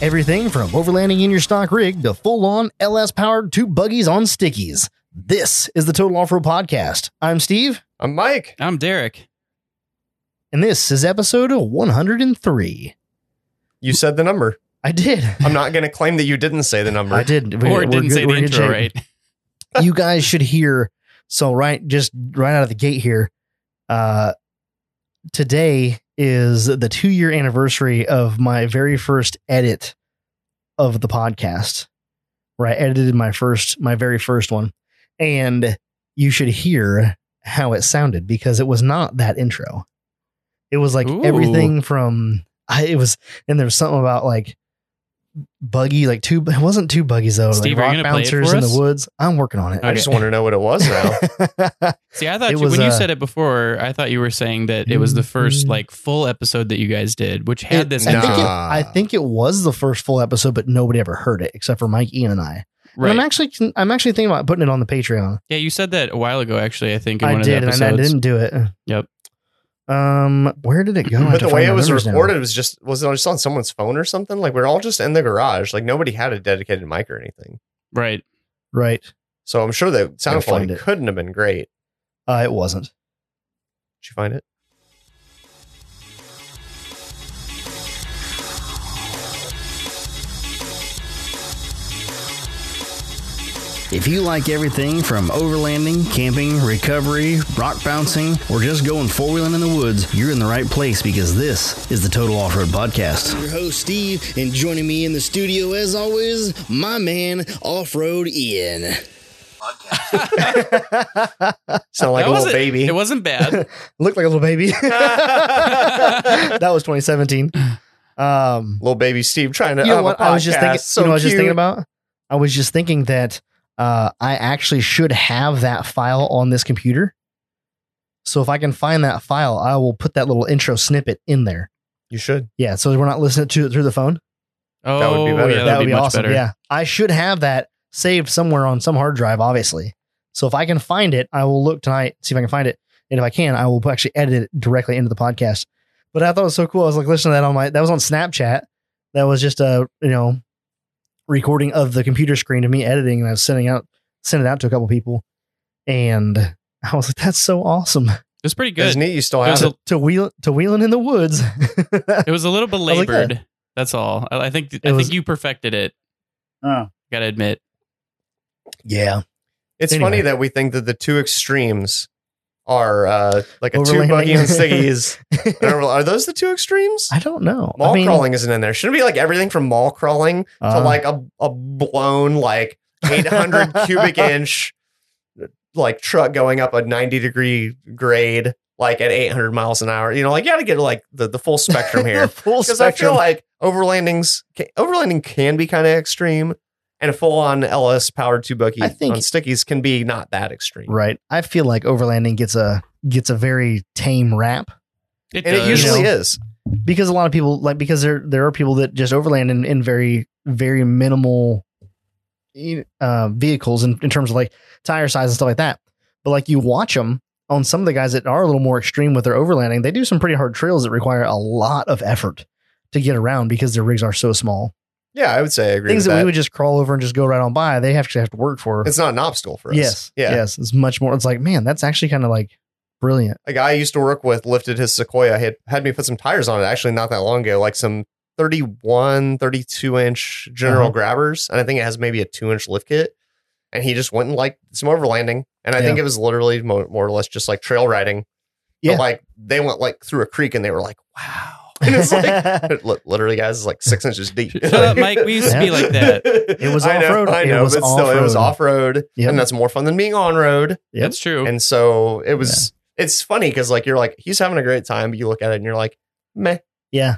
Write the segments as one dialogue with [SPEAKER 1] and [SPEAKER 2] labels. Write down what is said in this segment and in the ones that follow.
[SPEAKER 1] Everything from overlanding in your stock rig to full on LS powered two buggies on stickies. This is the Total Off Road Podcast. I'm Steve,
[SPEAKER 2] I'm Mike.
[SPEAKER 3] I'm Derek.
[SPEAKER 1] and this is episode 103.
[SPEAKER 2] You said the number.
[SPEAKER 1] I did.
[SPEAKER 2] I'm not going to claim that you didn't say the number.
[SPEAKER 1] I did. We-
[SPEAKER 3] or
[SPEAKER 1] we're
[SPEAKER 3] it didn't
[SPEAKER 1] good-
[SPEAKER 3] say the
[SPEAKER 1] we're in good
[SPEAKER 3] intro
[SPEAKER 1] shape.
[SPEAKER 3] right.
[SPEAKER 1] you guys should hear. So right, just right out of the gate here, uh, today is the two year anniversary of my very first edit of the podcast, where I edited my first, my very first one, and you should hear how it sounded because it was not that intro. It was like
[SPEAKER 3] Ooh.
[SPEAKER 1] everything from I, it was, and there was something about like buggy, like two. It wasn't two buggies though.
[SPEAKER 3] Steve, are
[SPEAKER 1] like
[SPEAKER 3] you
[SPEAKER 1] rock
[SPEAKER 3] gonna play it
[SPEAKER 1] bouncers
[SPEAKER 3] for
[SPEAKER 1] in the
[SPEAKER 3] us?
[SPEAKER 1] woods. I'm working on it.
[SPEAKER 2] I just want to know what it was now.
[SPEAKER 3] See, I thought
[SPEAKER 1] It
[SPEAKER 3] you,
[SPEAKER 1] was,
[SPEAKER 3] when you
[SPEAKER 1] uh,
[SPEAKER 3] said it before, I thought you were saying that it was the first like full episode that you guys did, which had this.
[SPEAKER 1] I
[SPEAKER 2] Nah.
[SPEAKER 1] think, it,
[SPEAKER 3] intro.
[SPEAKER 1] I think it was the first full episode, but nobody ever heard it except for Mike, Ian, and I. And I'm
[SPEAKER 3] right?
[SPEAKER 1] actually, I'm actually thinking about putting it on the Patreon.
[SPEAKER 3] Yeah, you said that a while ago. Actually, I think in
[SPEAKER 1] I
[SPEAKER 3] one
[SPEAKER 1] did,
[SPEAKER 3] of the
[SPEAKER 1] and I
[SPEAKER 3] episodes.
[SPEAKER 1] didn't do it.
[SPEAKER 3] Yep.
[SPEAKER 1] Um, where did it go? I have
[SPEAKER 2] but
[SPEAKER 1] to
[SPEAKER 2] the way
[SPEAKER 1] find
[SPEAKER 2] it
[SPEAKER 1] my
[SPEAKER 2] was
[SPEAKER 1] numbers now.
[SPEAKER 2] recorded was just was it just on someone's phone or something? Like we we're all just in the garage. Like nobody had a dedicated mic or anything.
[SPEAKER 3] Right.
[SPEAKER 1] right?
[SPEAKER 2] So I'm sure the
[SPEAKER 1] find
[SPEAKER 2] sound quality
[SPEAKER 1] it.
[SPEAKER 2] couldn't have been great.
[SPEAKER 1] Uh, it wasn't.
[SPEAKER 2] Did you find it?
[SPEAKER 4] If you like everything from overlanding, camping, recovery, rock bouncing, or just going four wheeling in the woods, you're in the right place because this is the Total Off Road Podcast. Your host, Steve, and joining me in the studio, as always, my man, Off Road Ian.
[SPEAKER 2] Sound like
[SPEAKER 3] Uh, That
[SPEAKER 2] a little
[SPEAKER 3] wasn't-
[SPEAKER 2] baby.
[SPEAKER 3] It wasn't bad.
[SPEAKER 1] Looked like a little baby. that was 2017. Um,
[SPEAKER 2] little baby Steve trying to.
[SPEAKER 1] you know
[SPEAKER 2] have a
[SPEAKER 1] what? I was just thinking.
[SPEAKER 2] podcast. So
[SPEAKER 1] you know, what I was just
[SPEAKER 2] cute.
[SPEAKER 1] thinking about. I was just thinking that uh, I actually should have that file on this computer. So if I can find that file, I will put that little intro snippet in there.
[SPEAKER 2] You should.
[SPEAKER 1] Yeah, so we're not listening to it through the phone.
[SPEAKER 3] Oh,
[SPEAKER 2] would be better.
[SPEAKER 3] yeah,
[SPEAKER 2] That
[SPEAKER 3] that,
[SPEAKER 1] that
[SPEAKER 3] would be, much
[SPEAKER 1] awesome.
[SPEAKER 3] better.
[SPEAKER 1] Yeah, I should have that saved somewhere on some hard drive, obviously. So if I can find it, I will look tonight see if I can find it, and if I can, I will actually edit it directly into the podcast. But I thought it was so cool. I was like listening to that on my that was on Snapchat. That was just a you know recording of the computer screen of me editing, and I was sending out sending it out to a couple people, and I was like, "That's so awesome
[SPEAKER 3] It's pretty
[SPEAKER 2] It's
[SPEAKER 3] good.
[SPEAKER 2] neat. You still
[SPEAKER 3] It
[SPEAKER 2] have
[SPEAKER 3] was,
[SPEAKER 2] it.
[SPEAKER 3] a,
[SPEAKER 1] to wheel to wheeling in the woods."
[SPEAKER 3] it was a little
[SPEAKER 1] was like, yeah.
[SPEAKER 3] belabored. That's all. I I think I think
[SPEAKER 1] was-
[SPEAKER 3] you perfected it.
[SPEAKER 4] Oh.
[SPEAKER 3] Gotta admit.
[SPEAKER 1] yeah,
[SPEAKER 2] It's
[SPEAKER 1] Anyway.
[SPEAKER 2] funny that we think that the two extremes are uh, like a two
[SPEAKER 1] Overlanding.
[SPEAKER 2] buggy and stickies. And are- are those the two extremes?
[SPEAKER 1] I don't know.
[SPEAKER 2] Mall
[SPEAKER 1] I mean,
[SPEAKER 2] crawling isn't in there. Shouldn't it be like everything from mall crawling to
[SPEAKER 1] uh,
[SPEAKER 2] like a, a blown like 800 cubic inch like truck going up a 90 degree grade like at 800 miles an hour. You know, like you got to get like the, the full spectrum
[SPEAKER 1] the
[SPEAKER 2] here
[SPEAKER 1] full
[SPEAKER 2] because I
[SPEAKER 1] spectrum.
[SPEAKER 2] feel like overlandings ca- overlanding can be kind of extreme. And a full on LS powered two buggy
[SPEAKER 1] I think-
[SPEAKER 2] on stickies can be not that extreme.
[SPEAKER 1] Right. I feel like overlanding gets a gets a very tame rap
[SPEAKER 3] It
[SPEAKER 2] And
[SPEAKER 3] does.
[SPEAKER 2] it usually
[SPEAKER 1] You know,
[SPEAKER 2] is.
[SPEAKER 1] because a lot of people like because there there are people that just overland in, in very very minimal you know, uh, vehicles in, in terms of like tire size and stuff like that. But like you watch them on some of the guys that are a little more extreme with their overlanding, they do some pretty hard trails that require a lot of effort to get around because their rigs are so small.
[SPEAKER 2] Yeah, I would say I agree.
[SPEAKER 1] Things
[SPEAKER 2] with
[SPEAKER 1] that,
[SPEAKER 2] that
[SPEAKER 1] we would just crawl over and just go right on by, they actually have to work for.
[SPEAKER 2] It's not an obstacle for us.
[SPEAKER 1] yes.
[SPEAKER 2] Yeah.
[SPEAKER 1] Yes. It's much more. It's like, man, that's actually kind of like brilliant.
[SPEAKER 2] a guy I used to work with lifted his Sequoia. He had, had me put some tires on it actually not that long ago, like some 31, 32 inch general
[SPEAKER 1] Uh-huh.
[SPEAKER 2] grabbers. And I think it has maybe a two inch lift kit. And he just went and like some overlanding. And I think it was literally mo- more or less just like trail riding.
[SPEAKER 1] Yeah.
[SPEAKER 2] But like they went like through a creek and they were like, wow. And it's like, it li- literally, guys, it's like six inches deep.
[SPEAKER 3] Shut up, Mike. We used to be like that.
[SPEAKER 2] It
[SPEAKER 1] was
[SPEAKER 2] I know,
[SPEAKER 1] off-road.
[SPEAKER 2] I
[SPEAKER 1] It
[SPEAKER 2] know,
[SPEAKER 1] was
[SPEAKER 2] but still, it was
[SPEAKER 1] off-road.
[SPEAKER 2] off road.
[SPEAKER 1] Yep.
[SPEAKER 2] And that's more fun than being on road.
[SPEAKER 1] Yep.
[SPEAKER 3] That's true.
[SPEAKER 2] And so it was, it's funny because like you're like, he's having a great time, but you look at it and you're like, meh.
[SPEAKER 1] Yeah.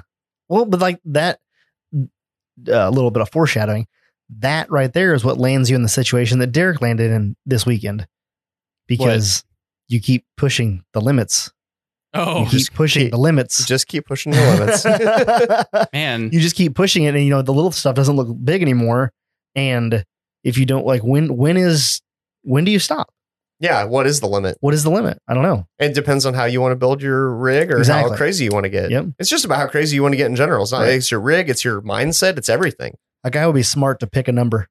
[SPEAKER 1] Well, but like that, a little bit of foreshadowing. That right there is what lands you in the situation that Derek landed in this weekend, because you keep pushing the limits.
[SPEAKER 3] oh
[SPEAKER 1] you keep pushing
[SPEAKER 2] keep-
[SPEAKER 1] the limits.
[SPEAKER 2] Just keep pushing the limits.
[SPEAKER 3] man.
[SPEAKER 1] you just keep pushing it, and you know the little stuff doesn't look big anymore. And if you don't like when when is when do you stop?
[SPEAKER 2] Yeah, what is the limit?
[SPEAKER 1] What is the limit? I don't know.
[SPEAKER 2] It depends on how you want to build your rig or
[SPEAKER 1] Exactly.
[SPEAKER 2] how crazy you want to get.
[SPEAKER 1] Yep.
[SPEAKER 2] It's just about how crazy you want to get in general. It's not
[SPEAKER 1] Right.
[SPEAKER 2] it's your rig, it's your mindset, it's everything.
[SPEAKER 1] Like I would be smart to pick a number,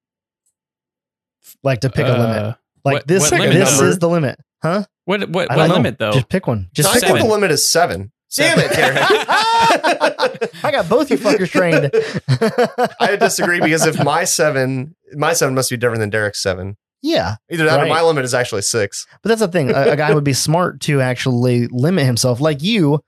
[SPEAKER 1] like to pick a limit.
[SPEAKER 3] Uh,
[SPEAKER 1] Like
[SPEAKER 3] what-
[SPEAKER 1] this,
[SPEAKER 3] what
[SPEAKER 2] limit
[SPEAKER 1] this
[SPEAKER 2] number?
[SPEAKER 1] is the limit, huh?
[SPEAKER 3] What what,
[SPEAKER 1] I
[SPEAKER 3] what
[SPEAKER 1] don't know.
[SPEAKER 3] limit though?
[SPEAKER 1] Just pick one. Just
[SPEAKER 2] I
[SPEAKER 1] pick
[SPEAKER 2] think
[SPEAKER 1] one.
[SPEAKER 2] the limit is seven. Damn it, Derek.
[SPEAKER 1] I got both you fuckers trained.
[SPEAKER 2] I disagree because if my seven, my seven must be different than Derek's seven.
[SPEAKER 1] yeah,
[SPEAKER 2] Either that
[SPEAKER 1] Right.
[SPEAKER 2] or my limit is actually six.
[SPEAKER 1] but that's the thing. A, a guy would be smart to actually limit himself. Like you,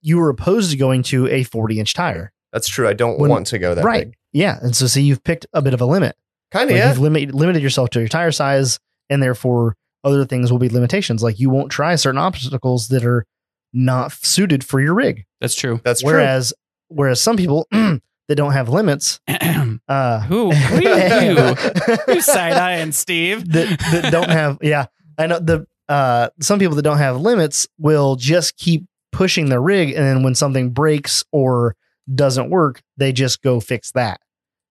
[SPEAKER 1] you were opposed to going to a forty-inch tire,
[SPEAKER 2] That's true. I don't
[SPEAKER 1] When-
[SPEAKER 2] want to go that
[SPEAKER 1] right? Yeah, and so see, you've picked a bit of a limit.
[SPEAKER 2] Kind of,
[SPEAKER 1] Like,
[SPEAKER 2] yeah.
[SPEAKER 1] You've limited limited yourself to your tire size, and therefore other things will be limitations. Like you won't try certain obstacles that are not suited for your rig.
[SPEAKER 3] That's true.
[SPEAKER 2] That's
[SPEAKER 1] whereas whereas some people that don't have limits, uh,
[SPEAKER 3] Who? Who are you? you side eyeing Steve?
[SPEAKER 1] that that don't have yeah i know the uh some people that don't have limits will just keep pushing their rig and then when something breaks or doesn't work they just go fix that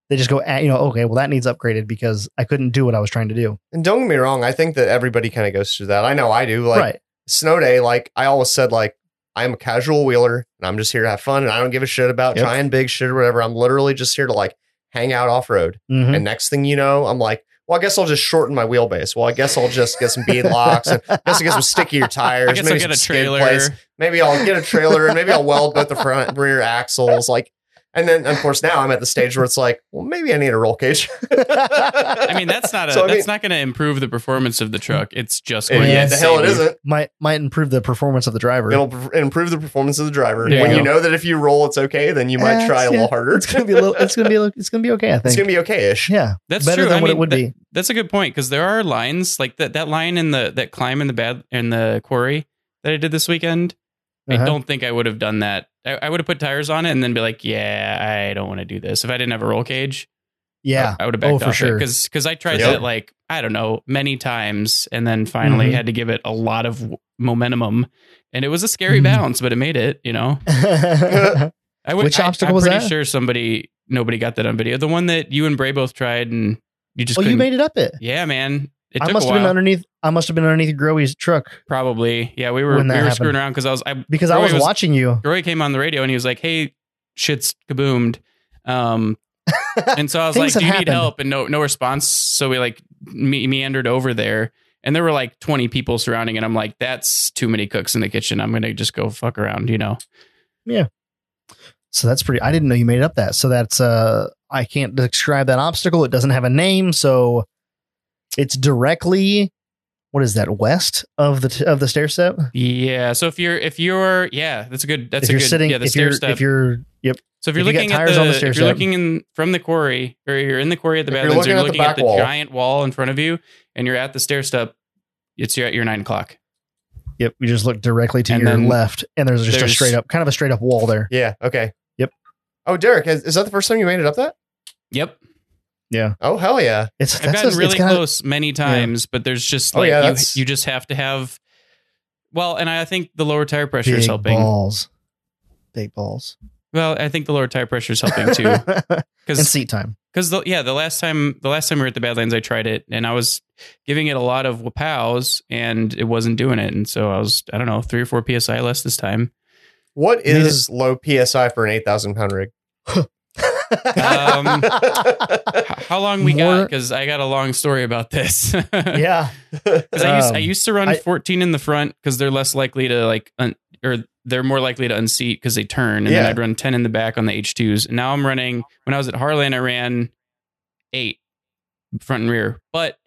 [SPEAKER 1] they just go at, you know okay well that needs upgraded because i couldn't do what i was trying to do
[SPEAKER 2] And don't get me wrong, I think that everybody kind of goes through that. I know I do. Like
[SPEAKER 1] right
[SPEAKER 2] snow day, like I always said, like I'm a casual wheeler and I'm just here to have fun and I don't give a shit about
[SPEAKER 1] Yep.
[SPEAKER 2] trying big shit or whatever. I'm literally just here to like hang out off road.
[SPEAKER 3] Mm-hmm.
[SPEAKER 1] Mhm.
[SPEAKER 2] And next thing you know, I'm like, well, I guess I'll just shorten my wheelbase. Well, I guess I'll just get some bead locks and I guess I'll get some stickier tires.
[SPEAKER 3] I guess I'll
[SPEAKER 2] maybe
[SPEAKER 3] get
[SPEAKER 2] some
[SPEAKER 3] a
[SPEAKER 2] skid
[SPEAKER 3] trailer.
[SPEAKER 2] plates. Maybe I'll get a trailer and maybe I'll weld both the front and rear axles. Like, and then of course now I'm at the stage where it's like, well, maybe I need a roll cage.
[SPEAKER 3] I mean, that's not a,
[SPEAKER 2] So, I
[SPEAKER 3] that's
[SPEAKER 2] mean-
[SPEAKER 3] not going to improve the performance of the truck. It's just going
[SPEAKER 2] yeah,
[SPEAKER 3] to
[SPEAKER 2] the hell it
[SPEAKER 3] save you.
[SPEAKER 2] isn't.
[SPEAKER 1] might might improve the performance of the driver
[SPEAKER 2] It'll pr- improve the performance of the driver.
[SPEAKER 3] There you
[SPEAKER 2] when
[SPEAKER 3] go.
[SPEAKER 2] you know that if you roll, it's okay, then you might
[SPEAKER 1] Uh,
[SPEAKER 2] try
[SPEAKER 1] yeah,
[SPEAKER 2] a little harder.
[SPEAKER 1] it's gonna be a little it's gonna be a little, it's gonna be okay i think
[SPEAKER 2] It's gonna be okay-ish.
[SPEAKER 1] yeah
[SPEAKER 3] That's
[SPEAKER 1] better
[SPEAKER 3] true.
[SPEAKER 1] than
[SPEAKER 3] I
[SPEAKER 1] what
[SPEAKER 3] mean,
[SPEAKER 1] it would
[SPEAKER 3] that-
[SPEAKER 1] be
[SPEAKER 3] That's a good point because there are lines like that. That line in the that climb in the bad in the quarry that I did this weekend. I
[SPEAKER 1] Uh-huh.
[SPEAKER 3] don't think I would have done that. I, I would have put tires on it and then be like, "Yeah, I don't want to do this." If I didn't have a roll cage,
[SPEAKER 1] yeah
[SPEAKER 3] I, I would have backed
[SPEAKER 1] Oh, for
[SPEAKER 3] off
[SPEAKER 1] sure.
[SPEAKER 3] because I tried
[SPEAKER 2] Yep.
[SPEAKER 3] that like I don't know many times and then finally
[SPEAKER 1] Mhm.
[SPEAKER 3] had to give it a lot of w- momentum, and it was a scary
[SPEAKER 1] Mhm.
[SPEAKER 3] bounce, but it made Oh. it. You know, I would,
[SPEAKER 1] Which
[SPEAKER 3] I,
[SPEAKER 1] obstacle
[SPEAKER 3] I'm
[SPEAKER 1] was
[SPEAKER 3] pretty
[SPEAKER 1] that?
[SPEAKER 3] sure somebody nobody got that on video. The one that you and Bray both tried and you just
[SPEAKER 1] oh you
[SPEAKER 3] couldn't-
[SPEAKER 1] made it up it
[SPEAKER 3] yeah, man. It
[SPEAKER 1] I
[SPEAKER 3] took
[SPEAKER 1] must
[SPEAKER 3] a
[SPEAKER 1] have been
[SPEAKER 3] while.
[SPEAKER 1] underneath. I must have been underneath Growy's truck
[SPEAKER 3] Probably. Yeah, we were we
[SPEAKER 1] when
[SPEAKER 3] were
[SPEAKER 1] that happened.
[SPEAKER 3] screwing around because I was I
[SPEAKER 1] because I
[SPEAKER 3] Growy
[SPEAKER 1] was,
[SPEAKER 3] was-
[SPEAKER 1] watching you.
[SPEAKER 3] Roy came on the radio and he was like, Hey, shit's kaboomed. Um and so I was like,
[SPEAKER 1] Things
[SPEAKER 3] Do you
[SPEAKER 1] have
[SPEAKER 3] need
[SPEAKER 1] happened.
[SPEAKER 3] help? And no no response. So we like me- meandered over there. And there were like 20 people surrounding, and I'm like, that's too many cooks in the kitchen. I'm gonna just go fuck around, you know.
[SPEAKER 1] So that's pretty. I didn't know you made up that. So that's uh, I can't describe that obstacle. It doesn't have a name, so it's directly what is that west of the t- of the stair step.
[SPEAKER 3] Yeah. So if you're if you're yeah, that's a good that's
[SPEAKER 1] if
[SPEAKER 3] a
[SPEAKER 1] you're
[SPEAKER 3] good
[SPEAKER 1] sitting,
[SPEAKER 3] yeah, the
[SPEAKER 1] if
[SPEAKER 3] stair
[SPEAKER 1] you're
[SPEAKER 3] step.
[SPEAKER 1] if you're yep,
[SPEAKER 3] So if you're
[SPEAKER 1] If you got
[SPEAKER 3] looking at
[SPEAKER 1] tires
[SPEAKER 3] the,
[SPEAKER 1] on the
[SPEAKER 3] if
[SPEAKER 1] stairs
[SPEAKER 3] you're
[SPEAKER 1] up.
[SPEAKER 3] looking in from the quarry or you're in the quarry at the
[SPEAKER 2] If you're
[SPEAKER 3] Badlands, you're
[SPEAKER 2] looking at the
[SPEAKER 3] looking at
[SPEAKER 2] back
[SPEAKER 3] the
[SPEAKER 2] wall.
[SPEAKER 3] giant wall in front of you, and you're at the stair step. It's you're at your nine o'clock.
[SPEAKER 1] yep. You just look directly to
[SPEAKER 3] And
[SPEAKER 1] your
[SPEAKER 3] then
[SPEAKER 1] left, and there's just
[SPEAKER 3] there's-
[SPEAKER 1] a straight up, kind of a straight up wall there.
[SPEAKER 2] Yeah. Okay.
[SPEAKER 1] Yep.
[SPEAKER 2] Oh, Derek, is, is that the first time you made it up that?
[SPEAKER 3] Yep,
[SPEAKER 2] Oh, hell yeah.
[SPEAKER 1] It's
[SPEAKER 3] I've
[SPEAKER 1] that's
[SPEAKER 3] gotten
[SPEAKER 1] just,
[SPEAKER 3] really
[SPEAKER 1] it's kinda,
[SPEAKER 3] close many times, but there's just
[SPEAKER 2] Oh,
[SPEAKER 3] like
[SPEAKER 2] yeah,
[SPEAKER 3] you,
[SPEAKER 2] that's-
[SPEAKER 3] you just have to have. Well, and I think the lower tire pressure is
[SPEAKER 1] Big
[SPEAKER 3] helping.
[SPEAKER 1] balls, big balls,
[SPEAKER 3] Well, I think the lower tire pressure is helping too,
[SPEAKER 1] and
[SPEAKER 3] because
[SPEAKER 1] seat time.
[SPEAKER 3] the, yeah, the last time the last time we were at the Badlands, I tried it and I was giving it a lot of wopows and it wasn't doing it, and so I was I don't know three or four psi less this time.
[SPEAKER 2] What
[SPEAKER 1] Made
[SPEAKER 2] is low PSI for an 8,000 pound rig?
[SPEAKER 3] Um, H- how long we got
[SPEAKER 1] More-
[SPEAKER 3] because i got a long story about this
[SPEAKER 1] yeah,
[SPEAKER 3] because I, used, I
[SPEAKER 1] Um,
[SPEAKER 3] used to run
[SPEAKER 1] I-
[SPEAKER 3] 14 in the front because they're less likely to like un, or they're more likely to unseat because they turn and then
[SPEAKER 2] Yeah.
[SPEAKER 3] i'd run 10 in the back on the h2s and now i'm running when i was at harlan i ran eight front and rear but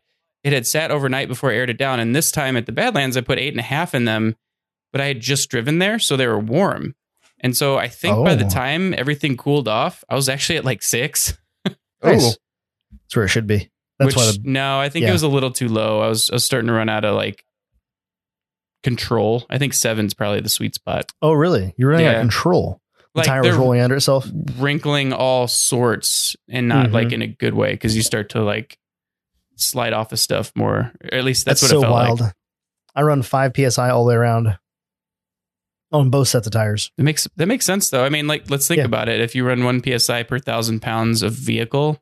[SPEAKER 3] it had sat overnight before i aired it down and this time at the badlands i put eight and a half in them but i had just driven there so they were warm and so i think by the
[SPEAKER 1] Oh.
[SPEAKER 3] time everything cooled off i was actually at like six
[SPEAKER 1] nice.
[SPEAKER 2] Ooh.
[SPEAKER 1] That's where it should be. That's why
[SPEAKER 3] Which,
[SPEAKER 1] the
[SPEAKER 3] no, I think
[SPEAKER 1] yeah.
[SPEAKER 3] it was a little too low. I was, I was starting to run out of like control. I think seven's probably the sweet spot.
[SPEAKER 1] Oh, really? You're running out
[SPEAKER 3] Yeah.
[SPEAKER 1] of control. The
[SPEAKER 3] Like
[SPEAKER 1] tire was
[SPEAKER 3] they're
[SPEAKER 1] rolling under itself.
[SPEAKER 3] wrinkling all sorts and not
[SPEAKER 1] Mhm.
[SPEAKER 3] like in a good way because you start to like slide off of stuff more. Or at least that's,
[SPEAKER 1] That's,
[SPEAKER 3] what
[SPEAKER 1] so
[SPEAKER 3] it felt
[SPEAKER 1] wild.
[SPEAKER 3] like.
[SPEAKER 1] I run five psi all the way around on both sets of tires.
[SPEAKER 3] It makes that makes sense though. I mean, like let's think
[SPEAKER 1] Yeah.
[SPEAKER 3] about it. If you run one psi per thousand pounds of vehicle,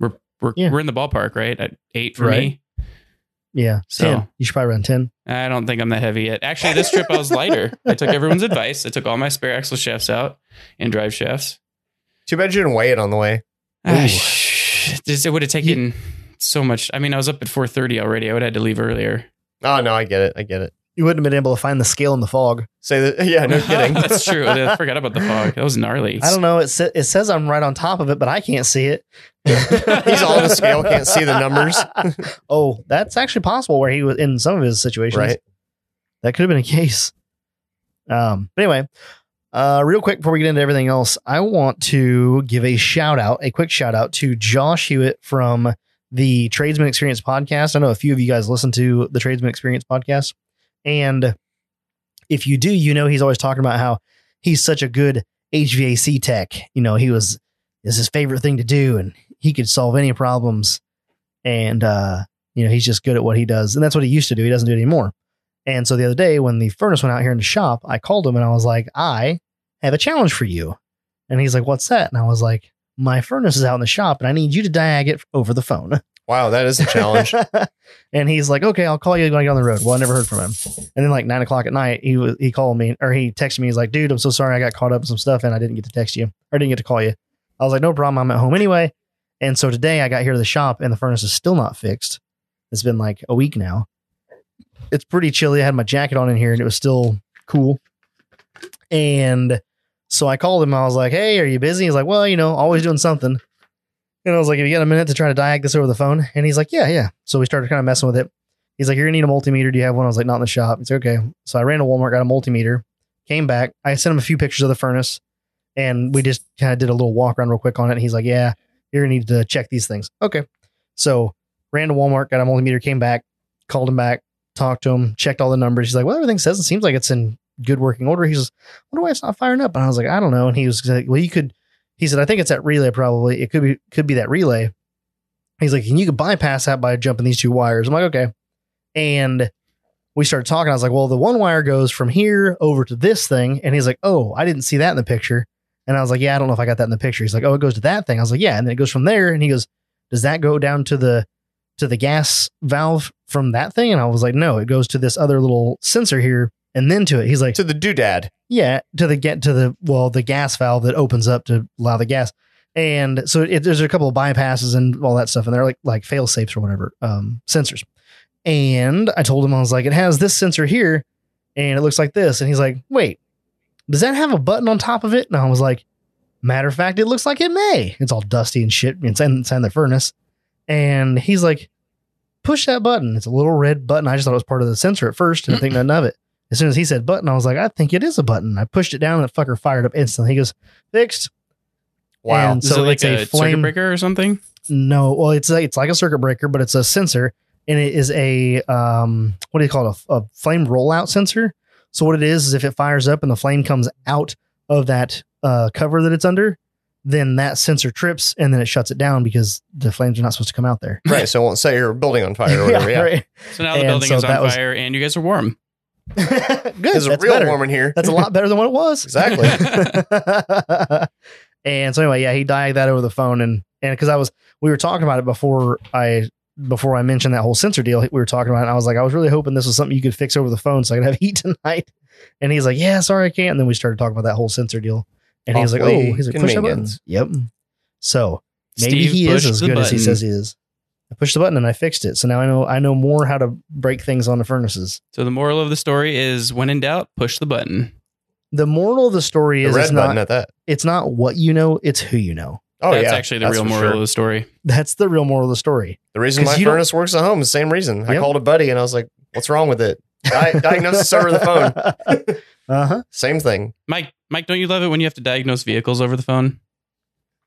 [SPEAKER 3] we're we're
[SPEAKER 1] Yeah.
[SPEAKER 3] we're in the ballpark, right? At eight for
[SPEAKER 1] Right.
[SPEAKER 3] me.
[SPEAKER 1] Yeah.
[SPEAKER 3] So-
[SPEAKER 1] 10. You should probably run 10.
[SPEAKER 3] I don't think I'm that heavy yet. Actually, this trip I was lighter. I took everyone's advice. I took all my spare axle shafts out and drive shafts.
[SPEAKER 2] Too bad you didn't weigh it on the way.
[SPEAKER 3] Ah,
[SPEAKER 1] Ooh.
[SPEAKER 3] sh- this- it would have taken so much. I mean, I was up at 4:30 already. I would have had to leave earlier.
[SPEAKER 2] Oh no, I get it. I get it.
[SPEAKER 1] You wouldn't have been able to find the scale in the fog.
[SPEAKER 2] Say that. Yeah, no kidding.
[SPEAKER 3] That's true. I forgot about the fog. That was gnarly.
[SPEAKER 1] I don't know. It, sa- it says I'm right on top of it, but I can't see it.
[SPEAKER 2] He's on the scale, can't see the numbers.
[SPEAKER 1] oh, that's actually possible where he was in some of his situations.
[SPEAKER 2] right.
[SPEAKER 1] That could have been a case. Um, but anyway, uh, real quick before we get into everything else, I want to give a shout out, a quick shout out to Josh Hewitt from the Tradesman Experience podcast. I know a few of you guys listen to the Tradesman Experience podcast. And if you do, you know he's always talking about how he's such a good HVAC tech. You know, he was is his favorite thing to do and he could solve any problems. And uh, you know, he's just good at what he does. And that's what he used to do. He doesn't do it anymore. And so the other day when the furnace went out here in the shop, I called him and I was like, I have a challenge for you. And he's like, What's that? And I was like, My furnace is out in the shop and I need you to diag it over the phone.
[SPEAKER 2] Wow, that is a challenge.
[SPEAKER 1] and he's like, okay, I'll call you when I get on the road. Well, I never heard from him. And then like nine o'clock at night, he was he called me or he texted me. He's like, dude, I'm so sorry, I got caught up in some stuff and I didn't get to text you or didn't get to call you. I was like, no problem, I'm at home anyway. And so today I got here to the shop and the furnace is still not fixed. It's been like a week now. It's pretty chilly. I had my jacket on in here and it was still cool. And so I called him. I was like, hey, are you busy? He's like, well, you know, always doing something. And I was like, have you got a minute to try to diag this over the phone? And he's like, yeah, yeah. So we started kind of messing with it. He's like, you're going to need a multimeter. Do you have one? I was like, not in the shop. It's okay. So I ran to Walmart, got a multimeter, came back. I sent him a few pictures of the furnace and we just kind of did a little walk around real quick on it. And he's like, yeah, you're going to need to check these things. Okay. So ran to Walmart, got a multimeter, came back, called him back, talked to him, checked all the numbers. He's like, well, everything says it seems like it's in good working order. He says, wonder why it's not firing up. And I was like, I don't know. And he was like, well, you could, he said, I think it's that relay probably. It could be, could be that relay. He's like, and you could bypass that by jumping these two wires. I'm like, okay. And we started talking. I was like, well, the one wire goes from here over to this thing. And he's like, oh, I didn't see that in the picture. And I was like, yeah, I don't know if I got that in the picture. He's like, oh, it goes to that thing. I was like, yeah. And then it goes from there. And he goes, does that go down to the to the gas valve from that thing? And I was like, no, it goes to this other little sensor here and then to it. He's like,
[SPEAKER 2] to the doodad.
[SPEAKER 1] yeah, to the get to the well, the gas valve that opens up to allow the gas, and so it, there's a couple of bypasses and all that stuff, and they're like like fail safes or whatever um, sensors. And I told him I was like, it has this sensor here, and it looks like this, and he's like, wait, does that have a button on top of it? And I was like, matter of fact, it looks like it may. It's all dusty and shit. It's in, it's in the furnace, and he's like, push that button. It's a little red button. I just thought it was part of the sensor at first, didn't think nothing of it. As soon as he said button, I was like, I think it is a button. I pushed it down and the fucker fired up instantly. He goes, fixed.
[SPEAKER 2] Wow.
[SPEAKER 1] And
[SPEAKER 3] Is
[SPEAKER 1] so
[SPEAKER 3] it like
[SPEAKER 1] it's a,
[SPEAKER 3] a, circuit
[SPEAKER 1] flame.
[SPEAKER 3] breaker or something?
[SPEAKER 1] No, well, it's like, it's like a circuit breaker, but it's a sensor and it is a, um, what do you call it? A, a flame rollout sensor. So what it is, is if it fires up and the flame comes out of that uh, cover that it's under, then that sensor trips and then it shuts it down because the flames are not supposed to come out there.
[SPEAKER 2] Right. So it won't set your building on fire or whatever. Yeah.
[SPEAKER 1] right.
[SPEAKER 3] So now the
[SPEAKER 1] And
[SPEAKER 3] building
[SPEAKER 1] so
[SPEAKER 3] is on
[SPEAKER 1] that was-
[SPEAKER 3] fire and you guys are warm.
[SPEAKER 1] Good.
[SPEAKER 2] It's
[SPEAKER 1] That's
[SPEAKER 2] real
[SPEAKER 1] better.
[SPEAKER 2] warm in here.
[SPEAKER 1] That's a lot better than what it was.
[SPEAKER 2] Exactly.
[SPEAKER 1] and so anyway, yeah, he died that over the phone, and and because I was, we were talking about it before I before I mentioned that whole sensor deal. We were talking about, it, and I was like, I was really hoping this was something you could fix over the phone, so I could have heat tonight. And he's like, Yeah, sorry, I can't. And then we started talking about that whole sensor deal, and he was like, Oh,
[SPEAKER 2] Awfully
[SPEAKER 1] he's like, push that button.
[SPEAKER 2] convenient.
[SPEAKER 1] Yep. So maybe
[SPEAKER 3] Steve
[SPEAKER 1] he is
[SPEAKER 3] pushed
[SPEAKER 1] as
[SPEAKER 3] the
[SPEAKER 1] good as he
[SPEAKER 3] button.
[SPEAKER 1] says he is. I pushed the button and I fixed it, so now I know I know more how to break things on the furnaces.
[SPEAKER 3] So the moral of the story is when in doubt, push the button.
[SPEAKER 1] The moral of the story
[SPEAKER 2] The
[SPEAKER 1] is it's
[SPEAKER 2] red
[SPEAKER 1] not
[SPEAKER 2] button at that.
[SPEAKER 1] it's not what you know, it's who you know.
[SPEAKER 2] Oh
[SPEAKER 3] that's
[SPEAKER 2] yeah.
[SPEAKER 3] actually the
[SPEAKER 2] That's
[SPEAKER 3] real
[SPEAKER 2] for
[SPEAKER 3] moral
[SPEAKER 2] sure.
[SPEAKER 3] of the story.
[SPEAKER 1] That's the real moral of the story.
[SPEAKER 2] The reason
[SPEAKER 1] 'Cause
[SPEAKER 2] my
[SPEAKER 1] you don't-
[SPEAKER 2] furnace works at home is the same reason. I
[SPEAKER 1] Yep.
[SPEAKER 2] called a buddy and I was like, "What's wrong with it?" Di- diagnosis over the phone.
[SPEAKER 1] phone. uh huh.
[SPEAKER 2] Same thing.
[SPEAKER 3] Mike, Mike, don't you love it when you have to diagnose vehicles over the phone?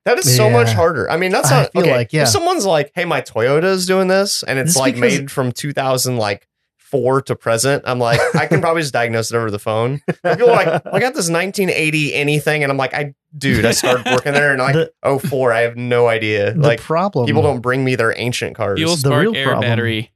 [SPEAKER 2] That is so much
[SPEAKER 1] Yeah.
[SPEAKER 2] harder. I mean, that's
[SPEAKER 1] I
[SPEAKER 2] not
[SPEAKER 1] feel
[SPEAKER 2] okay.
[SPEAKER 1] like, yeah.
[SPEAKER 2] If someone's like, "Hey, my Toyota is doing this," and it's
[SPEAKER 1] That's
[SPEAKER 2] like
[SPEAKER 1] because-
[SPEAKER 2] made from 2000 like four to present, I'm like, I can probably just diagnose it over the phone. But people are like, "I got this 1980 anything," and I'm like, "I, dude, I started working there in like
[SPEAKER 1] The-
[SPEAKER 2] 04. Oh, I have no idea.
[SPEAKER 1] The
[SPEAKER 2] like,
[SPEAKER 1] problem.
[SPEAKER 2] people don't bring me their ancient cars.
[SPEAKER 3] Fuel,
[SPEAKER 1] The
[SPEAKER 3] spark,
[SPEAKER 1] real
[SPEAKER 3] air,
[SPEAKER 1] problem-
[SPEAKER 3] battery.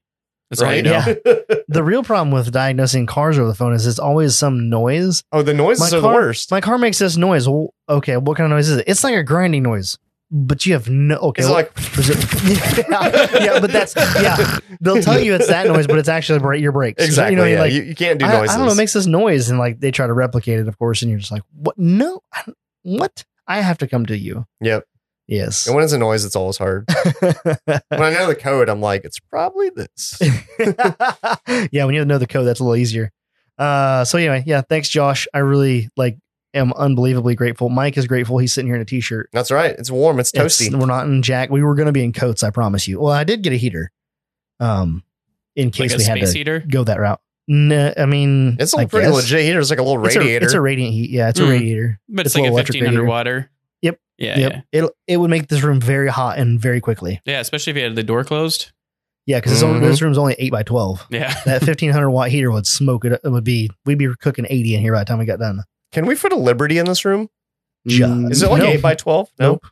[SPEAKER 3] That's all you
[SPEAKER 2] Right?
[SPEAKER 3] know.
[SPEAKER 1] The real problem with diagnosing cars over the phone is it's always some noise.
[SPEAKER 2] oh, the noises
[SPEAKER 1] My
[SPEAKER 2] are
[SPEAKER 1] car-
[SPEAKER 2] the worst.
[SPEAKER 1] My car makes this noise. Well, okay, what kind of noise is it? It's like a grinding noise. but you have no okay.
[SPEAKER 2] It's
[SPEAKER 1] well-
[SPEAKER 2] like
[SPEAKER 1] yeah, yeah, but that's yeah. They'll tell you it's that noise, but it's actually bra- your brakes.
[SPEAKER 2] exactly.
[SPEAKER 1] You know,
[SPEAKER 2] yeah,
[SPEAKER 1] like
[SPEAKER 2] you, you can't do
[SPEAKER 1] I,
[SPEAKER 2] noises.
[SPEAKER 1] I don't know, it makes this noise, and like they try to replicate it, of course, and you're just like, what? No, I don't- what? I have to come to you.
[SPEAKER 2] Yep.
[SPEAKER 1] Yes.
[SPEAKER 2] And when it's a noise, it's always hard. when I know the code, I'm like, it's probably this.
[SPEAKER 1] yeah, when you know the code, that's a little easier. Uh, so anyway, yeah, thanks, Josh. I really like am unbelievably grateful. Mike is grateful. He's sitting here in a t-shirt.
[SPEAKER 2] That's right. It's warm. It's
[SPEAKER 1] It's-
[SPEAKER 2] toasty.
[SPEAKER 1] we're not in jack. We were going to be in coats. I promise you. Well, I did get a heater. Um, in
[SPEAKER 3] like
[SPEAKER 1] case
[SPEAKER 3] a
[SPEAKER 1] we had
[SPEAKER 3] space
[SPEAKER 1] to
[SPEAKER 3] heater.
[SPEAKER 1] go that route. No, I mean,
[SPEAKER 2] It's a
[SPEAKER 1] I
[SPEAKER 2] pretty
[SPEAKER 1] guess.
[SPEAKER 2] legit heater. It's like a little
[SPEAKER 1] It's a-
[SPEAKER 2] radiator.
[SPEAKER 1] It's a, radiant heat. Yeah, it's a
[SPEAKER 3] Hmm.
[SPEAKER 1] radiator.
[SPEAKER 3] But
[SPEAKER 1] It's
[SPEAKER 3] it's,
[SPEAKER 1] a
[SPEAKER 3] like a
[SPEAKER 1] little electric
[SPEAKER 3] 1500
[SPEAKER 1] radiator.
[SPEAKER 3] water.
[SPEAKER 1] Yep.
[SPEAKER 3] Yeah,
[SPEAKER 1] Yep.
[SPEAKER 3] yeah.
[SPEAKER 1] It it would make this room very hot and very quickly.
[SPEAKER 3] Yeah. Especially if you had the door closed.
[SPEAKER 1] Yeah, because
[SPEAKER 2] Mhm.
[SPEAKER 1] this room's only eight by twelve.
[SPEAKER 3] Yeah.
[SPEAKER 1] That fifteen hundred watt heater would smoke it. It would be we'd be cooking eighty in here by the time we got done.
[SPEAKER 2] Can we fit a Liberty in this room?
[SPEAKER 3] Mm.
[SPEAKER 1] Just-
[SPEAKER 2] Is it like
[SPEAKER 1] No.
[SPEAKER 2] eight by twelve? No.
[SPEAKER 1] Nope.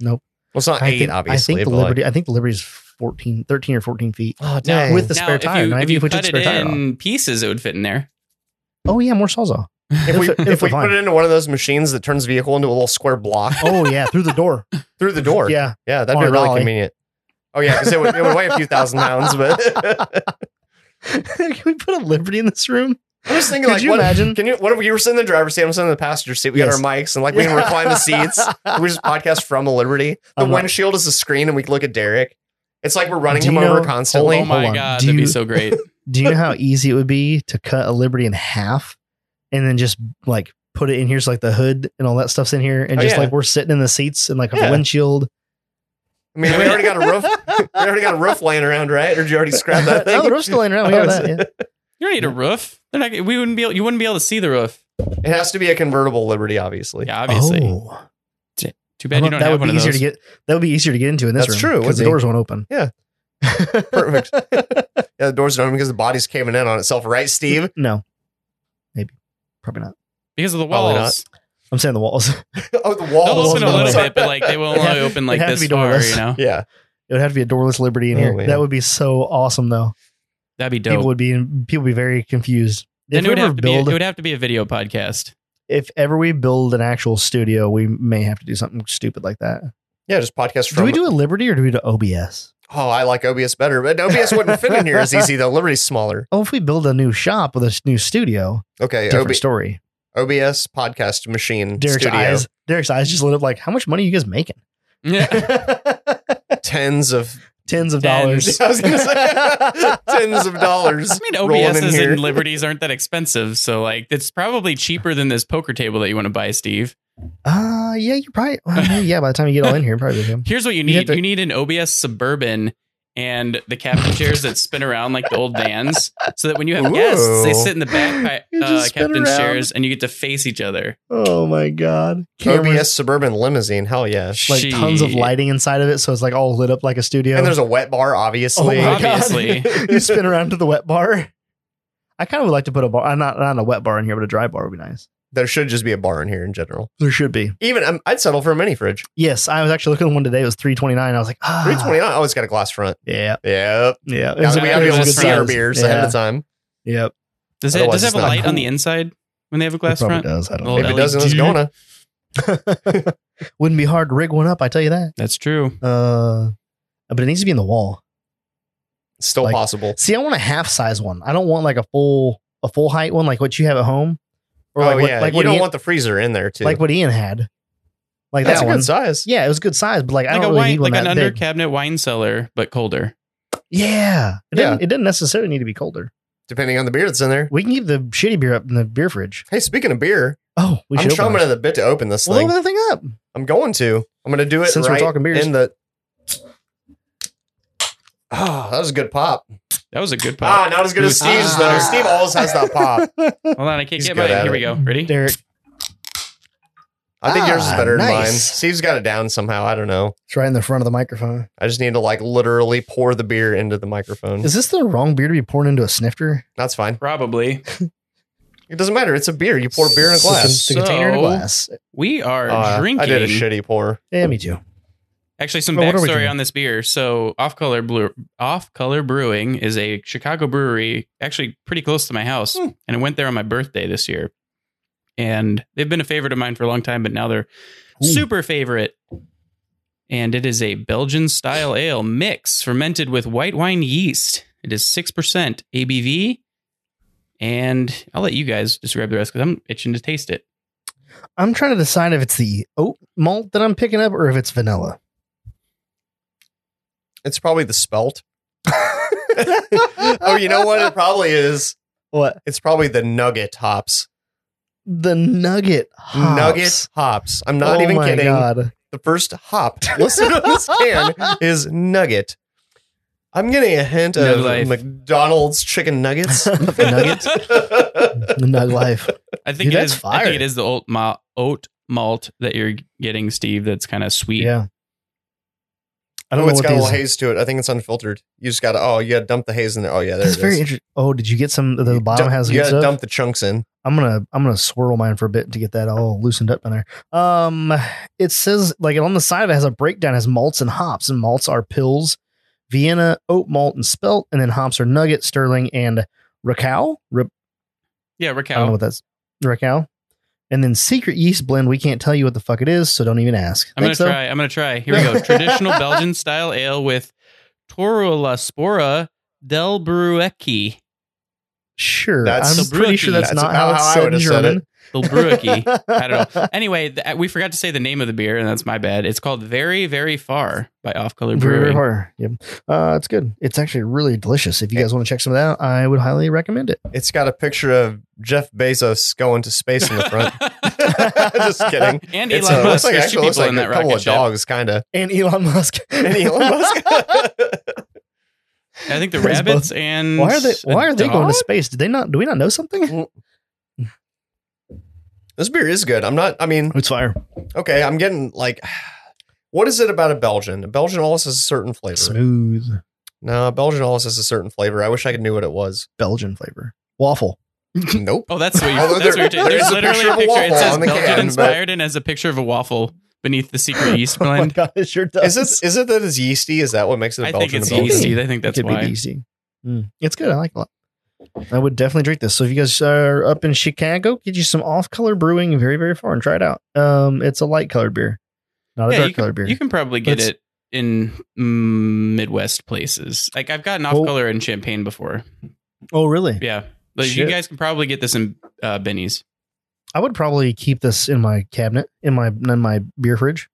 [SPEAKER 1] Nope.
[SPEAKER 2] Well, it's not
[SPEAKER 1] I
[SPEAKER 2] eight,
[SPEAKER 1] think,
[SPEAKER 2] obviously.
[SPEAKER 1] I think the
[SPEAKER 2] but like-
[SPEAKER 1] Liberty. I think the Liberty is 14, 13 or fourteen feet.
[SPEAKER 2] oh,
[SPEAKER 3] Now-
[SPEAKER 2] dang.
[SPEAKER 1] with the spare
[SPEAKER 3] if
[SPEAKER 1] tire,
[SPEAKER 3] you,
[SPEAKER 1] right?
[SPEAKER 3] if you
[SPEAKER 1] If we took
[SPEAKER 3] cut it
[SPEAKER 1] spare tire off.
[SPEAKER 3] in pieces, it would fit in there.
[SPEAKER 1] Oh yeah, more sawzall.
[SPEAKER 2] if we,
[SPEAKER 1] It'll fit-
[SPEAKER 2] if we
[SPEAKER 1] it'll
[SPEAKER 2] put
[SPEAKER 1] fit
[SPEAKER 2] it into one of those machines that turns vehicle into a little square block
[SPEAKER 1] Oh yeah, through the door.
[SPEAKER 2] through the door,
[SPEAKER 1] Yeah,
[SPEAKER 2] yeah that'd
[SPEAKER 1] On
[SPEAKER 2] be
[SPEAKER 1] a
[SPEAKER 2] really
[SPEAKER 1] dolly.
[SPEAKER 2] convenient. Oh yeah, because it would, it would weigh a few thousand pounds. But
[SPEAKER 1] can we put a Liberty in this room?
[SPEAKER 2] I'm just thinking,
[SPEAKER 1] Could
[SPEAKER 2] like,
[SPEAKER 1] you
[SPEAKER 2] what,
[SPEAKER 1] imagine?
[SPEAKER 2] can you? What if you were sitting in the driver's seat? I'm sitting in the passenger seat. We
[SPEAKER 1] Yes.
[SPEAKER 2] got our mics and like we can recline the seats. We just podcast from a Liberty. The
[SPEAKER 1] I'm like-
[SPEAKER 2] windshield is a screen, and we can look at Derek. It's like we're running
[SPEAKER 1] Do
[SPEAKER 2] him
[SPEAKER 1] you
[SPEAKER 2] over
[SPEAKER 1] know-
[SPEAKER 2] constantly.
[SPEAKER 3] Oh
[SPEAKER 1] Hold
[SPEAKER 3] my
[SPEAKER 1] on.
[SPEAKER 3] god,
[SPEAKER 1] Do
[SPEAKER 3] that'd be
[SPEAKER 1] you-
[SPEAKER 3] so great.
[SPEAKER 1] Do you know how easy it would be to cut a Liberty in half and then just like put it in here so like the hood and all that stuff's in here and
[SPEAKER 2] Oh,
[SPEAKER 1] just
[SPEAKER 2] yeah.
[SPEAKER 1] like we're sitting in the seats and like a
[SPEAKER 2] Yeah.
[SPEAKER 1] windshield.
[SPEAKER 2] I mean, we already got a roof. we already got a roof laying around, right? Or did you already scrap that thing?
[SPEAKER 1] oh, the roof's still laying around. We got that. yeah.
[SPEAKER 3] You don't need a roof. They're not. We wouldn't be. Able, you wouldn't be able to see the roof.
[SPEAKER 2] It has to be a convertible Liberty, obviously.
[SPEAKER 3] Yeah, obviously.
[SPEAKER 1] Oh.
[SPEAKER 3] Too
[SPEAKER 1] I
[SPEAKER 3] bad
[SPEAKER 1] don't-
[SPEAKER 3] you don't
[SPEAKER 1] that
[SPEAKER 3] have
[SPEAKER 1] would
[SPEAKER 3] one
[SPEAKER 1] be
[SPEAKER 3] of
[SPEAKER 1] easier
[SPEAKER 3] those.
[SPEAKER 1] to get. That would be easier to get into in this
[SPEAKER 2] That's
[SPEAKER 1] room.
[SPEAKER 2] true,
[SPEAKER 1] because the
[SPEAKER 2] would be.
[SPEAKER 1] doors won't open.
[SPEAKER 2] Yeah. Perfect. Yeah, the door's don't because the body's caving in on itself, right, Steve?
[SPEAKER 1] no, maybe, probably not.
[SPEAKER 3] because of the
[SPEAKER 2] Probably not.
[SPEAKER 3] walls.
[SPEAKER 1] I'm saying the walls. it
[SPEAKER 2] oh, the
[SPEAKER 3] They'll
[SPEAKER 2] wall.
[SPEAKER 3] open a
[SPEAKER 1] not.
[SPEAKER 3] little
[SPEAKER 1] Sorry.
[SPEAKER 3] bit, but like they will
[SPEAKER 1] It'd
[SPEAKER 3] only
[SPEAKER 1] have-
[SPEAKER 3] open like
[SPEAKER 1] it'd have to
[SPEAKER 3] this
[SPEAKER 1] be
[SPEAKER 3] far.
[SPEAKER 1] doorless.
[SPEAKER 3] You know,
[SPEAKER 2] Yeah.
[SPEAKER 1] would have to be a doorless Liberty in
[SPEAKER 2] Oh,
[SPEAKER 1] here.
[SPEAKER 2] man.
[SPEAKER 1] That would be so awesome, though.
[SPEAKER 3] that'd be
[SPEAKER 1] People
[SPEAKER 3] dope.
[SPEAKER 1] would be people would be very confused.
[SPEAKER 3] Then
[SPEAKER 1] if
[SPEAKER 3] it
[SPEAKER 1] we
[SPEAKER 3] would
[SPEAKER 1] ever
[SPEAKER 3] have to be.
[SPEAKER 1] build,
[SPEAKER 3] It would have to be a video podcast.
[SPEAKER 1] if ever we build an actual studio, we may have to do something stupid like that.
[SPEAKER 2] Yeah, just podcast from.
[SPEAKER 1] Do we do a Liberty or do we do OBS?
[SPEAKER 2] oh, I like OBS better, but OBS wouldn't fit in here as easy, though. Liberty's smaller.
[SPEAKER 1] Oh, if we build a new shop with a s- new studio,
[SPEAKER 2] Okay.
[SPEAKER 1] different
[SPEAKER 2] OB-
[SPEAKER 1] story.
[SPEAKER 2] OBS podcast machine
[SPEAKER 1] Derek's
[SPEAKER 2] studio.
[SPEAKER 1] eyes, Derek's eyes just lit up. Like, how much money are you guys making?
[SPEAKER 3] Yeah,
[SPEAKER 2] Tens of.
[SPEAKER 1] Tens of
[SPEAKER 3] Tens.
[SPEAKER 1] dollars.
[SPEAKER 2] I was gonna say, tens of dollars.
[SPEAKER 3] I mean
[SPEAKER 2] rolling in
[SPEAKER 3] OBSs
[SPEAKER 2] here.
[SPEAKER 3] and liberties aren't that expensive, so like it's probably cheaper than this poker table that you want to buy, Steve.
[SPEAKER 1] Uh yeah, you probably. well, yeah, by the time you get all in here, probably him.
[SPEAKER 3] Here's what you
[SPEAKER 1] You have
[SPEAKER 3] need.
[SPEAKER 1] to-
[SPEAKER 3] You need an OBS Suburban and the captain chairs that spin around like the old vans, so that when you have
[SPEAKER 2] Ooh.
[SPEAKER 3] guests, they sit in the back
[SPEAKER 1] You
[SPEAKER 3] uh,
[SPEAKER 1] just spin
[SPEAKER 3] captain's
[SPEAKER 1] around.
[SPEAKER 3] chairs, and you get to face each other.
[SPEAKER 1] Oh my god,
[SPEAKER 2] OBS suburban limousine. Hell yeah.
[SPEAKER 1] like tons of
[SPEAKER 3] Shit.
[SPEAKER 1] lighting inside of it, so it's like all lit up like a studio. Oh
[SPEAKER 2] And there's a wet bar, obviously.
[SPEAKER 1] my God.
[SPEAKER 3] Obviously.
[SPEAKER 1] you spin around to the wet bar. I kind of would like to put a bar, uh, not not a wet bar in here, but a dry bar would be nice.
[SPEAKER 2] there should just be a bar in here in general.
[SPEAKER 1] There should be.
[SPEAKER 2] Even um, I'd settle for a mini fridge.
[SPEAKER 1] Yes, I was actually looking at one today. It was three twenty nine. I was like, ah,
[SPEAKER 2] Three twenty nine. Always got a glass front.
[SPEAKER 1] Yeah,
[SPEAKER 2] Yep.
[SPEAKER 1] yeah. It
[SPEAKER 2] Now
[SPEAKER 1] was
[SPEAKER 2] that
[SPEAKER 1] a-
[SPEAKER 2] we
[SPEAKER 3] good-
[SPEAKER 1] it
[SPEAKER 2] gotta be
[SPEAKER 1] was
[SPEAKER 2] able
[SPEAKER 1] a
[SPEAKER 2] to
[SPEAKER 1] good
[SPEAKER 2] see our
[SPEAKER 1] size.
[SPEAKER 2] beers
[SPEAKER 1] yeah.
[SPEAKER 2] ahead of time.
[SPEAKER 1] Yep.
[SPEAKER 3] Does it,
[SPEAKER 2] Otherwise,
[SPEAKER 3] does it
[SPEAKER 2] it's
[SPEAKER 3] have a
[SPEAKER 2] not
[SPEAKER 3] light on
[SPEAKER 1] cool.
[SPEAKER 3] the inside when they have a glass
[SPEAKER 1] It probably
[SPEAKER 3] front?
[SPEAKER 1] does. I don't
[SPEAKER 3] Well,
[SPEAKER 1] know.
[SPEAKER 2] If it doesn't, it's
[SPEAKER 3] LED.
[SPEAKER 2] gonna.
[SPEAKER 1] Wouldn't be hard to rig one up. I tell you that.
[SPEAKER 3] That's true.
[SPEAKER 1] Uh, but it needs to be in the wall.
[SPEAKER 2] It's still
[SPEAKER 1] Like-
[SPEAKER 2] possible.
[SPEAKER 1] See, I want a half size one. I don't want like a full a full height one like what you have at home. Or like
[SPEAKER 2] oh
[SPEAKER 1] what,
[SPEAKER 2] yeah.
[SPEAKER 1] like
[SPEAKER 2] you
[SPEAKER 1] what
[SPEAKER 2] don't
[SPEAKER 1] Ian,
[SPEAKER 2] want the freezer in there too.
[SPEAKER 1] like what Ian had. Like
[SPEAKER 2] That's
[SPEAKER 1] that
[SPEAKER 2] a
[SPEAKER 1] one.
[SPEAKER 2] good size.
[SPEAKER 1] Yeah, it was a good size, but like, I
[SPEAKER 3] Like
[SPEAKER 1] don't
[SPEAKER 3] a
[SPEAKER 1] really
[SPEAKER 3] wine,
[SPEAKER 1] need one
[SPEAKER 3] like an
[SPEAKER 1] that
[SPEAKER 3] under
[SPEAKER 1] big.
[SPEAKER 3] cabinet wine cellar, but colder.
[SPEAKER 1] Yeah. It
[SPEAKER 2] Yeah.
[SPEAKER 1] didn't it didn't necessarily need to be colder.
[SPEAKER 2] Depending on the beer that's in there.
[SPEAKER 1] We can keep the shitty beer up in the beer fridge.
[SPEAKER 2] Hey, speaking of beer,
[SPEAKER 1] Oh, we
[SPEAKER 2] I'm
[SPEAKER 1] should open
[SPEAKER 2] chumming
[SPEAKER 1] it.
[SPEAKER 2] at the bit to open this
[SPEAKER 1] We'll
[SPEAKER 2] thing.
[SPEAKER 1] open the thing up.
[SPEAKER 2] I'm going to. I'm gonna do it
[SPEAKER 1] Since we're
[SPEAKER 2] right
[SPEAKER 1] talking beers.
[SPEAKER 2] in the. Oh, that was a good pop.
[SPEAKER 3] That was a good
[SPEAKER 2] Ah,
[SPEAKER 3] pop.
[SPEAKER 2] not as good as
[SPEAKER 3] Ooh,
[SPEAKER 2] Steve's
[SPEAKER 1] Ah.
[SPEAKER 2] though. Steve always has that pop.
[SPEAKER 3] Hold on, I can't
[SPEAKER 2] He's
[SPEAKER 3] get
[SPEAKER 2] good
[SPEAKER 3] mine.
[SPEAKER 2] at
[SPEAKER 3] Here
[SPEAKER 2] it.
[SPEAKER 3] we go. Ready?
[SPEAKER 1] Derek.
[SPEAKER 2] I think yours is
[SPEAKER 1] Ah,
[SPEAKER 2] better than mine.
[SPEAKER 1] nice.
[SPEAKER 2] Steve's got it down somehow. I don't know.
[SPEAKER 1] It's right in the front of the microphone.
[SPEAKER 2] I just need to like literally pour the beer into the microphone.
[SPEAKER 1] Is this the wrong beer to be pouring into a snifter?
[SPEAKER 2] That's fine.
[SPEAKER 3] Probably.
[SPEAKER 2] It doesn't matter. It's a beer. You pour beer in a glass.
[SPEAKER 1] The container in a
[SPEAKER 3] So-
[SPEAKER 1] glass.
[SPEAKER 3] We are
[SPEAKER 2] Uh,
[SPEAKER 3] drinking.
[SPEAKER 2] I did a shitty pour.
[SPEAKER 1] Yeah, me too.
[SPEAKER 3] Actually, some
[SPEAKER 1] Oh, what are we
[SPEAKER 3] backstory
[SPEAKER 1] drinking?
[SPEAKER 3] on this beer. So, Off Color Blue, Off Color Brewing is a Chicago brewery, actually pretty close to my house,
[SPEAKER 2] Hmm.
[SPEAKER 3] and I went there on my birthday this year. And they've been a favorite of mine for a long time, but now they're
[SPEAKER 1] Ooh.
[SPEAKER 3] super favorite. and it is a Belgian style ale mix fermented with white wine yeast. It is 6% ABV. And I'll let you guys just grab the rest because I'm itching to taste it.
[SPEAKER 1] I'm trying to decide if it's the oat malt that I'm picking up or if it's vanilla.
[SPEAKER 2] It's probably the spelt. oh, you know what? It probably is.
[SPEAKER 1] What
[SPEAKER 2] It's probably the nugget hops.
[SPEAKER 1] the nugget hops.
[SPEAKER 2] Nugget hops. I'm not
[SPEAKER 1] Oh
[SPEAKER 2] even
[SPEAKER 1] my
[SPEAKER 2] kidding.
[SPEAKER 1] God.
[SPEAKER 2] The first hop listed on this can is nugget. I'm getting a hint
[SPEAKER 3] Nug
[SPEAKER 2] of
[SPEAKER 3] life.
[SPEAKER 2] McDonald's chicken nuggets.
[SPEAKER 1] nugget, nug life.
[SPEAKER 3] I think
[SPEAKER 1] Dude,
[SPEAKER 3] it
[SPEAKER 1] that's
[SPEAKER 3] is. I
[SPEAKER 1] fire.
[SPEAKER 3] think it is the oat malt, oat malt that you're getting, Steve. That's kind of sweet.
[SPEAKER 1] Yeah. I
[SPEAKER 2] I
[SPEAKER 1] don't
[SPEAKER 2] oh,
[SPEAKER 1] know
[SPEAKER 2] it's
[SPEAKER 1] what
[SPEAKER 2] got a little
[SPEAKER 1] these.
[SPEAKER 2] haze to it. I think it's unfiltered. You just got to, oh, you got to dump the haze in there. Oh, yeah, there
[SPEAKER 1] That's
[SPEAKER 2] it
[SPEAKER 1] very
[SPEAKER 2] is.
[SPEAKER 1] interesting. Oh, did you get some? The bottom
[SPEAKER 2] dump,
[SPEAKER 1] has
[SPEAKER 2] you
[SPEAKER 1] good
[SPEAKER 2] got to
[SPEAKER 1] stuff.
[SPEAKER 2] dump the chunks in.
[SPEAKER 1] I'm gonna I'm gonna swirl mine for a bit to get that all loosened up in there. Um, it says like on the side of it has a breakdown as malts and hops, and malts are pills, Vienna oat malt and spelt, and then hops are nugget, sterling, and Rakow. Rip,
[SPEAKER 3] Yeah,
[SPEAKER 1] I don't know
[SPEAKER 3] Raquel.
[SPEAKER 1] what that's Rakow. And then secret yeast blend. We can't tell you what the fuck it is, so don't even ask.
[SPEAKER 3] I'm gonna
[SPEAKER 1] Think so?
[SPEAKER 3] try. I'm gonna try. Here we go. Traditional Belgian style ale with Torulaspora del Bruecki.
[SPEAKER 1] Sure,
[SPEAKER 2] That's-
[SPEAKER 1] I'm
[SPEAKER 3] So
[SPEAKER 1] pretty sure
[SPEAKER 3] Brookie.
[SPEAKER 1] that's,
[SPEAKER 2] That's
[SPEAKER 1] not
[SPEAKER 2] about
[SPEAKER 1] how it's
[SPEAKER 2] how I
[SPEAKER 1] said in
[SPEAKER 2] would've said
[SPEAKER 1] German.
[SPEAKER 3] Del Bruecki. I don't know. Anyway, th- we forgot to say the name of the beer, and that's my bad. It's called Very Very Far by Off Color
[SPEAKER 1] Very, very
[SPEAKER 3] Brewing.
[SPEAKER 1] hard. Yep. Uh, it's good. It's actually really delicious. If you guys want to check some of that out, I would highly recommend it.
[SPEAKER 2] It's got a picture of Jeff Bezos going to space in the front. Just kidding.
[SPEAKER 3] and
[SPEAKER 2] It's,
[SPEAKER 3] Elon
[SPEAKER 2] uh, looks
[SPEAKER 3] Musk.
[SPEAKER 2] like
[SPEAKER 3] There's two
[SPEAKER 2] actually looks
[SPEAKER 3] people
[SPEAKER 2] like
[SPEAKER 3] in that
[SPEAKER 2] a couple
[SPEAKER 3] rocket
[SPEAKER 2] of
[SPEAKER 3] ship.
[SPEAKER 2] dogs, kind of.
[SPEAKER 1] And Elon Musk.
[SPEAKER 2] And Elon Musk.
[SPEAKER 3] I think the
[SPEAKER 1] There's both-
[SPEAKER 3] rabbits and
[SPEAKER 1] why are they why
[SPEAKER 3] a
[SPEAKER 1] are they going to
[SPEAKER 3] dog?
[SPEAKER 1] space? Did they not do we not know something?
[SPEAKER 2] This beer is good. I'm not. I mean,
[SPEAKER 1] It's fire.
[SPEAKER 2] okay. I'm getting like, what is it about a Belgian? A Belgian always has a certain flavor.
[SPEAKER 1] Smooth
[SPEAKER 2] No, a Belgian always has a certain flavor. I wish I could knew what it was.
[SPEAKER 1] Belgian flavor. Waffle.
[SPEAKER 2] nope.
[SPEAKER 3] Oh, that's what you.
[SPEAKER 2] Although
[SPEAKER 3] that's
[SPEAKER 2] there-
[SPEAKER 3] what you're ta-
[SPEAKER 2] there's
[SPEAKER 3] There's
[SPEAKER 2] a
[SPEAKER 3] literally
[SPEAKER 2] picture of a
[SPEAKER 3] a picture. It
[SPEAKER 2] waffle
[SPEAKER 3] says
[SPEAKER 2] on the
[SPEAKER 3] Belgian
[SPEAKER 2] can, but-
[SPEAKER 3] inspired and has a picture of a waffle beneath the secret yeast
[SPEAKER 1] Oh my
[SPEAKER 3] blend.
[SPEAKER 1] god, it sure does.
[SPEAKER 2] Is it? Is it that it's yeasty? Is that what makes it a
[SPEAKER 3] I think
[SPEAKER 2] Belgian?
[SPEAKER 3] it's
[SPEAKER 2] a Belgian?
[SPEAKER 3] yeasty. I think that's
[SPEAKER 1] it could be
[SPEAKER 3] why.
[SPEAKER 1] easy. Mm. It's good. I like it a lot. I would definitely drink this. So if you guys are up in Chicago, get you some off color brewing very, very far and try it out. Um, it's a light colored beer, not a
[SPEAKER 3] Yeah,
[SPEAKER 1] dark
[SPEAKER 3] you can,
[SPEAKER 1] colored beer.
[SPEAKER 3] you can probably get
[SPEAKER 1] Let's-
[SPEAKER 3] it in mm, Midwest places. Like I've gotten off
[SPEAKER 1] Well-
[SPEAKER 3] color in Champagne before.
[SPEAKER 1] oh, really?
[SPEAKER 3] Yeah, like you
[SPEAKER 1] Shit.
[SPEAKER 3] guys can probably get this in uh, Benny's.
[SPEAKER 1] I would probably keep this in my cabinet, in my in my beer fridge.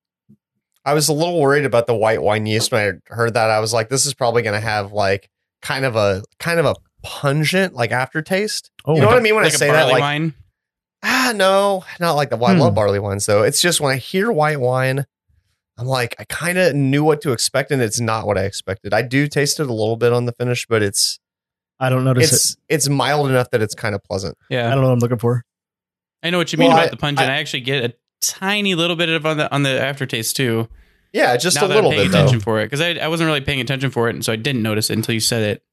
[SPEAKER 2] I was a little worried about the white wine yeast when I heard that. I was like, this is probably going to have like kind of a kind of a pungent like aftertaste.
[SPEAKER 1] Oh,
[SPEAKER 2] you know
[SPEAKER 1] like
[SPEAKER 2] what
[SPEAKER 1] a-
[SPEAKER 2] I mean when
[SPEAKER 3] like
[SPEAKER 2] I
[SPEAKER 3] a
[SPEAKER 2] say that?
[SPEAKER 3] barley
[SPEAKER 2] Like,
[SPEAKER 3] wine.
[SPEAKER 2] ah, no, not like the wine. I
[SPEAKER 1] Hmm.
[SPEAKER 2] love barley wines though. It's just when I hear white wine, I'm like, I kind of knew what to expect, and it's not what I expected. I do taste it a little bit on the finish, but it's
[SPEAKER 1] I don't notice it.
[SPEAKER 2] it's it's mild enough that it's kind of pleasant.
[SPEAKER 1] I
[SPEAKER 3] Yeah,
[SPEAKER 1] don't know what I'm looking for.
[SPEAKER 3] I know what you mean
[SPEAKER 2] Well,
[SPEAKER 3] about
[SPEAKER 2] I-
[SPEAKER 3] the pungent. I, actually get a tiny little bit of on the on the aftertaste too.
[SPEAKER 2] Yeah, just
[SPEAKER 3] now
[SPEAKER 2] a
[SPEAKER 3] that
[SPEAKER 2] little
[SPEAKER 3] I'm paying
[SPEAKER 2] bit though.
[SPEAKER 3] attention for it because I, I wasn't really paying attention for it, and so I didn't notice it until you said it.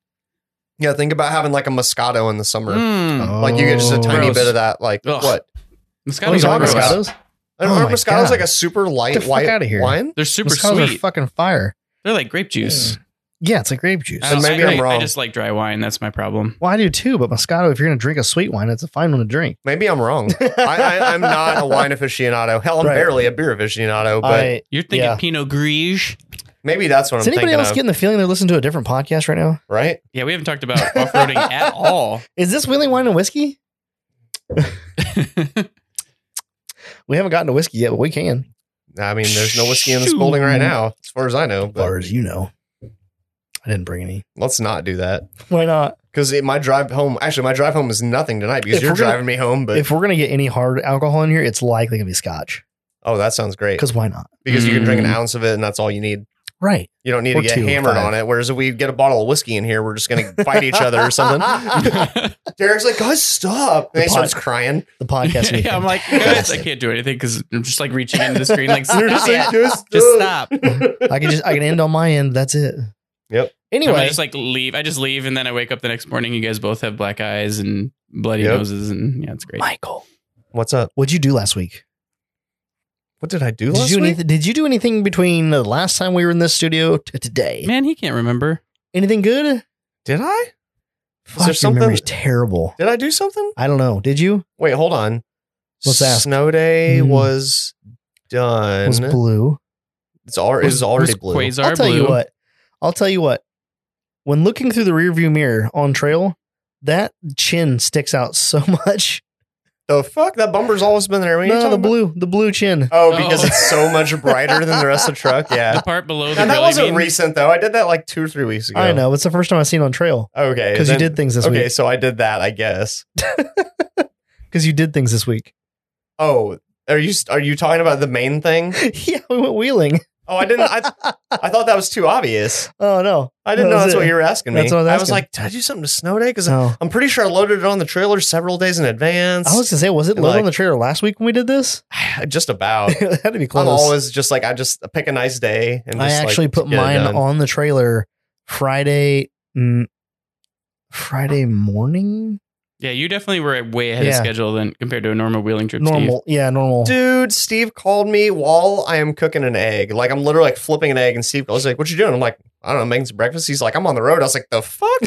[SPEAKER 2] Yeah, think about having like a Moscato in the summer.
[SPEAKER 3] Mm.
[SPEAKER 2] Hmm. Like you get just a tiny
[SPEAKER 3] Gross.
[SPEAKER 2] bit of that, like
[SPEAKER 3] Ugh.
[SPEAKER 2] what?
[SPEAKER 1] Oh,
[SPEAKER 3] Moscato's
[SPEAKER 1] you
[SPEAKER 2] Moscatos
[SPEAKER 1] want
[SPEAKER 3] are gross.
[SPEAKER 2] Moscato?
[SPEAKER 1] Moscatos?
[SPEAKER 2] And
[SPEAKER 1] Oh
[SPEAKER 2] aren't
[SPEAKER 1] my
[SPEAKER 2] Moscato's
[SPEAKER 1] God.
[SPEAKER 2] like a super
[SPEAKER 1] Get
[SPEAKER 2] light
[SPEAKER 1] the fuck
[SPEAKER 2] white
[SPEAKER 1] outta here.
[SPEAKER 2] wine.
[SPEAKER 3] They're super
[SPEAKER 1] Moscatos are
[SPEAKER 3] sweet.
[SPEAKER 1] fucking fire.
[SPEAKER 3] They're like grape juice.
[SPEAKER 1] Yeah, it's like grape juice.
[SPEAKER 3] I
[SPEAKER 2] So
[SPEAKER 3] don't-
[SPEAKER 2] maybe
[SPEAKER 3] I,
[SPEAKER 2] I'm
[SPEAKER 3] I- I
[SPEAKER 2] wrong.
[SPEAKER 3] just like dry wine. That's my problem.
[SPEAKER 1] Well, I do too, but Moscato, if you're going to drink a sweet wine, it's a fine one to drink.
[SPEAKER 2] Maybe I'm wrong. I, I, I'm not a wine aficionado. Hell, I'm
[SPEAKER 1] Right.
[SPEAKER 2] barely a beer aficionado. But
[SPEAKER 1] I-
[SPEAKER 3] You're thinking
[SPEAKER 1] Yeah.
[SPEAKER 3] Pinot Grigio.
[SPEAKER 2] maybe that's what
[SPEAKER 1] is
[SPEAKER 2] I'm
[SPEAKER 1] anybody
[SPEAKER 2] thinking
[SPEAKER 1] else
[SPEAKER 2] of.
[SPEAKER 1] getting the feeling they're listening to a different podcast right now?
[SPEAKER 2] right?
[SPEAKER 3] Yeah, we haven't talked about off roading at all.
[SPEAKER 1] Is this Wheeling Wine and Whiskey? We haven't gotten to whiskey yet, but we can.
[SPEAKER 2] I mean, there's no whiskey in this
[SPEAKER 3] Shoo.
[SPEAKER 2] building right now, as far as I know.
[SPEAKER 1] As far
[SPEAKER 2] But
[SPEAKER 1] as you know, I didn't bring any.
[SPEAKER 2] let's not do that
[SPEAKER 1] Why not?
[SPEAKER 2] because my drive home. Actually, my drive home is nothing tonight because
[SPEAKER 1] If
[SPEAKER 2] you're
[SPEAKER 1] we're gonna-
[SPEAKER 2] driving me home. But
[SPEAKER 1] if we're going to get any hard alcohol in here, it's likely going to be scotch.
[SPEAKER 2] oh, that sounds great
[SPEAKER 1] Because why not?
[SPEAKER 2] because you can drink an
[SPEAKER 3] Mm.
[SPEAKER 2] ounce of it and that's all you need.
[SPEAKER 1] Right.
[SPEAKER 2] You don't need
[SPEAKER 1] Or
[SPEAKER 2] to get
[SPEAKER 1] two,
[SPEAKER 2] hammered
[SPEAKER 1] five.
[SPEAKER 2] on it. Whereas if we get a bottle of whiskey in here, we're just going to fight each other or something.
[SPEAKER 3] yeah,
[SPEAKER 2] Derek's like, guys, stop. And
[SPEAKER 1] The
[SPEAKER 2] he starts
[SPEAKER 1] pot-
[SPEAKER 2] crying.
[SPEAKER 1] The podcast. yeah,
[SPEAKER 3] I'm like, guys, I can't do anything because I'm just like reaching into the screen, like, stop
[SPEAKER 2] You're just like,
[SPEAKER 3] it.
[SPEAKER 2] just,
[SPEAKER 3] just
[SPEAKER 2] stop.
[SPEAKER 3] stop. And
[SPEAKER 1] I can just I can end on my end. That's it.
[SPEAKER 2] Yep.
[SPEAKER 1] Anyway,
[SPEAKER 3] I just like leave. I just leave, and then I wake up the next morning. You guys both have black eyes and bloody
[SPEAKER 2] Yep.
[SPEAKER 3] noses, and yeah, it's great.
[SPEAKER 1] Michael,
[SPEAKER 2] What's up?
[SPEAKER 1] what'd you do last week?
[SPEAKER 2] What did I do
[SPEAKER 1] Did
[SPEAKER 2] last
[SPEAKER 1] you
[SPEAKER 2] week?
[SPEAKER 1] anything? Did you do anything between the last time we were in this studio to today?
[SPEAKER 3] Man, he can't remember.
[SPEAKER 1] Anything good?
[SPEAKER 2] Did I?
[SPEAKER 1] Fuck, your
[SPEAKER 2] something-
[SPEAKER 1] memory's terrible.
[SPEAKER 2] Did I do something?
[SPEAKER 1] I don't know. Did you?
[SPEAKER 2] Wait, hold on.
[SPEAKER 1] Let's ask.
[SPEAKER 2] Snow day
[SPEAKER 1] Hmm.
[SPEAKER 2] was done.
[SPEAKER 1] Was blue?
[SPEAKER 2] It's already it's already blue.
[SPEAKER 3] Quasar
[SPEAKER 1] I'll tell
[SPEAKER 3] blue.
[SPEAKER 1] you what. I'll tell you what. When looking through the rearview mirror on trail, that chin sticks out so much.
[SPEAKER 2] The fuck that bumper's always been there. What are you
[SPEAKER 1] No, the
[SPEAKER 2] talking about?
[SPEAKER 1] blue, the blue chin.
[SPEAKER 2] Oh, because
[SPEAKER 3] Oh.
[SPEAKER 2] it's so much brighter than the rest of the truck. Yeah.
[SPEAKER 3] The part below the
[SPEAKER 2] And that
[SPEAKER 3] really
[SPEAKER 2] wasn't
[SPEAKER 3] mean-
[SPEAKER 2] recent though. I did that like two or three weeks ago.
[SPEAKER 1] I know. It's the first time I've seen on trail
[SPEAKER 2] Okay.
[SPEAKER 1] because you
[SPEAKER 2] then-
[SPEAKER 1] did things this
[SPEAKER 2] Okay,
[SPEAKER 1] week.
[SPEAKER 2] so I did that, I guess.
[SPEAKER 1] Because you did things this week.
[SPEAKER 2] Oh, are you are you talking about the main thing?
[SPEAKER 1] yeah, we went wheeling.
[SPEAKER 2] Oh, I didn't. I, I thought that was too obvious.
[SPEAKER 1] Oh no,
[SPEAKER 2] I
[SPEAKER 1] That
[SPEAKER 2] didn't know
[SPEAKER 1] was
[SPEAKER 2] that's what
[SPEAKER 1] it.
[SPEAKER 2] you were asking me.
[SPEAKER 1] That's what I was asking.
[SPEAKER 2] like, did I do something to snow day? Because
[SPEAKER 1] no.
[SPEAKER 2] I'm pretty sure I loaded it on the trailer several days in advance.
[SPEAKER 1] I was gonna say, was it low
[SPEAKER 2] Like-
[SPEAKER 1] on the trailer last week when we did this?
[SPEAKER 2] just about.
[SPEAKER 1] it had to be close.
[SPEAKER 2] I'm always just like I just pick a nice day and
[SPEAKER 1] I
[SPEAKER 2] just,
[SPEAKER 1] actually
[SPEAKER 2] like,
[SPEAKER 1] put
[SPEAKER 2] get it
[SPEAKER 1] mine
[SPEAKER 2] done.
[SPEAKER 1] on the trailer Friday, mm, Friday morning.
[SPEAKER 3] Yeah, you definitely were way ahead of
[SPEAKER 1] Yeah.
[SPEAKER 3] schedule than compared to a normal wheeling trip. Steve.
[SPEAKER 1] Normal, yeah, normal.
[SPEAKER 2] Dude, Steve called me while I am cooking an egg. Like I'm literally like flipping an egg, and Steve goes like, "What you doing?" I'm like, "I don't know, making some breakfast." He's like, "I'm on the road." I was like, "The fuck?"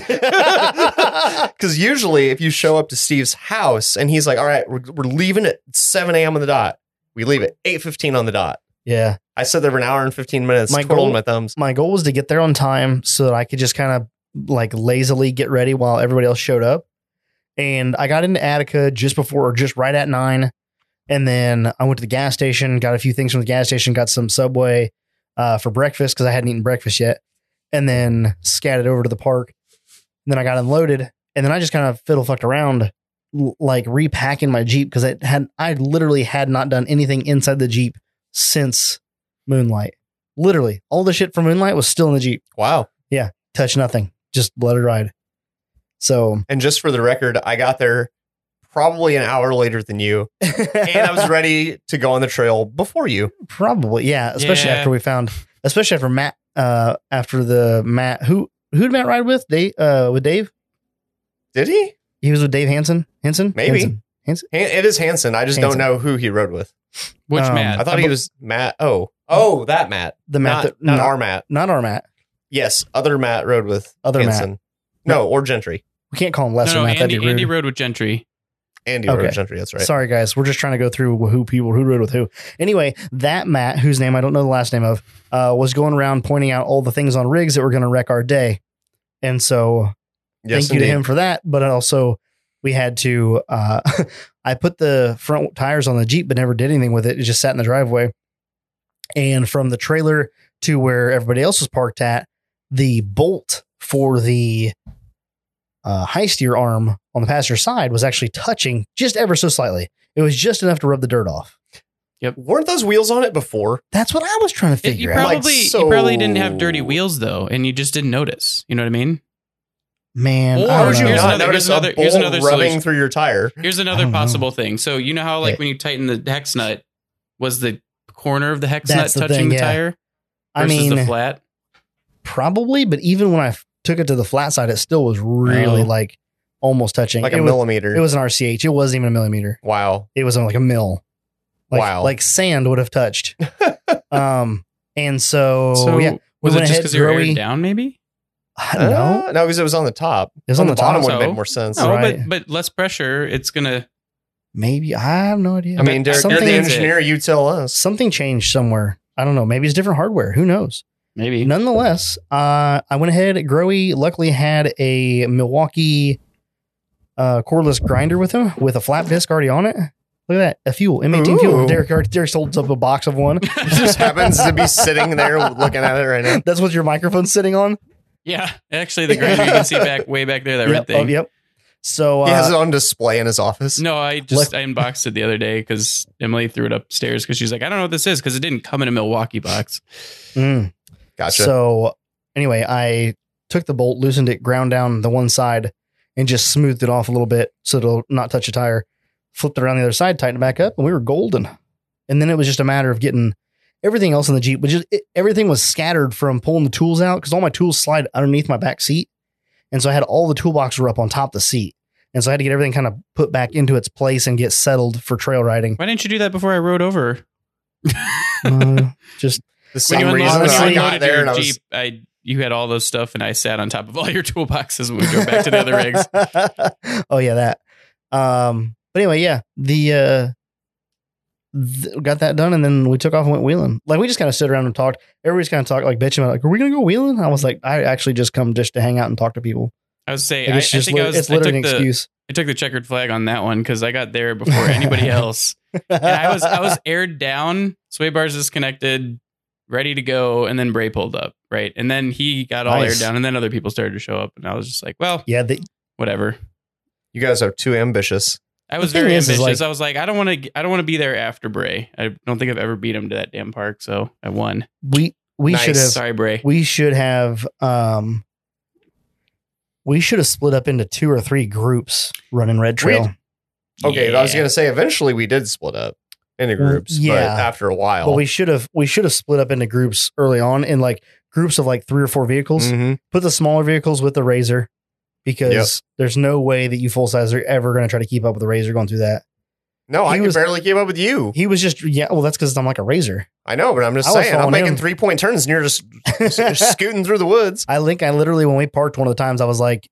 [SPEAKER 2] Because usually, if you show up to Steve's house and he's like, "All right, we're, we're leaving at 7 a.m. on the dot," we leave at 8:15 on the dot.
[SPEAKER 1] Yeah,
[SPEAKER 2] I sat there for an hour and 15 minutes,
[SPEAKER 1] My
[SPEAKER 2] twiddling
[SPEAKER 1] goal-
[SPEAKER 2] my thumbs.
[SPEAKER 1] my goal was to get there on time so that I could just kind of like lazily get ready while everybody else showed up. And I got into Attica just before, or just right at nine, and then I went to the gas station, got a few things from the gas station, got some Subway uh, for breakfast because I hadn't eaten breakfast yet, and then scattered over to the park. And then I got unloaded, and then I just kind of fiddle fucked around, l- like repacking my Jeep because I had I literally had not done anything inside the Jeep since Moonlight. Literally, all the shit from Moonlight was still in the Jeep.
[SPEAKER 2] Wow.
[SPEAKER 1] Touch nothing, just let it ride. So,
[SPEAKER 2] And just for the record, I got there probably an hour later than you, and I was ready to go on the trail before you.
[SPEAKER 1] Probably, yeah. Especially
[SPEAKER 3] Yeah.
[SPEAKER 1] after we found, especially after Matt, uh, after the Matt who who did Matt ride with? Dave, uh, with Dave.
[SPEAKER 2] Did he?
[SPEAKER 1] He was with Dave Hansen. Hansen,
[SPEAKER 2] Maybe.
[SPEAKER 1] Hansen.
[SPEAKER 2] Han- It is Hanson. I just
[SPEAKER 1] Hanson.
[SPEAKER 2] don't know who he rode with.
[SPEAKER 3] Which
[SPEAKER 1] Um,
[SPEAKER 3] Matt?
[SPEAKER 2] I thought he was Matt. Oh, oh, that Matt.
[SPEAKER 1] the Matt,
[SPEAKER 2] not,
[SPEAKER 1] that,
[SPEAKER 2] not
[SPEAKER 1] not-
[SPEAKER 2] our Matt.
[SPEAKER 1] not our Matt.
[SPEAKER 2] Yes, other Matt rode with
[SPEAKER 1] Other Matt.
[SPEAKER 2] Hanson. No, or Gentry.
[SPEAKER 1] We can't call him lesser
[SPEAKER 3] no, no,
[SPEAKER 1] Matt. That'd
[SPEAKER 3] Andy,
[SPEAKER 1] be rude.
[SPEAKER 3] Andy rode with Gentry.
[SPEAKER 2] Andy
[SPEAKER 1] Okay.
[SPEAKER 2] rode Gentry. That's right.
[SPEAKER 1] Sorry, guys. We're just trying to go through who people who rode with who. Anyway, that Matt, whose name I don't know the last name of, uh, was going around pointing out all the things on rigs that were going to wreck our day, and so
[SPEAKER 2] Yes,
[SPEAKER 1] thank you to
[SPEAKER 2] indeed.
[SPEAKER 1] him for that. But also, we had to. Uh, I put the front tires on the Jeep, but never did anything with it. It just sat in the driveway. And from the trailer to where everybody else was parked at, the bolt for the uh, high steer arm on the passenger side was actually touching just ever so slightly. It was just enough to rub the dirt off.
[SPEAKER 2] Weren't those wheels on it before?
[SPEAKER 1] That's what I was trying to
[SPEAKER 3] It- you
[SPEAKER 1] figure out.
[SPEAKER 3] probably
[SPEAKER 2] so-
[SPEAKER 3] you probably didn't have dirty wheels though, and you just didn't notice. You know what I mean?
[SPEAKER 1] Man, I
[SPEAKER 3] Or
[SPEAKER 1] don't
[SPEAKER 2] How did you
[SPEAKER 1] know.
[SPEAKER 3] Here's
[SPEAKER 2] not
[SPEAKER 3] another-
[SPEAKER 2] notice
[SPEAKER 3] here's another-
[SPEAKER 2] a bolt
[SPEAKER 3] here's another
[SPEAKER 2] rubbing
[SPEAKER 3] solution.
[SPEAKER 2] through your tire?
[SPEAKER 3] Here's
[SPEAKER 1] I
[SPEAKER 3] another
[SPEAKER 1] don't know.
[SPEAKER 3] possible thing. So you know how like
[SPEAKER 1] Yeah.
[SPEAKER 3] when you tighten the hex nut, was the corner of the hex
[SPEAKER 1] That's the
[SPEAKER 3] nut touching
[SPEAKER 1] thing,
[SPEAKER 3] the
[SPEAKER 1] yeah.
[SPEAKER 3] tire
[SPEAKER 1] I
[SPEAKER 3] versus the
[SPEAKER 1] mean,
[SPEAKER 3] flat?
[SPEAKER 1] probably, but even when I f- took it to the flat side, it still was really
[SPEAKER 3] Oh.
[SPEAKER 1] like almost touching.
[SPEAKER 2] Like
[SPEAKER 1] it,
[SPEAKER 2] a
[SPEAKER 1] was,
[SPEAKER 2] millimeter.
[SPEAKER 1] it was an RCH. It wasn't even a millimeter.
[SPEAKER 2] wow.
[SPEAKER 1] It was uh, like a mill. Like,
[SPEAKER 2] Wow.
[SPEAKER 1] Like sand would have touched. um, and so,
[SPEAKER 3] so
[SPEAKER 1] oh, yeah, we
[SPEAKER 3] was it
[SPEAKER 1] went
[SPEAKER 3] just
[SPEAKER 1] ahead,
[SPEAKER 3] because you were
[SPEAKER 1] Joey.
[SPEAKER 3] aired down? Maybe
[SPEAKER 1] I don't know.
[SPEAKER 2] Uh, no, because it was on the top.
[SPEAKER 1] It was on the
[SPEAKER 2] bottom
[SPEAKER 1] top.
[SPEAKER 2] would have
[SPEAKER 3] So-
[SPEAKER 2] made more sense.
[SPEAKER 1] No.
[SPEAKER 3] Oh,
[SPEAKER 1] Right.
[SPEAKER 3] but but less pressure. It's gonna.
[SPEAKER 1] Maybe I have no idea.
[SPEAKER 2] I mean, Derek, you're
[SPEAKER 1] something,
[SPEAKER 2] the
[SPEAKER 3] Something's-
[SPEAKER 2] engineer. You tell us.
[SPEAKER 1] something changed somewhere. I don't know. Maybe it's different hardware. Who knows?
[SPEAKER 3] Maybe
[SPEAKER 1] Nonetheless, uh, I went ahead. Growy luckily had a Milwaukee uh, cordless grinder with him with a flat disc already on it. Look at that. A fuel, M18 fuel.
[SPEAKER 2] Ooh.
[SPEAKER 1] Derek, already- Derek holds up a box of one.
[SPEAKER 2] It just happens to be sitting there looking at it right now.
[SPEAKER 1] That's what your microphone's sitting on. oh,
[SPEAKER 3] yeah. Actually, the grinder you can see back way back there that
[SPEAKER 1] yep,
[SPEAKER 3] red thing.
[SPEAKER 1] oh, yep. So uh,
[SPEAKER 2] He has it on display in his office.
[SPEAKER 3] No, I just I unboxed it the other day because Emily threw it upstairs because she's like, I don't know what this is because it didn't come in a Milwaukee box.
[SPEAKER 1] mm.
[SPEAKER 2] Gotcha.
[SPEAKER 1] so anyway, I took the bolt, loosened it, ground down the one side, and just smoothed it off a little bit so it'll not touch a tire. Flipped it around the other side, tightened it back up, and we were golden. And then it was just a matter of getting everything else in the Jeep, which is it, everything was scattered from pulling the tools out because all my tools slide underneath my back seat. And so I had all the toolboxes were up on top of the seat. And so I had to get everything kind of put back into its place and get settled for trail riding.
[SPEAKER 3] Why didn't you do that before I rode over?
[SPEAKER 1] Uh, just
[SPEAKER 2] the
[SPEAKER 3] When
[SPEAKER 2] same
[SPEAKER 3] you
[SPEAKER 2] reason
[SPEAKER 3] unloaded,
[SPEAKER 2] that
[SPEAKER 3] when
[SPEAKER 2] I
[SPEAKER 3] you
[SPEAKER 2] got
[SPEAKER 3] unloaded
[SPEAKER 2] there
[SPEAKER 3] your
[SPEAKER 2] and I was
[SPEAKER 3] Jeep, I you had all those stuff, and I sat on top of all your toolboxes when we drove back to the other rigs.
[SPEAKER 1] oh yeah, that. Um, but anyway, yeah, the uh, th- got that done, and then we took off and went wheeling. Like we just kind of stood around and talked. Everybody's kind of talked, like bitching about, like, are we gonna go wheeling? I was like, I actually just come just to hang out and talk to people.
[SPEAKER 3] I was say
[SPEAKER 1] Like,
[SPEAKER 3] I, I
[SPEAKER 1] it's just
[SPEAKER 3] think I
[SPEAKER 1] lit-
[SPEAKER 3] was
[SPEAKER 1] it's
[SPEAKER 3] I took
[SPEAKER 1] literally an
[SPEAKER 3] the
[SPEAKER 1] excuse.
[SPEAKER 3] I took the checkered flag on that one because I got there before anybody else. And I was I was aired down. Sway bars disconnected, ready to go, and then Bray pulled up right, and then he got all
[SPEAKER 1] Nice.
[SPEAKER 3] aired down, and then other people started to show up, and I was just like, well,
[SPEAKER 1] yeah, the,
[SPEAKER 3] whatever.
[SPEAKER 2] You guys are too ambitious.
[SPEAKER 3] I was
[SPEAKER 1] thing
[SPEAKER 3] very
[SPEAKER 1] is, is,
[SPEAKER 3] ambitious.
[SPEAKER 1] like-
[SPEAKER 3] I was like, I don't want to. I don't want to be there after Bray. I don't think I've ever beat him to that damn park, so I won.
[SPEAKER 1] we we
[SPEAKER 2] Nice.
[SPEAKER 1] should have
[SPEAKER 3] Sorry, Bray.
[SPEAKER 1] we should have um we should have split up into two or three groups running red trail.
[SPEAKER 2] Okay, I was
[SPEAKER 3] Yeah.
[SPEAKER 2] gonna say eventually we did split up into groups, but
[SPEAKER 1] yeah.
[SPEAKER 2] after a while,
[SPEAKER 1] But we should have we should have split up into groups early on in like groups of like three or four vehicles.
[SPEAKER 2] Mhm.
[SPEAKER 1] Put the smaller vehicles with the razor because
[SPEAKER 2] Yep.
[SPEAKER 1] there's no way that you full size are ever going to try to keep up with the razor going through that.
[SPEAKER 2] no,
[SPEAKER 1] He
[SPEAKER 2] I
[SPEAKER 1] was-
[SPEAKER 2] could barely keep up with you.
[SPEAKER 1] He was just yeah. Well, that's because I'm like a razor.
[SPEAKER 2] I know, but I'm just
[SPEAKER 1] I was
[SPEAKER 2] saying, I'm
[SPEAKER 1] following
[SPEAKER 2] making
[SPEAKER 1] him.
[SPEAKER 2] three point turns, and you're just, just scooting through the woods.
[SPEAKER 1] I think I literally when we parked one of the times I was like,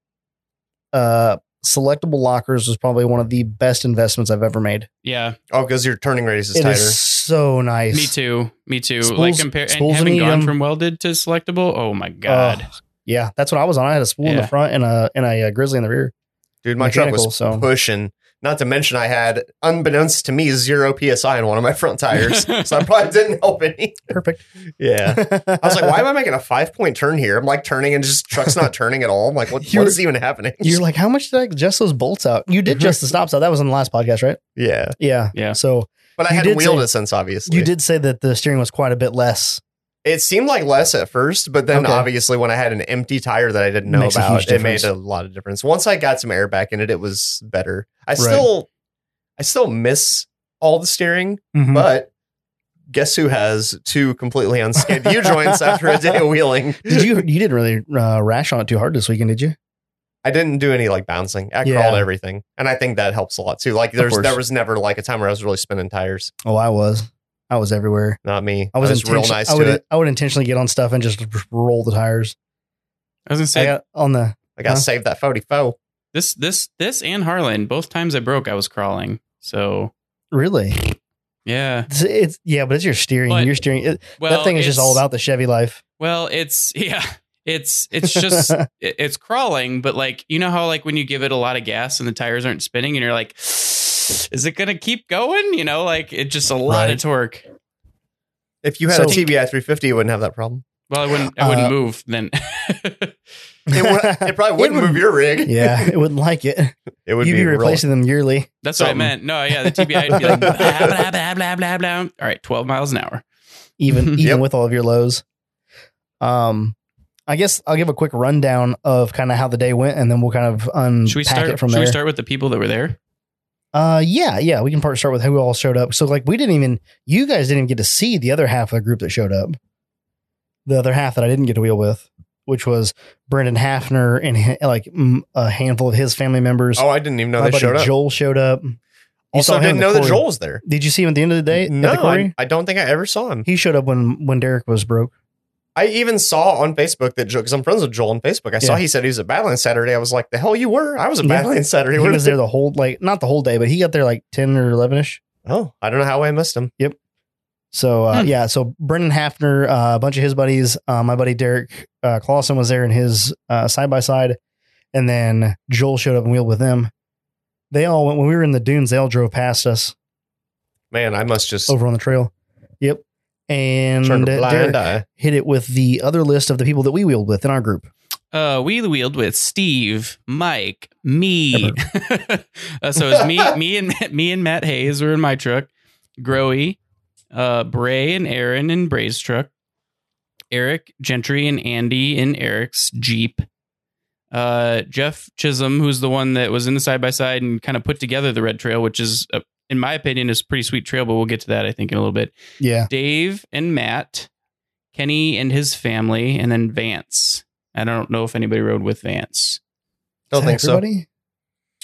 [SPEAKER 1] uh, selectable lockers was probably one of the best investments I've ever made.
[SPEAKER 3] Yeah,
[SPEAKER 2] Oh, because your turning radius is
[SPEAKER 1] It
[SPEAKER 2] tighter.
[SPEAKER 1] is so nice.
[SPEAKER 3] me too. Me too.
[SPEAKER 1] Spools-
[SPEAKER 3] like compare and
[SPEAKER 1] spools
[SPEAKER 3] having
[SPEAKER 1] and
[SPEAKER 3] gone
[SPEAKER 1] medium.
[SPEAKER 3] from welded to selectable. Oh my god.
[SPEAKER 1] Ugh. yeah, that's what I was on. I had a spool in
[SPEAKER 3] Yeah.
[SPEAKER 1] the front and a and a, uh grizzly in the rear.
[SPEAKER 2] Dude, my truck was
[SPEAKER 1] Mechanical, so-
[SPEAKER 2] pushing. Not to mention, I had, unbeknownst to me, zero psi in one of my front tires, so I probably didn't help any.
[SPEAKER 1] Perfect.
[SPEAKER 2] Yeah,
[SPEAKER 1] I
[SPEAKER 2] I was like, why am I making a five point turn here? I'm like turning, and just truck's not turning at all. I'm like, what,
[SPEAKER 1] You're-
[SPEAKER 2] what is even happening?
[SPEAKER 1] You're like, how much did I adjust those bolts out? You did adjust the stops out. That was in the last podcast, right?
[SPEAKER 2] yeah,
[SPEAKER 1] Mm-hmm. Yeah.
[SPEAKER 3] Yeah.
[SPEAKER 1] So
[SPEAKER 2] but I
[SPEAKER 1] You
[SPEAKER 2] hadn't
[SPEAKER 1] did
[SPEAKER 2] wheeled
[SPEAKER 1] say-
[SPEAKER 2] it since obviously.
[SPEAKER 1] you did say that the steering was quite a bit less.
[SPEAKER 2] It seemed like less at first, but then
[SPEAKER 1] Okay.
[SPEAKER 2] obviously when I had an empty tire that I didn't know
[SPEAKER 1] Makes a huge
[SPEAKER 2] about, it
[SPEAKER 1] difference.
[SPEAKER 2] made a lot of difference. Once I got some air back in it, it was better. I still, I still miss all the steering,
[SPEAKER 1] Mm-hmm. Mm.
[SPEAKER 2] but guess who has two completely unscathed U joints after a day of wheeling?
[SPEAKER 1] Did you? You didn't really uh, rash on it too hard this weekend, did you?
[SPEAKER 2] I didn't do any like bouncing. I
[SPEAKER 1] Yeah.
[SPEAKER 2] crawled everything, and I think that helps a lot too. Like there's
[SPEAKER 1] course.
[SPEAKER 2] there was never like a time where I was really spinning tires.
[SPEAKER 1] Oh, I was. I was everywhere.
[SPEAKER 2] Not me.
[SPEAKER 1] I was,
[SPEAKER 2] real
[SPEAKER 1] intention-
[SPEAKER 2] nice
[SPEAKER 1] I
[SPEAKER 2] to
[SPEAKER 1] would,
[SPEAKER 2] it.
[SPEAKER 1] I would intentionally get on stuff and just roll the tires.
[SPEAKER 3] I was gonna
[SPEAKER 1] I
[SPEAKER 3] say
[SPEAKER 1] got on the.
[SPEAKER 2] I got to
[SPEAKER 1] Huh?
[SPEAKER 2] save that forty foe.
[SPEAKER 3] this, this, this, and Harlan. Both times I broke, I was crawling. So
[SPEAKER 1] Really?
[SPEAKER 3] yeah.
[SPEAKER 1] It's, it's yeah, but it's your steering.
[SPEAKER 3] But-
[SPEAKER 1] your steering. It,
[SPEAKER 3] Well,
[SPEAKER 1] that thing is just
[SPEAKER 3] it's-
[SPEAKER 1] all about the Chevy life.
[SPEAKER 3] Well, it's yeah. It's it's just it- it's crawling, but like you know how like when you give it a lot of gas and the tires aren't spinning, and you're like, is it gonna keep going? You know, like it just a lot
[SPEAKER 1] Right.
[SPEAKER 3] of torque.
[SPEAKER 2] If you had
[SPEAKER 1] So-
[SPEAKER 2] a TBI 350, you wouldn't have that problem.
[SPEAKER 3] Well, I wouldn't. I wouldn't
[SPEAKER 1] Uh,
[SPEAKER 3] move then.
[SPEAKER 2] It, would, it probably wouldn't
[SPEAKER 1] would-
[SPEAKER 2] move your rig.
[SPEAKER 1] yeah, it wouldn't like it.
[SPEAKER 2] It would
[SPEAKER 1] You'd be,
[SPEAKER 2] real-
[SPEAKER 1] replacing them yearly.
[SPEAKER 3] That's what I
[SPEAKER 2] Something.
[SPEAKER 3] meant. No, yeah, the TBI would be like blah blah blah blah blah blah. All right, twelve miles an hour.
[SPEAKER 1] even even
[SPEAKER 2] Yep.
[SPEAKER 1] with all of your lows. Um, I guess I'll give a quick rundown of kind of how the day went, and then we'll kind of unpack
[SPEAKER 3] Should we
[SPEAKER 1] it
[SPEAKER 3] start?
[SPEAKER 1] from
[SPEAKER 3] Should
[SPEAKER 1] there.
[SPEAKER 3] we start with the people that were there?
[SPEAKER 1] Uh, yeah, yeah, we can part start with who all showed up. So like, we didn't even you guys didn't even get to see the other half of the group that showed up. The other half that I didn't get to wheel with, which was Brendan Hafner and hi- like mm, a handful of his family members.
[SPEAKER 2] Oh, I didn't even know
[SPEAKER 1] My
[SPEAKER 2] they
[SPEAKER 1] buddy
[SPEAKER 2] showed up.
[SPEAKER 1] Joel showed up. You saw
[SPEAKER 2] also,
[SPEAKER 1] him
[SPEAKER 2] didn't
[SPEAKER 1] in the
[SPEAKER 2] know that
[SPEAKER 1] quarry.
[SPEAKER 2] Joel was there.
[SPEAKER 1] Did you see him at the end of the day? at
[SPEAKER 2] no,
[SPEAKER 1] the quarry?
[SPEAKER 2] I, I don't think I ever saw him.
[SPEAKER 1] he showed up when when Derek was broke.
[SPEAKER 2] I even saw on Facebook that Joel, because I'm friends with Joel on Facebook, I saw
[SPEAKER 1] Yeah.
[SPEAKER 2] he said he was at Badlands Saturday. I was like, the hell you were? I was at
[SPEAKER 1] Yeah.
[SPEAKER 2] Badlands Saturday.
[SPEAKER 1] He
[SPEAKER 2] What
[SPEAKER 1] was
[SPEAKER 2] the-
[SPEAKER 1] there the whole like not the whole day, but he got there like ten or eleven ish.
[SPEAKER 2] Oh, I don't know how I missed him.
[SPEAKER 1] So uh,
[SPEAKER 3] Hmm.
[SPEAKER 1] yeah, so Brendan Hafner, uh, a bunch of his buddies, uh, my buddy Derek uh, Clausen was there in his side by side, and then Joel showed up and wheeled with them. They all went when we were in the dunes. They all drove past us
[SPEAKER 2] Man, I must just
[SPEAKER 1] over on the trail. Yep, and
[SPEAKER 2] turn a blind
[SPEAKER 1] Derek
[SPEAKER 2] eye.
[SPEAKER 1] hit it with the other list of the people that we wheeled with in our group.
[SPEAKER 3] Uh, we wheeled with Steve, Mike, me. uh, so it was me, me and me and Matt Hayes were in my truck. Growy, uh, Bray and Aaron in Bray's truck. Eric Gentry and Andy in Eric's Jeep. Uh, Jeff Chisholm, who's the one that was in the side by side and kind of put together the red trail, which is, uh, in my opinion, is a pretty sweet trail. But we'll get to that, I think, in a little bit.
[SPEAKER 1] Yeah,
[SPEAKER 3] Dave and Matt, Kenny and his family, and then Vance. I don't know if anybody rode with Vance.
[SPEAKER 2] Don't think so.
[SPEAKER 1] everybody?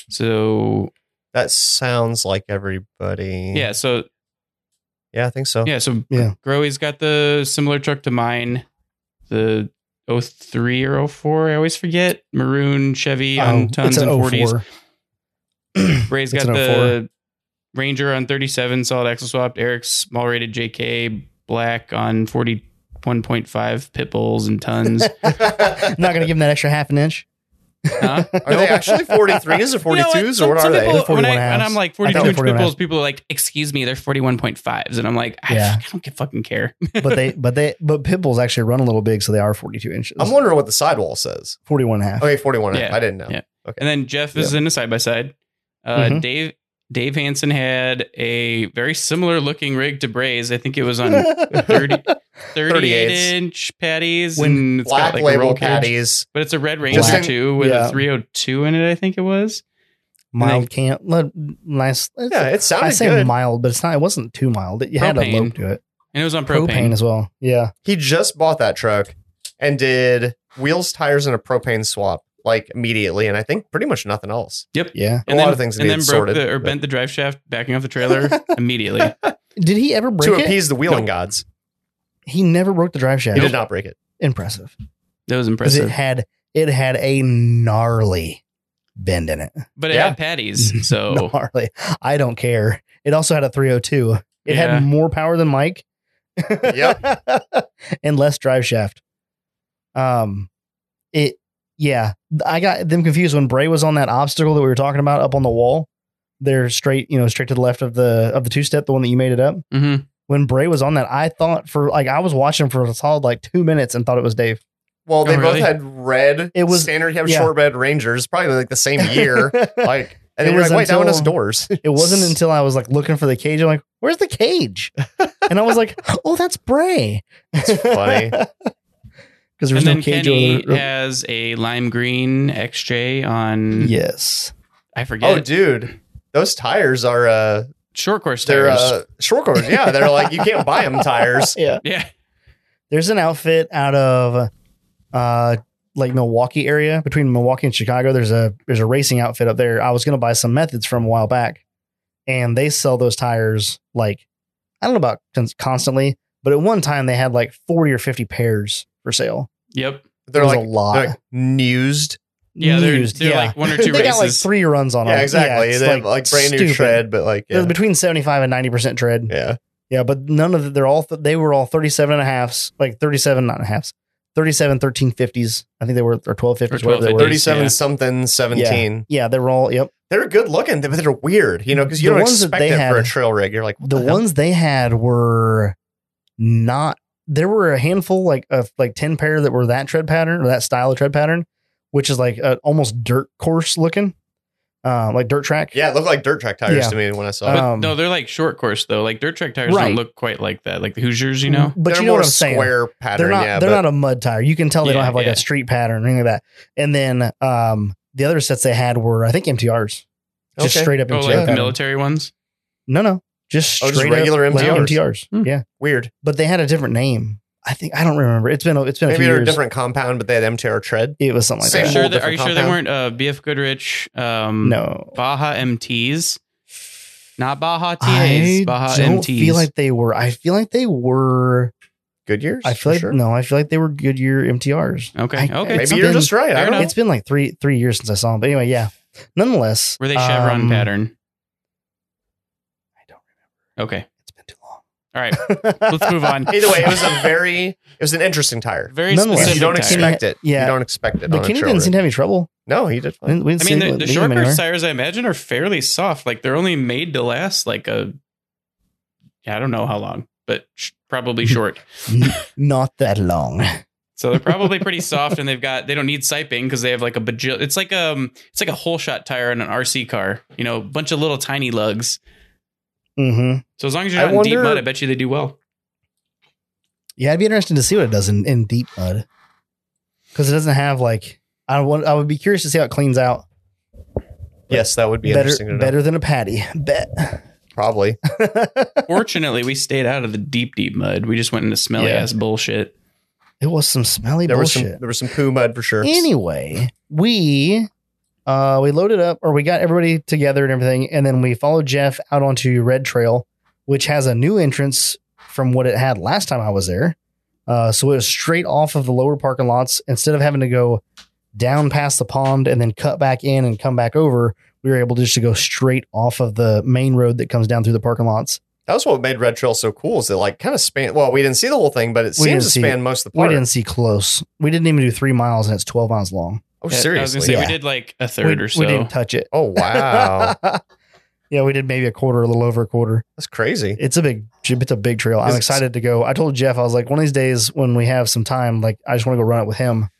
[SPEAKER 3] So
[SPEAKER 2] That sounds like everybody.
[SPEAKER 3] yeah, so
[SPEAKER 2] Yeah, I think so.
[SPEAKER 3] yeah, so
[SPEAKER 1] Yeah.
[SPEAKER 3] Growy's got the similar truck to mine, the 03 or 04, I always forget. Maroon Chevy on
[SPEAKER 1] Oh,
[SPEAKER 3] tons
[SPEAKER 1] it's an
[SPEAKER 3] and 40s.
[SPEAKER 1] 04.
[SPEAKER 3] Bray's
[SPEAKER 1] It's
[SPEAKER 3] got
[SPEAKER 1] an oh
[SPEAKER 3] the Ranger on 37, solid axle swapped. Eric's small rated JK Black on 41.5 pit bulls and tons.
[SPEAKER 2] are
[SPEAKER 1] Not going to give him that extra half an inch.
[SPEAKER 3] Huh?
[SPEAKER 2] they actually 43s or
[SPEAKER 3] You know
[SPEAKER 2] 42s
[SPEAKER 3] what?
[SPEAKER 2] or what are
[SPEAKER 3] some
[SPEAKER 2] they?
[SPEAKER 3] people- When,
[SPEAKER 1] 41
[SPEAKER 3] I,
[SPEAKER 1] halves.
[SPEAKER 3] am like
[SPEAKER 1] I
[SPEAKER 3] 42
[SPEAKER 1] thought they were
[SPEAKER 3] inch
[SPEAKER 1] 41
[SPEAKER 3] pit
[SPEAKER 1] halves.
[SPEAKER 3] bulls, people are like, excuse me, they're 41.5s. And I'm like, I,
[SPEAKER 1] Yeah.
[SPEAKER 3] I don't give fucking care.
[SPEAKER 1] But they, but they, but pit bulls actually run a little big, so they are 42 inches.
[SPEAKER 2] I'm wondering what the sidewall says.
[SPEAKER 1] 41 and a half.
[SPEAKER 2] Okay, 41.
[SPEAKER 3] Yeah.
[SPEAKER 2] I didn't know.
[SPEAKER 3] Yeah. And then Jeff is in a side by side. Uh
[SPEAKER 2] Mm-hmm.
[SPEAKER 1] Mhm.
[SPEAKER 3] Dave Dave Hansen had a very similar looking rig to Braze. I think it was on 30, 38
[SPEAKER 2] 38s.
[SPEAKER 3] inch patties
[SPEAKER 1] When
[SPEAKER 3] and it's
[SPEAKER 2] Black
[SPEAKER 3] got like a roll
[SPEAKER 2] label
[SPEAKER 3] cage.
[SPEAKER 2] patties.
[SPEAKER 3] But it's a red ranger
[SPEAKER 1] Black.
[SPEAKER 3] too with
[SPEAKER 1] Yeah.
[SPEAKER 3] a 302 in it, I think it was.
[SPEAKER 1] Mild camp. li- Nice. it's-
[SPEAKER 2] Yeah, it
[SPEAKER 1] I
[SPEAKER 2] sounded
[SPEAKER 1] say
[SPEAKER 2] good.
[SPEAKER 1] mild, but it's not. It wasn't too mild. It, you had a
[SPEAKER 3] Propane.
[SPEAKER 1] lope to it.
[SPEAKER 3] And it was on
[SPEAKER 1] Propane.
[SPEAKER 3] propane.
[SPEAKER 1] as well. Yeah.
[SPEAKER 2] he just bought that truck and did wheels, tires, and a propane swap like immediately, and I think pretty much nothing else.
[SPEAKER 1] Yeah.
[SPEAKER 2] A lot of things
[SPEAKER 3] and then
[SPEAKER 2] need
[SPEAKER 3] broke
[SPEAKER 2] sorted,
[SPEAKER 3] the, or
[SPEAKER 2] but-
[SPEAKER 3] bent the drive shaft backing off the trailer immediately.
[SPEAKER 1] Did he ever break
[SPEAKER 2] to
[SPEAKER 1] it?
[SPEAKER 2] appease the wheeling gods,
[SPEAKER 1] He never broke the drive shaft.
[SPEAKER 2] he did not break it.
[SPEAKER 1] Impressive.
[SPEAKER 3] That was
[SPEAKER 1] Because it
[SPEAKER 3] impressive.
[SPEAKER 1] had it had a gnarly bend in it.
[SPEAKER 3] but it
[SPEAKER 2] Yeah.
[SPEAKER 3] had patties, so
[SPEAKER 1] Gnarly. I don't care. It also had a 302. It
[SPEAKER 3] Yeah.
[SPEAKER 1] had more power than Mike. yep. and less drive shaft. Um it yeah. I got them confused when Bray was on that obstacle that we were talking about up on the wall. They're straight, you know, straight to the left of the of the two step, the one that you made it up.
[SPEAKER 3] Mhm.
[SPEAKER 1] When Bray was on that, I thought for like I was watching for a solid like two minutes and thought it was Dave.
[SPEAKER 2] Well, they
[SPEAKER 3] Oh, really?
[SPEAKER 2] both had red.
[SPEAKER 1] It was-
[SPEAKER 2] standard cab
[SPEAKER 1] yeah.
[SPEAKER 2] short red Rangers, probably like the same year. like, and
[SPEAKER 1] It
[SPEAKER 2] then you're
[SPEAKER 1] was
[SPEAKER 2] like, wait, that one has
[SPEAKER 1] until-
[SPEAKER 2] doors.
[SPEAKER 1] It wasn't until I was like looking for the cage. I'm like, where's the cage? And I was like, oh, that's Bray. That's
[SPEAKER 2] funny.
[SPEAKER 1] Because
[SPEAKER 3] and
[SPEAKER 1] there's
[SPEAKER 3] then
[SPEAKER 1] no cage
[SPEAKER 3] Kenny
[SPEAKER 1] over there.
[SPEAKER 3] has a lime green XJ on
[SPEAKER 1] Yes.
[SPEAKER 3] I forget
[SPEAKER 2] Oh, dude, those tires are uh,
[SPEAKER 3] short course
[SPEAKER 2] they're
[SPEAKER 3] tires.
[SPEAKER 2] uh, short course. Yeah, they're like you can't buy them tires.
[SPEAKER 1] Yeah.
[SPEAKER 3] yeah,
[SPEAKER 1] There's an outfit out of uh like Milwaukee area between Milwaukee and Chicago. There's a there's a racing outfit up there. I was gonna buy some methods from a while back. And they sell those tires like I don't know about cons- constantly, but at one time they had like 40 or 50 pairs for sale.
[SPEAKER 3] yep,
[SPEAKER 1] There
[SPEAKER 2] They're
[SPEAKER 1] was
[SPEAKER 2] like,
[SPEAKER 1] a lot.
[SPEAKER 2] they're like used.
[SPEAKER 3] yeah. They're,
[SPEAKER 1] Used,
[SPEAKER 3] they're
[SPEAKER 1] yeah.
[SPEAKER 3] like one or two
[SPEAKER 1] they got like
[SPEAKER 3] races.
[SPEAKER 1] three runs on them.
[SPEAKER 2] Yeah, exactly.
[SPEAKER 1] it's,
[SPEAKER 2] they have like brand new
[SPEAKER 1] stupid.
[SPEAKER 2] tread, but like
[SPEAKER 1] They're
[SPEAKER 2] yeah.
[SPEAKER 1] between 75 and 90% tread. Yeah.
[SPEAKER 2] yeah.
[SPEAKER 1] but none of the, they're all, th- they were all 37 and a halfs, like 37, not and a halfs, 37, 1350s. I think they were, or 1250s,
[SPEAKER 3] Or
[SPEAKER 1] whatever they were.
[SPEAKER 3] 1250s.
[SPEAKER 2] 37
[SPEAKER 3] Yeah.
[SPEAKER 2] something 17
[SPEAKER 1] Yeah, they were all, yep.
[SPEAKER 2] they're good looking but they're weird you know because you
[SPEAKER 1] The
[SPEAKER 2] don't
[SPEAKER 1] ones that
[SPEAKER 2] expect
[SPEAKER 1] they
[SPEAKER 2] it for a
[SPEAKER 1] had-
[SPEAKER 2] trail rig you're like what
[SPEAKER 1] The
[SPEAKER 2] hell?
[SPEAKER 1] ones they had were not, there were a handful like of like 10 pair that were that tread pattern or that style of tread pattern, which is like uh, almost dirt course looking, uh, like dirt track.
[SPEAKER 2] yeah it looked like dirt track tires
[SPEAKER 1] Yeah.
[SPEAKER 2] to me when i saw
[SPEAKER 3] But
[SPEAKER 2] it
[SPEAKER 1] Uh, um,
[SPEAKER 3] no, they're like short course though. Like dirt track tires
[SPEAKER 1] Right.
[SPEAKER 3] don't look quite like that. Like the Hoosiers, you know.
[SPEAKER 1] but
[SPEAKER 2] They're
[SPEAKER 1] you know
[SPEAKER 2] more
[SPEAKER 1] what I'm saying?
[SPEAKER 2] square pattern
[SPEAKER 1] they're not
[SPEAKER 2] yeah
[SPEAKER 1] they're
[SPEAKER 2] but
[SPEAKER 1] not a mud tire. You can tell they
[SPEAKER 3] Yeah,
[SPEAKER 1] don't have like
[SPEAKER 3] yeah.
[SPEAKER 1] a street pattern or anything like that. And then um the other sets they had were I think MTRs. Just
[SPEAKER 2] Okay.
[SPEAKER 1] straight up
[SPEAKER 3] Oh,
[SPEAKER 1] MTR.
[SPEAKER 3] like the
[SPEAKER 1] pattern.
[SPEAKER 3] military ones.
[SPEAKER 1] No, no. Just
[SPEAKER 2] Oh,
[SPEAKER 1] straight
[SPEAKER 2] just regular
[SPEAKER 1] up, like, MTRs.
[SPEAKER 2] MTRs.
[SPEAKER 3] Hmm.
[SPEAKER 1] Yeah.
[SPEAKER 2] weird
[SPEAKER 1] But they had a different name. I think I don't remember. It's been a, it's been a
[SPEAKER 2] maybe
[SPEAKER 1] few
[SPEAKER 2] they're
[SPEAKER 1] years.
[SPEAKER 2] a different compound but they had mtr tread
[SPEAKER 1] It was something like
[SPEAKER 2] Same
[SPEAKER 3] Are you
[SPEAKER 1] that.
[SPEAKER 2] mold,
[SPEAKER 3] sure, that, are
[SPEAKER 2] different
[SPEAKER 3] you sure they
[SPEAKER 2] compound.
[SPEAKER 3] weren't uh, BF Goodrich? Um,
[SPEAKER 1] No.
[SPEAKER 3] Baja MTs, not Baja TAs.
[SPEAKER 1] I
[SPEAKER 3] Baja
[SPEAKER 1] don't
[SPEAKER 3] MTs.
[SPEAKER 1] feel like they were. I feel like they were.
[SPEAKER 2] good years
[SPEAKER 1] I feel like no. I feel like they were Goodyear MTRs.
[SPEAKER 3] okay,
[SPEAKER 1] I-
[SPEAKER 3] okay.
[SPEAKER 1] it's
[SPEAKER 2] maybe you're
[SPEAKER 1] been-
[SPEAKER 2] just right
[SPEAKER 3] Fair
[SPEAKER 2] i don't
[SPEAKER 3] enough.
[SPEAKER 2] know
[SPEAKER 1] It's been like three three years since I saw them. But anyway, yeah. Nonetheless,
[SPEAKER 3] Were they chevron
[SPEAKER 1] um,
[SPEAKER 3] pattern?
[SPEAKER 1] I don't
[SPEAKER 3] Okay.
[SPEAKER 1] It's been too long.
[SPEAKER 3] All right. Let's move on.
[SPEAKER 2] either way it was a very it was an interesting tire
[SPEAKER 3] Very
[SPEAKER 1] Nonetheless,
[SPEAKER 3] specific.
[SPEAKER 2] you don't
[SPEAKER 3] tire.
[SPEAKER 2] expect it
[SPEAKER 1] Yeah.
[SPEAKER 2] you don't expect it
[SPEAKER 1] But
[SPEAKER 2] on a
[SPEAKER 1] Kenny
[SPEAKER 2] trail
[SPEAKER 1] didn't seem
[SPEAKER 2] rig.
[SPEAKER 1] to have any trouble.
[SPEAKER 2] no he did
[SPEAKER 1] We
[SPEAKER 2] fine
[SPEAKER 1] didn't- we didn't
[SPEAKER 3] I
[SPEAKER 1] see
[SPEAKER 3] mean, the,
[SPEAKER 1] him
[SPEAKER 3] the
[SPEAKER 1] leave
[SPEAKER 3] short
[SPEAKER 1] him
[SPEAKER 3] course
[SPEAKER 1] anywhere.
[SPEAKER 3] tires, I imagine, are fairly soft. Like they're only made to last like a, yeah, I don't know how long, but sh- probably short.
[SPEAKER 1] Not that long.
[SPEAKER 3] So they're probably pretty soft, and they've got they don't need siping because they have like a bajil. It's like um, it's like a whole shot tire in an RC car. You know, a bunch of little tiny lugs.
[SPEAKER 1] Mm-hmm.
[SPEAKER 3] So as long as you're
[SPEAKER 2] I
[SPEAKER 3] not in deep
[SPEAKER 2] wonder-
[SPEAKER 3] mud, I bet you they do well.
[SPEAKER 1] Yeah, it'd be interesting to see what it does in, in deep mud because it doesn't have like I want. I would be curious to see how it cleans out.
[SPEAKER 2] yes that would be interesting to
[SPEAKER 1] better,
[SPEAKER 2] know
[SPEAKER 1] better than a patty. Bet.
[SPEAKER 2] probably
[SPEAKER 3] Fortunately, we stayed out of the deep deep mud. We just went into smelly
[SPEAKER 1] Yeah.
[SPEAKER 3] ass bullshit.
[SPEAKER 1] It was some smelly
[SPEAKER 2] there was some
[SPEAKER 1] bullshit.
[SPEAKER 2] there was some poo mud for sure
[SPEAKER 1] anyway, we uh we loaded up or we got everybody together and everything, and then we followed Jeff out onto Red Trail, which has a new entrance from what it had last time I was there. Uh, so it was straight off of the lower parking lots. Instead of having to go down past the pond and then cut back in and come back over, we were able just to go straight off of the main road that comes down through the parking lots.
[SPEAKER 2] That was what made Red Trail so cool. Is it like kind of span? Well, we didn't see the whole thing, but it
[SPEAKER 1] We didn't
[SPEAKER 2] seems to
[SPEAKER 1] see
[SPEAKER 2] span most of the
[SPEAKER 1] We
[SPEAKER 2] park.
[SPEAKER 1] didn't see close. We didn't even do three miles, and it's twelve miles long.
[SPEAKER 2] oh,
[SPEAKER 3] I was
[SPEAKER 2] seriously?
[SPEAKER 3] gonna say we
[SPEAKER 1] Yeah.
[SPEAKER 3] did like a third
[SPEAKER 1] we,
[SPEAKER 3] or so.
[SPEAKER 1] We didn't touch it.
[SPEAKER 2] Oh wow,
[SPEAKER 1] yeah, we did maybe a quarter, a little over a quarter.
[SPEAKER 2] that's crazy.
[SPEAKER 1] It's a big, it's a big trail. I'm
[SPEAKER 2] Is it-
[SPEAKER 1] excited to go. I told Jeff, I was like, one of these days when we have some time, like I just want to go run it with him.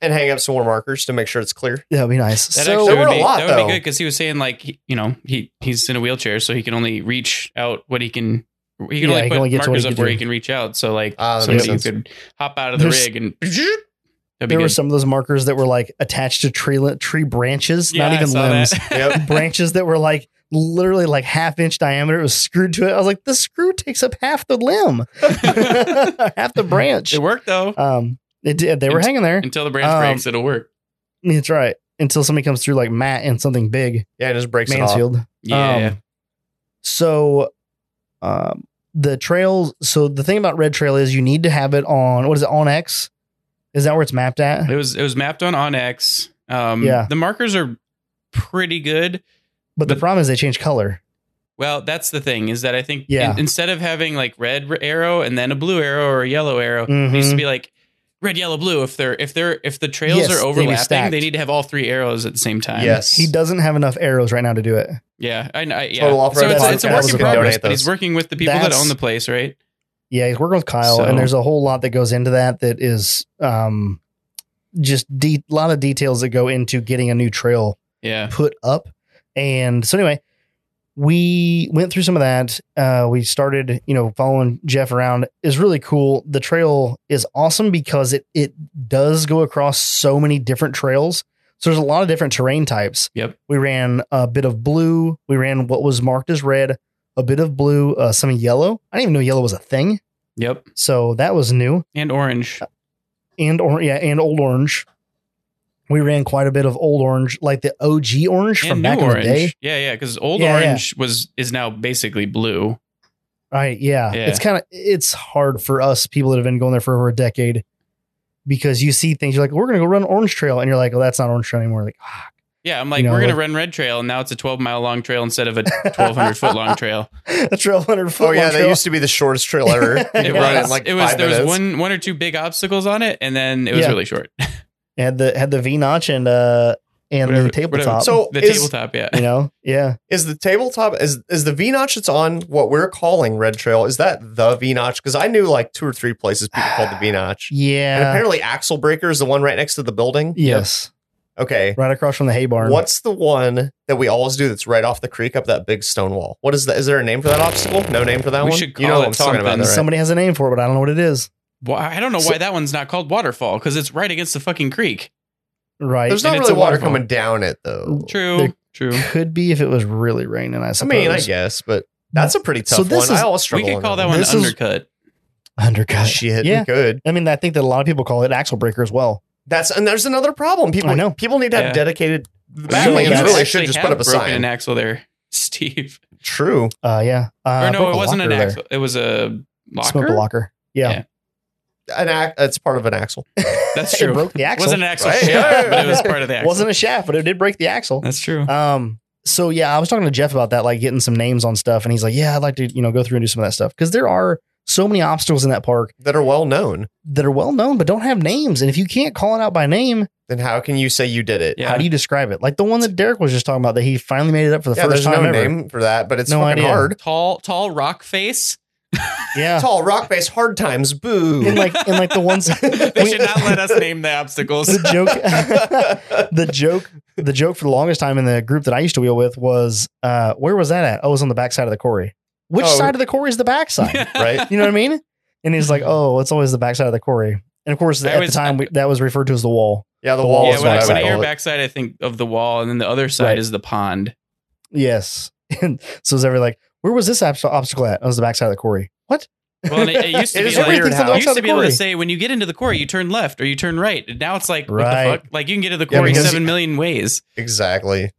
[SPEAKER 2] And hang up some more markers to make sure it's clear.
[SPEAKER 1] That'd be nice.
[SPEAKER 3] That
[SPEAKER 1] so
[SPEAKER 3] actually
[SPEAKER 2] there
[SPEAKER 3] would
[SPEAKER 2] were a
[SPEAKER 3] be,
[SPEAKER 2] lot,
[SPEAKER 3] that would
[SPEAKER 2] though.
[SPEAKER 3] be good because he was saying like he, you know he he's in a wheelchair, so he can only reach out what he can. He
[SPEAKER 1] Yeah,
[SPEAKER 3] can only
[SPEAKER 1] he can
[SPEAKER 3] put
[SPEAKER 1] only get to what
[SPEAKER 3] markers
[SPEAKER 1] he
[SPEAKER 3] up
[SPEAKER 1] can
[SPEAKER 3] where
[SPEAKER 1] do.
[SPEAKER 3] he can reach out. So like
[SPEAKER 2] Ah, that
[SPEAKER 3] somebody who
[SPEAKER 2] makes
[SPEAKER 3] could hop out of the
[SPEAKER 1] There's-
[SPEAKER 3] rig and that'd be
[SPEAKER 1] there were
[SPEAKER 3] good.
[SPEAKER 1] some of those markers that were like attached to tree li- tree branches,
[SPEAKER 3] Yeah,
[SPEAKER 1] not
[SPEAKER 3] I
[SPEAKER 1] even
[SPEAKER 3] saw
[SPEAKER 1] limbs.
[SPEAKER 3] that.
[SPEAKER 2] Yep.
[SPEAKER 1] branches that were like literally like half inch diameter. It was screwed to it. I was like, the screw takes up half the limb, half the branch.
[SPEAKER 3] it worked though.
[SPEAKER 1] Um, it did. They were
[SPEAKER 3] Int-
[SPEAKER 1] hanging there.
[SPEAKER 3] Until the branch
[SPEAKER 1] Um,
[SPEAKER 3] breaks, it'll work.
[SPEAKER 1] That's right. Until somebody comes through like Matt and something big,
[SPEAKER 2] Yeah, and just breaks it off.
[SPEAKER 1] Mansfield.
[SPEAKER 3] Yeah.
[SPEAKER 1] Um, so, um, the trails. So the thing about Red Trail is you need to have it on. What is it on X? Is that where it's mapped at?
[SPEAKER 3] It was it was mapped on Onyx. Um,
[SPEAKER 1] Yeah.
[SPEAKER 3] the markers are pretty good.
[SPEAKER 1] But the
[SPEAKER 3] but-
[SPEAKER 1] problem is they change color.
[SPEAKER 3] Well, that's the thing is that I think
[SPEAKER 1] Yeah.
[SPEAKER 3] in- instead of having like red r- arrow and then a blue arrow or a yellow arrow, it needs to
[SPEAKER 1] Mhm.
[SPEAKER 3] be like red, yellow, blue. If they're if they're if the trails
[SPEAKER 1] Yes, they need to
[SPEAKER 3] are
[SPEAKER 1] be
[SPEAKER 3] overlapping,
[SPEAKER 1] stacked.
[SPEAKER 3] they need to have all three arrows at the same time.
[SPEAKER 2] Yes,
[SPEAKER 1] He doesn't have enough arrows right now to do it.
[SPEAKER 3] yeah, I, I yeah.
[SPEAKER 2] Total Off-Road
[SPEAKER 3] so it's, it's
[SPEAKER 1] Podcast
[SPEAKER 3] a work in
[SPEAKER 1] can
[SPEAKER 3] progress,
[SPEAKER 2] donate
[SPEAKER 3] but he's
[SPEAKER 2] those.
[SPEAKER 3] working with the people that
[SPEAKER 1] That's-
[SPEAKER 3] own the place, right?
[SPEAKER 1] Yeah, he's working with Kyle,
[SPEAKER 3] So-
[SPEAKER 1] and there's a whole lot that goes into that that is um, just a de- lot of details that go into getting a new trail
[SPEAKER 3] Yeah,
[SPEAKER 1] put up. And so, anyway, we went through some of that. Uh, we started, you know, following Jeff around is really cool. The trail is awesome because it it does go across so many different trails. So there's a lot of different terrain types.
[SPEAKER 3] Yep.
[SPEAKER 1] We ran a bit of blue. We ran what was marked as red, a bit of blue, uh, some yellow. I didn't even know yellow was a thing.
[SPEAKER 3] yep,
[SPEAKER 1] So that was new.
[SPEAKER 3] and orange.
[SPEAKER 1] And or yeah, and old orange. We ran quite a bit of old orange, like the OG orange
[SPEAKER 3] And
[SPEAKER 1] from
[SPEAKER 3] new
[SPEAKER 1] back
[SPEAKER 3] orange,
[SPEAKER 1] in the day.
[SPEAKER 3] yeah, yeah, because old
[SPEAKER 1] Yeah, yeah.
[SPEAKER 3] orange was is now basically blue.
[SPEAKER 1] Right. Yeah.
[SPEAKER 3] Yeah.
[SPEAKER 1] It's kind of it's hard for us people that have been going there for over a decade because you see things you're like, we're gonna go run Orange Trail, and you're like, oh, that's not Orange Trail anymore. Like, ah.
[SPEAKER 3] Yeah, I'm like,
[SPEAKER 1] You know,
[SPEAKER 3] we're gonna
[SPEAKER 1] like-
[SPEAKER 3] run red trail, and now it's a 12 mile long trail instead of a 1,200 foot long trail.
[SPEAKER 1] a trail hundred foot.
[SPEAKER 2] Oh yeah,
[SPEAKER 1] long
[SPEAKER 2] that
[SPEAKER 1] trail.
[SPEAKER 2] used to be the shortest trail ever. You
[SPEAKER 1] It
[SPEAKER 2] could run it in like
[SPEAKER 3] it was
[SPEAKER 2] five
[SPEAKER 3] there was
[SPEAKER 2] minutes.
[SPEAKER 3] one one or two big obstacles on it, and then it was
[SPEAKER 1] Yeah.
[SPEAKER 3] really short.
[SPEAKER 1] had the had the V notch and uh and
[SPEAKER 3] Whatever-
[SPEAKER 1] the tabletop.
[SPEAKER 2] So
[SPEAKER 3] The
[SPEAKER 2] is,
[SPEAKER 3] tabletop, yeah.
[SPEAKER 1] you know, yeah.
[SPEAKER 2] is the tabletop is is the V notch that's on what we're calling Red Trail? Is that the V notch? Because I knew like two or three places people called the V notch. And
[SPEAKER 1] Yeah.
[SPEAKER 2] apparently, Axle Breaker is the one right next to the building.
[SPEAKER 1] Yes.
[SPEAKER 2] Okay.
[SPEAKER 1] Right across from the hay barn.
[SPEAKER 2] What's the one that we always do that's right off the creek up that big stone wall? What is that? Is there a name for that obstacle? No name for that
[SPEAKER 3] We
[SPEAKER 2] one.
[SPEAKER 3] should
[SPEAKER 2] you
[SPEAKER 3] call
[SPEAKER 2] know what
[SPEAKER 3] it
[SPEAKER 2] I'm talking about,
[SPEAKER 3] something.
[SPEAKER 2] though, right?
[SPEAKER 1] Somebody has a name for it, but I don't know what it is.
[SPEAKER 3] Why I don't know why that one's not called waterfall because it's right against the fucking creek.
[SPEAKER 1] Right.
[SPEAKER 2] There's
[SPEAKER 3] and
[SPEAKER 2] not
[SPEAKER 3] it's
[SPEAKER 2] really
[SPEAKER 3] a
[SPEAKER 2] water
[SPEAKER 3] waterfall.
[SPEAKER 2] coming down it though.
[SPEAKER 3] True,
[SPEAKER 1] There-
[SPEAKER 3] true.
[SPEAKER 1] Could be if it was really raining, I
[SPEAKER 2] I
[SPEAKER 1] suppose.
[SPEAKER 2] mean, I guess, but that's a pretty tough
[SPEAKER 1] So this
[SPEAKER 2] one.
[SPEAKER 1] is-
[SPEAKER 2] I always
[SPEAKER 3] We
[SPEAKER 2] struggle.
[SPEAKER 3] could
[SPEAKER 2] on
[SPEAKER 3] call that one
[SPEAKER 1] This is-
[SPEAKER 3] undercut.
[SPEAKER 1] Undercut.
[SPEAKER 2] Shit,
[SPEAKER 1] Yeah.
[SPEAKER 2] we could.
[SPEAKER 1] I mean, I think that a lot of people call it axle breaker as well.
[SPEAKER 2] That's and there's another problem. People
[SPEAKER 1] I know.
[SPEAKER 2] people need to have
[SPEAKER 3] Yeah.
[SPEAKER 2] dedicated. The
[SPEAKER 1] Really,
[SPEAKER 2] Badlands
[SPEAKER 1] that's-
[SPEAKER 2] really
[SPEAKER 3] Actually
[SPEAKER 2] should just
[SPEAKER 3] have
[SPEAKER 2] put up a
[SPEAKER 3] broken An
[SPEAKER 2] sign.
[SPEAKER 3] axle there, Steve.
[SPEAKER 2] True.
[SPEAKER 1] Uh, yeah. Uh,
[SPEAKER 3] or
[SPEAKER 1] broke
[SPEAKER 3] no, it
[SPEAKER 1] a
[SPEAKER 3] wasn't an
[SPEAKER 1] locker there.
[SPEAKER 3] axle. It was a
[SPEAKER 1] Smoked a
[SPEAKER 3] locker.
[SPEAKER 1] locker. Yeah.
[SPEAKER 3] Yeah.
[SPEAKER 2] An ac- it's part of an axle.
[SPEAKER 3] That's
[SPEAKER 1] It
[SPEAKER 3] true.
[SPEAKER 1] broke the
[SPEAKER 3] It
[SPEAKER 1] axle.
[SPEAKER 3] wasn't an axle,
[SPEAKER 2] Right?
[SPEAKER 3] shaft,
[SPEAKER 2] Yeah.
[SPEAKER 3] but it was part of the axle.
[SPEAKER 1] Wasn't a shaft, but it did break the axle.
[SPEAKER 3] That's true.
[SPEAKER 1] Um, so yeah, I was talking to Jeff about that, like getting some names on stuff, and he's like, "Yeah, I'd like to, you know, go through and do some of that stuff because there are so many obstacles in that park
[SPEAKER 2] that are well known,
[SPEAKER 1] that are well known but don't have names. And if you can't call it out by name,
[SPEAKER 2] then how can you say you did it?
[SPEAKER 3] Yeah.
[SPEAKER 1] how do you describe it? Like the one that Derek was just talking about that he finally made it up for the
[SPEAKER 2] Yeah,
[SPEAKER 1] first
[SPEAKER 2] there's
[SPEAKER 1] time
[SPEAKER 2] no
[SPEAKER 1] ever.
[SPEAKER 2] name for that, but it's
[SPEAKER 1] No
[SPEAKER 2] fucking
[SPEAKER 1] idea.
[SPEAKER 2] hard.
[SPEAKER 3] Tall, tall rock face.
[SPEAKER 1] Yeah,
[SPEAKER 2] Tall rock base, hard times,
[SPEAKER 1] and
[SPEAKER 2] boo.
[SPEAKER 1] like and like the ones
[SPEAKER 3] they should not let us name the obstacles.
[SPEAKER 1] the joke. the joke the joke for the longest time in the group that I used to wheel with was uh where was that at? Oh, it was on the backside of the quarry. Which
[SPEAKER 2] Oh.
[SPEAKER 1] side of the quarry is the backside?
[SPEAKER 2] right?
[SPEAKER 1] you know what I mean? And he's like, Oh, it's always the backside of the quarry. And of course
[SPEAKER 3] I
[SPEAKER 1] at
[SPEAKER 3] was-
[SPEAKER 1] the time we, that was referred to as the wall.
[SPEAKER 2] Yeah, the
[SPEAKER 1] The
[SPEAKER 2] wall
[SPEAKER 1] wall
[SPEAKER 3] yeah,
[SPEAKER 2] is
[SPEAKER 1] is
[SPEAKER 3] when
[SPEAKER 2] what
[SPEAKER 3] I,
[SPEAKER 2] I
[SPEAKER 3] when I
[SPEAKER 2] would
[SPEAKER 3] hear
[SPEAKER 2] call it.
[SPEAKER 3] backside, I think of the wall, and then the other side
[SPEAKER 1] Right.
[SPEAKER 3] is the pond.
[SPEAKER 1] Yes. And so is every like, where was this obst- obstacle at? Oh, it was the backside of the quarry. What?
[SPEAKER 3] Well, and it, it used to
[SPEAKER 2] It
[SPEAKER 3] be
[SPEAKER 2] is
[SPEAKER 3] like,
[SPEAKER 2] weird
[SPEAKER 1] everything's on the
[SPEAKER 2] how-
[SPEAKER 3] you
[SPEAKER 1] backside
[SPEAKER 3] used
[SPEAKER 1] of
[SPEAKER 3] to
[SPEAKER 1] the
[SPEAKER 3] be able
[SPEAKER 1] quarry.
[SPEAKER 3] to say when you get into the quarry, you turn left or you turn right. And now it's like what
[SPEAKER 1] Right.
[SPEAKER 3] the fuck? Like you can get to the
[SPEAKER 2] Yeah,
[SPEAKER 3] quarry
[SPEAKER 2] because-
[SPEAKER 3] seven million ways.
[SPEAKER 2] Exactly.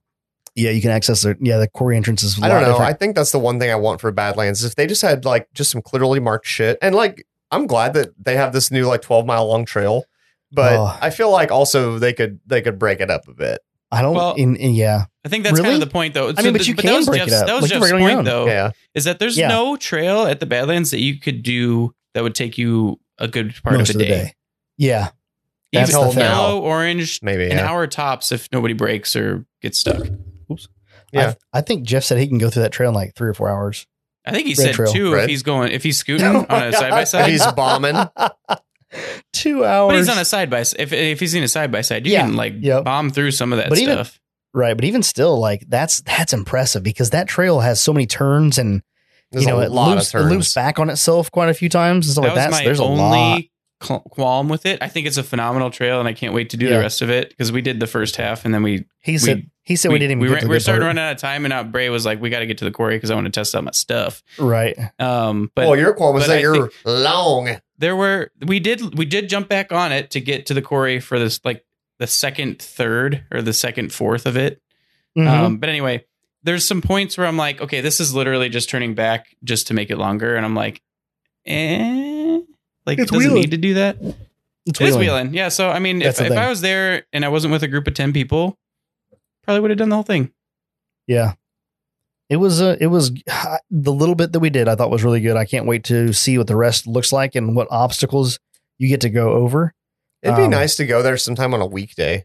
[SPEAKER 1] yeah, you can access the yeah, the quarry entrance is a
[SPEAKER 2] I
[SPEAKER 1] lot
[SPEAKER 2] don't know.
[SPEAKER 1] different.
[SPEAKER 2] I think that's the one thing I want for Badlands. If they just had like just some clearly marked shit, and like I'm glad that they have this new like 12 mile long trail, but
[SPEAKER 1] Oh.
[SPEAKER 2] I feel like also they could they could break it up a bit.
[SPEAKER 1] I don't.
[SPEAKER 3] Well-
[SPEAKER 1] in, in- yeah,
[SPEAKER 3] I think that's kind
[SPEAKER 1] Really?
[SPEAKER 3] of the point, though.
[SPEAKER 1] I mean, but you
[SPEAKER 3] that
[SPEAKER 1] can
[SPEAKER 3] was
[SPEAKER 1] break it
[SPEAKER 3] Jeff's,
[SPEAKER 1] up.
[SPEAKER 3] That was
[SPEAKER 1] Like, you
[SPEAKER 3] Jeff's
[SPEAKER 1] break it on your
[SPEAKER 3] point,
[SPEAKER 1] own.
[SPEAKER 3] though,
[SPEAKER 2] yeah.
[SPEAKER 3] is that there's
[SPEAKER 1] Yeah.
[SPEAKER 3] no trail at the Badlands that you could do that would take you a good part
[SPEAKER 1] most
[SPEAKER 3] of the day.
[SPEAKER 1] Yeah,
[SPEAKER 3] Even
[SPEAKER 1] That's the thing.
[SPEAKER 3] yellow, orange,
[SPEAKER 2] Maybe.
[SPEAKER 3] an
[SPEAKER 2] yeah.
[SPEAKER 3] hour tops if nobody breaks or gets stuck.
[SPEAKER 2] Yeah.
[SPEAKER 1] I, I think Jeff said he can go through that trail in like three or four hours.
[SPEAKER 3] I think he
[SPEAKER 1] Red
[SPEAKER 3] said
[SPEAKER 1] trail.
[SPEAKER 3] two if
[SPEAKER 2] Red.
[SPEAKER 3] he's going if he's scooting
[SPEAKER 1] Oh my
[SPEAKER 3] on a side by
[SPEAKER 1] God.
[SPEAKER 2] If
[SPEAKER 3] side.
[SPEAKER 2] he's bombing,
[SPEAKER 1] Two hours.
[SPEAKER 3] But he's on a side by if if he's in a side by side, you
[SPEAKER 1] Yeah.
[SPEAKER 3] can like
[SPEAKER 1] Yep.
[SPEAKER 3] bomb through some of that
[SPEAKER 1] But even-
[SPEAKER 3] stuff.
[SPEAKER 1] right, but even still, like that's that's impressive because that trail has so many turns and
[SPEAKER 2] there's
[SPEAKER 1] you know
[SPEAKER 2] a
[SPEAKER 1] it
[SPEAKER 2] lot
[SPEAKER 1] loops,
[SPEAKER 2] of
[SPEAKER 1] it
[SPEAKER 2] turns.
[SPEAKER 1] loops back on itself quite a few times and stuff like that.
[SPEAKER 3] that was
[SPEAKER 1] So
[SPEAKER 3] my
[SPEAKER 1] there's a lot.
[SPEAKER 3] only cl- qualm with it. I think it's a phenomenal trail, and I can't wait to do
[SPEAKER 1] Yeah.
[SPEAKER 3] the rest of it because we did the first half, and then we
[SPEAKER 1] He said he said we, didn't even
[SPEAKER 3] we,
[SPEAKER 1] get
[SPEAKER 3] ran-
[SPEAKER 1] to the
[SPEAKER 3] we were
[SPEAKER 1] good
[SPEAKER 3] starting to
[SPEAKER 1] part.
[SPEAKER 3] run out of time, and out Bray was like, "We got to get to the quarry because I want to test out my stuff."
[SPEAKER 1] right.
[SPEAKER 3] Um, but
[SPEAKER 1] Oh,
[SPEAKER 2] well, your qualm was
[SPEAKER 3] but
[SPEAKER 2] that
[SPEAKER 3] I
[SPEAKER 2] you're long.
[SPEAKER 3] there were we did we did jump back on it to get to the quarry for this like the second third or the second fourth of it.
[SPEAKER 1] Mhm.
[SPEAKER 3] Um, but anyway, there's some points where I'm like, okay, this is literally just turning back just to make it longer, and I'm like, eh, like
[SPEAKER 1] It's
[SPEAKER 3] it doesn't
[SPEAKER 1] wheeling.
[SPEAKER 3] need to do that.
[SPEAKER 1] it's
[SPEAKER 3] It is
[SPEAKER 1] wheeling.
[SPEAKER 3] wheeling. Yeah. So I mean,
[SPEAKER 1] That's
[SPEAKER 3] if,
[SPEAKER 1] the
[SPEAKER 3] if
[SPEAKER 1] thing.
[SPEAKER 3] I was there and I wasn't with a group of ten people, probably would have done the whole thing.
[SPEAKER 1] Yeah. It was a, it was the little bit that we did I thought was really good. I can't wait to see what the rest looks like and what obstacles you get to go over.
[SPEAKER 2] It'd be
[SPEAKER 1] Um, Mm.
[SPEAKER 2] nice to go there sometime on a weekday,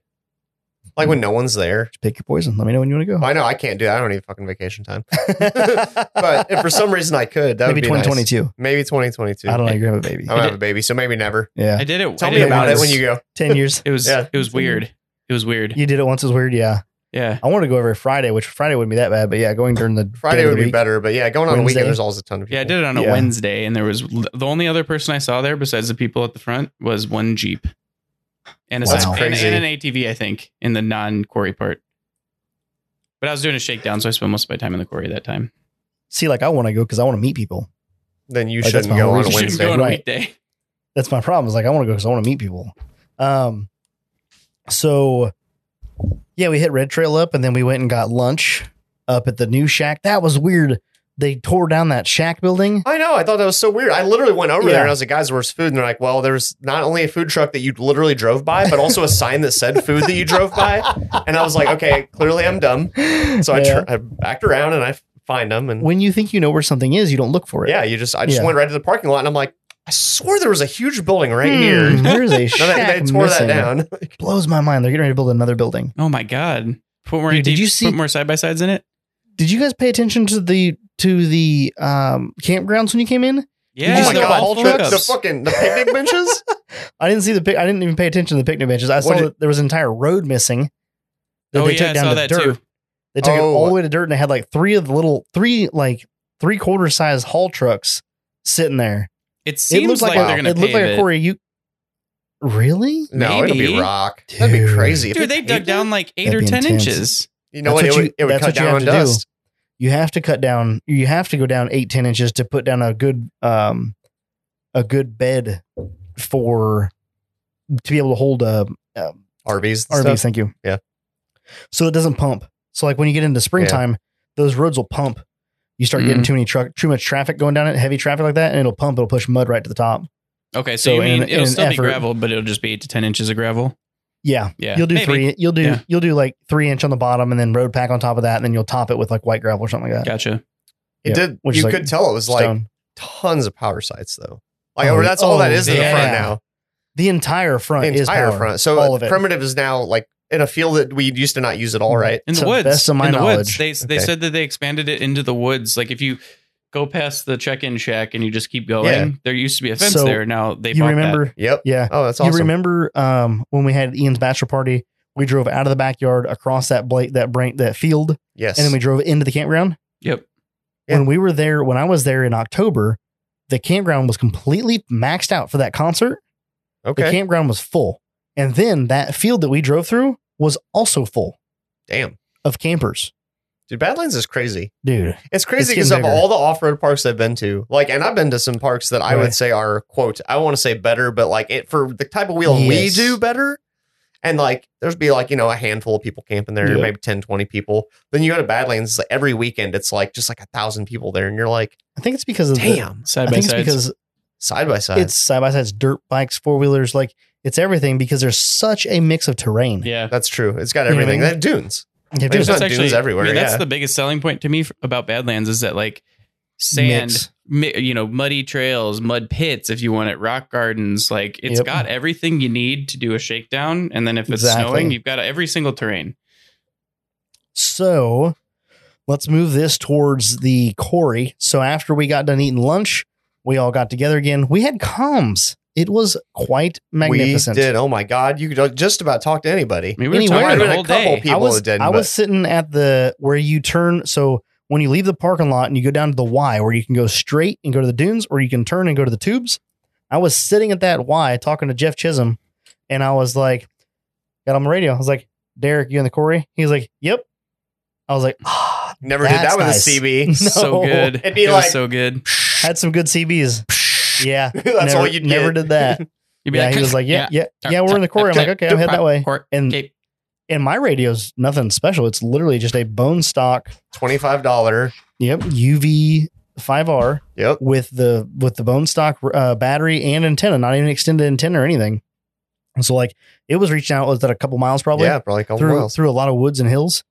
[SPEAKER 2] like when no one's there.
[SPEAKER 1] Just pick your poison. Let me know when you want to go.
[SPEAKER 2] I know I can't do that. I don't need fucking vacation time. but if for some reason I could, that
[SPEAKER 1] maybe
[SPEAKER 2] would be nice.
[SPEAKER 1] 2022.
[SPEAKER 2] Maybe 2022.
[SPEAKER 1] I don't know. You're gonna have a baby.
[SPEAKER 2] I don't have a baby, so maybe never.
[SPEAKER 1] Yeah.
[SPEAKER 3] I did it.
[SPEAKER 2] Tell
[SPEAKER 3] I
[SPEAKER 2] me
[SPEAKER 3] did
[SPEAKER 2] about it
[SPEAKER 3] once.
[SPEAKER 2] when you go.
[SPEAKER 1] Ten years.
[SPEAKER 3] It was
[SPEAKER 2] Yeah.
[SPEAKER 3] it was weird. It was weird.
[SPEAKER 1] You did it once. It was weird. Yeah.
[SPEAKER 3] Yeah.
[SPEAKER 1] I want to go every Friday, which Friday wouldn't be that bad, but yeah, going during the day
[SPEAKER 2] Friday
[SPEAKER 1] of the
[SPEAKER 2] would be
[SPEAKER 1] week.
[SPEAKER 2] better, but yeah, going on a
[SPEAKER 1] Wednesday?
[SPEAKER 2] weekend, there's always a ton of people.
[SPEAKER 3] Yeah, I did it on a
[SPEAKER 1] Yeah.
[SPEAKER 3] Wednesday, and there was the only other person I saw there besides the people at the front was one Jeep, and a
[SPEAKER 1] Wow.
[SPEAKER 3] side-
[SPEAKER 1] That's
[SPEAKER 3] and-
[SPEAKER 2] crazy.
[SPEAKER 3] and, an ATV, I think, in the non quarry part. But I was doing a shakedown, so I spent most of my time in the quarry that time.
[SPEAKER 1] See, like I want to go because I want to meet people.
[SPEAKER 2] Then you
[SPEAKER 1] Like, Oh, that's
[SPEAKER 2] shouldn't
[SPEAKER 1] my
[SPEAKER 2] go
[SPEAKER 1] whole
[SPEAKER 2] on a
[SPEAKER 3] You
[SPEAKER 1] reason.
[SPEAKER 3] shouldn't
[SPEAKER 2] Wednesday.
[SPEAKER 3] go on a
[SPEAKER 1] Right.
[SPEAKER 3] weekday.
[SPEAKER 1] That's my problem. Is like I want to go because I want to meet people. Um. So, yeah, we hit Red Trail up, and then we went and got lunch up at the new shack. That was weird. They tore down that shack building.
[SPEAKER 2] I know. I thought that was so weird. I literally went over
[SPEAKER 1] Yeah.
[SPEAKER 2] there and I was like, guys, where's food? And they're like, well, there's not only a food truck that you literally drove by, but also a sign that said food that you drove by. And I was like, okay, clearly I'm dumb. So I,
[SPEAKER 1] Yeah.
[SPEAKER 2] tr- I backed around and I find them. And
[SPEAKER 1] when you think you know where something is, you don't look for it.
[SPEAKER 2] yeah, you just, I just
[SPEAKER 1] Yeah.
[SPEAKER 2] went right to the parking lot and I'm like, I swore there was a huge building right
[SPEAKER 1] Hmm,
[SPEAKER 2] here. No,
[SPEAKER 1] There's a shack
[SPEAKER 2] they, they tore
[SPEAKER 1] missing.
[SPEAKER 2] that down. Oh
[SPEAKER 1] Blows my mind. They're getting ready to build another building.
[SPEAKER 3] Oh my god! Put more
[SPEAKER 1] Dude, did
[SPEAKER 3] ATV
[SPEAKER 1] you see-
[SPEAKER 3] put more side by sides in it?
[SPEAKER 1] Did you guys pay attention to the to the um, campgrounds when you came in?
[SPEAKER 3] Yeah,
[SPEAKER 1] you see
[SPEAKER 3] they're
[SPEAKER 1] the whole
[SPEAKER 3] all
[SPEAKER 2] the,
[SPEAKER 3] trucks.
[SPEAKER 2] the fucking the picnic benches.
[SPEAKER 1] I didn't see the pic. I didn't even pay attention to the picnic benches. I saw
[SPEAKER 2] did-
[SPEAKER 1] that there was an entire road missing. That
[SPEAKER 3] Oh
[SPEAKER 1] they
[SPEAKER 3] yeah,
[SPEAKER 1] took
[SPEAKER 3] I
[SPEAKER 1] down
[SPEAKER 3] saw
[SPEAKER 1] to
[SPEAKER 3] that
[SPEAKER 1] dirt.
[SPEAKER 3] too.
[SPEAKER 1] They took it
[SPEAKER 2] Oh.
[SPEAKER 1] all the way to dirt and they had like three of the little three like three quarter size haul trucks sitting there.
[SPEAKER 3] It seems
[SPEAKER 1] it looked
[SPEAKER 3] like,
[SPEAKER 1] like,
[SPEAKER 3] they're
[SPEAKER 1] a,
[SPEAKER 3] gonna
[SPEAKER 1] it looked
[SPEAKER 3] pave
[SPEAKER 1] like
[SPEAKER 3] it.
[SPEAKER 1] a quarry. You really?
[SPEAKER 2] No, it'll
[SPEAKER 3] Maybe.
[SPEAKER 2] be rock. That'd be
[SPEAKER 1] Dude.
[SPEAKER 2] crazy. If
[SPEAKER 3] Dude,
[SPEAKER 2] it
[SPEAKER 3] they dug
[SPEAKER 2] paved it,
[SPEAKER 3] down like eight
[SPEAKER 1] That'd
[SPEAKER 3] or
[SPEAKER 1] be
[SPEAKER 3] ten
[SPEAKER 1] intense.
[SPEAKER 3] inches.
[SPEAKER 2] You know
[SPEAKER 1] That's
[SPEAKER 2] what? It
[SPEAKER 1] what
[SPEAKER 2] would,
[SPEAKER 1] you-
[SPEAKER 2] it would
[SPEAKER 1] that's
[SPEAKER 2] cut
[SPEAKER 1] what you
[SPEAKER 2] down
[SPEAKER 1] have
[SPEAKER 2] on
[SPEAKER 1] to do.
[SPEAKER 2] dust.
[SPEAKER 1] You have to cut down. You have to go down eight ten inches to put down a good um a good bed for to be able to hold a, a
[SPEAKER 2] RVs. and
[SPEAKER 1] RVs.
[SPEAKER 2] stuff.
[SPEAKER 1] Thank you.
[SPEAKER 2] Yeah.
[SPEAKER 1] So it doesn't pump. So like when you get into springtime, those roads will pump. You start getting
[SPEAKER 2] Mm-hmm.
[SPEAKER 3] Mhm.
[SPEAKER 1] too many truck, too much traffic going down it, heavy traffic like that, and it'll pump. It'll push mud right to the top.
[SPEAKER 3] Okay, so,
[SPEAKER 1] So
[SPEAKER 3] you
[SPEAKER 1] in
[SPEAKER 3] mean
[SPEAKER 1] an- in
[SPEAKER 3] it'll
[SPEAKER 1] an
[SPEAKER 3] still be
[SPEAKER 1] effort-
[SPEAKER 3] gravel, but it'll just be eight to ten inches of gravel.
[SPEAKER 1] Yeah,
[SPEAKER 3] Yeah,
[SPEAKER 1] you'll do
[SPEAKER 3] maybe.
[SPEAKER 1] three. You'll do
[SPEAKER 3] Yeah.
[SPEAKER 1] you'll do like three inch on the bottom, and then road pack on top of that, and then you'll top it with like white gravel or something like that.
[SPEAKER 3] Gotcha.
[SPEAKER 2] It
[SPEAKER 1] Yeah,
[SPEAKER 2] did.
[SPEAKER 1] which is
[SPEAKER 2] you
[SPEAKER 1] like
[SPEAKER 2] could tell it was like
[SPEAKER 1] Stone.
[SPEAKER 2] tons of power sites though. Like
[SPEAKER 1] Oh,
[SPEAKER 2] or that's all
[SPEAKER 1] oh,
[SPEAKER 2] that is in the
[SPEAKER 3] yeah.
[SPEAKER 2] front now.
[SPEAKER 1] the entire
[SPEAKER 2] The
[SPEAKER 1] front is
[SPEAKER 2] entire
[SPEAKER 1] power.
[SPEAKER 2] front. So
[SPEAKER 1] all of it. Mm-hmm.
[SPEAKER 2] primitive is now like in a field that we used to not use at all, right?
[SPEAKER 3] In the
[SPEAKER 1] To the
[SPEAKER 3] woods.
[SPEAKER 1] best of my
[SPEAKER 3] in the
[SPEAKER 1] knowledge.
[SPEAKER 3] woods. They they
[SPEAKER 2] Okay.
[SPEAKER 3] said that they expanded it into the woods. Like if you go past the check-in shack and you just keep going,
[SPEAKER 2] Yeah.
[SPEAKER 3] there used to be a fence
[SPEAKER 1] So,
[SPEAKER 3] there. Now they
[SPEAKER 1] you
[SPEAKER 3] bought
[SPEAKER 1] remember?
[SPEAKER 2] Yep.
[SPEAKER 1] Yeah,
[SPEAKER 2] Oh, that's awesome.
[SPEAKER 1] you remember um, when we had Ian's bachelor party? We drove out of the backyard across that blake that brain that field,
[SPEAKER 2] Yes.
[SPEAKER 1] and then we drove into the campground.
[SPEAKER 3] that. Yep.
[SPEAKER 1] when we were there when i was there in october the campground was completely maxed out for that concert the
[SPEAKER 2] okay.
[SPEAKER 1] campground was full and then that field that we drove through was also full
[SPEAKER 2] Damn.
[SPEAKER 1] of campers
[SPEAKER 2] Dude, Badlands is crazy.
[SPEAKER 1] dude
[SPEAKER 2] It's crazy
[SPEAKER 1] getting
[SPEAKER 2] because of
[SPEAKER 1] bigger.
[SPEAKER 2] all the off-road parks I've been to, like, and I've been to some parks that I
[SPEAKER 1] Right.
[SPEAKER 2] would say are quote, I want to say better, but like it for the type of wheel we
[SPEAKER 1] Yes.
[SPEAKER 2] do better. And like, there's be like, you know, a handful of people camping there,
[SPEAKER 1] Yeah.
[SPEAKER 2] maybe 10, 20 people. Then you go to Badlands like, every weekend, it's like just like a thousand people there. And you're like,
[SPEAKER 1] i think it's because of the,
[SPEAKER 2] damn,
[SPEAKER 1] i
[SPEAKER 3] Side by
[SPEAKER 1] think it's
[SPEAKER 3] side.
[SPEAKER 1] because
[SPEAKER 2] side by side.
[SPEAKER 1] it's side by sides dirt bikes four wheelers like It's everything because there's such a mix of terrain.
[SPEAKER 3] Yeah.
[SPEAKER 2] That's true. It's got
[SPEAKER 1] You know what I
[SPEAKER 2] everything.
[SPEAKER 1] mean?
[SPEAKER 2] That dunes.
[SPEAKER 1] You have
[SPEAKER 2] There's
[SPEAKER 1] different-
[SPEAKER 2] not dunes everywhere,
[SPEAKER 3] I mean, that's
[SPEAKER 2] yeah.
[SPEAKER 3] the biggest selling point to me f- about Badlands is that like sand,
[SPEAKER 1] Mix.
[SPEAKER 3] mi- you know, muddy trails, mud pits, if you want it, rock gardens. Like it's
[SPEAKER 1] Yep.
[SPEAKER 3] got everything you need to do a shakedown. And then if it's
[SPEAKER 1] Exactly.
[SPEAKER 3] snowing, you've got every single terrain.
[SPEAKER 1] So let's move this towards the quarry. So after we got done eating lunch, we all got together again. We had comms. It was quite magnificent.
[SPEAKER 2] We did. Oh my god, you could just about talk to anybody.
[SPEAKER 3] I mean, we were
[SPEAKER 1] Anywhere.
[SPEAKER 2] Might
[SPEAKER 3] talking the
[SPEAKER 2] have
[SPEAKER 3] whole
[SPEAKER 2] been a couple
[SPEAKER 3] day.
[SPEAKER 2] people
[SPEAKER 1] I was,
[SPEAKER 2] that didn't.
[SPEAKER 1] I was
[SPEAKER 2] but
[SPEAKER 1] sitting at the where you turn. So when you leave the parking lot and you go down to the Y, where you can go straight and go to the dunes, or you can turn and go to the tubes. I was sitting at that Y talking to Jeff Chisholm, and I was like, got on the radio. I was like, Derek, you in the quarry? He's like, Yep. I was like, ah,
[SPEAKER 2] never did that
[SPEAKER 1] That's
[SPEAKER 2] with
[SPEAKER 1] nice.
[SPEAKER 2] a CB.
[SPEAKER 3] So
[SPEAKER 1] No.
[SPEAKER 3] good.
[SPEAKER 2] It'd be
[SPEAKER 3] It was
[SPEAKER 2] like-
[SPEAKER 3] so good.
[SPEAKER 1] had some good CBs. yeah,
[SPEAKER 2] That's
[SPEAKER 1] never,
[SPEAKER 2] all you did.
[SPEAKER 1] never did that.
[SPEAKER 3] You'd
[SPEAKER 1] yeah, he was like, yeah, yeah, yeah, we're in the quarry. I'm like, okay, I'm head that way.
[SPEAKER 3] Court.
[SPEAKER 1] And
[SPEAKER 3] Okay.
[SPEAKER 1] and my radio's nothing special. It's literally just a bone stock.
[SPEAKER 2] Twenty-five dollar.
[SPEAKER 1] Yep, UV five R
[SPEAKER 2] Yep.
[SPEAKER 1] with the with the bone stock uh, battery and antenna, not even extended antenna or anything. And so like it was reaching out was that a couple miles probably
[SPEAKER 2] Yeah, probably a couple
[SPEAKER 1] through
[SPEAKER 2] miles.
[SPEAKER 1] through a lot of woods and hills.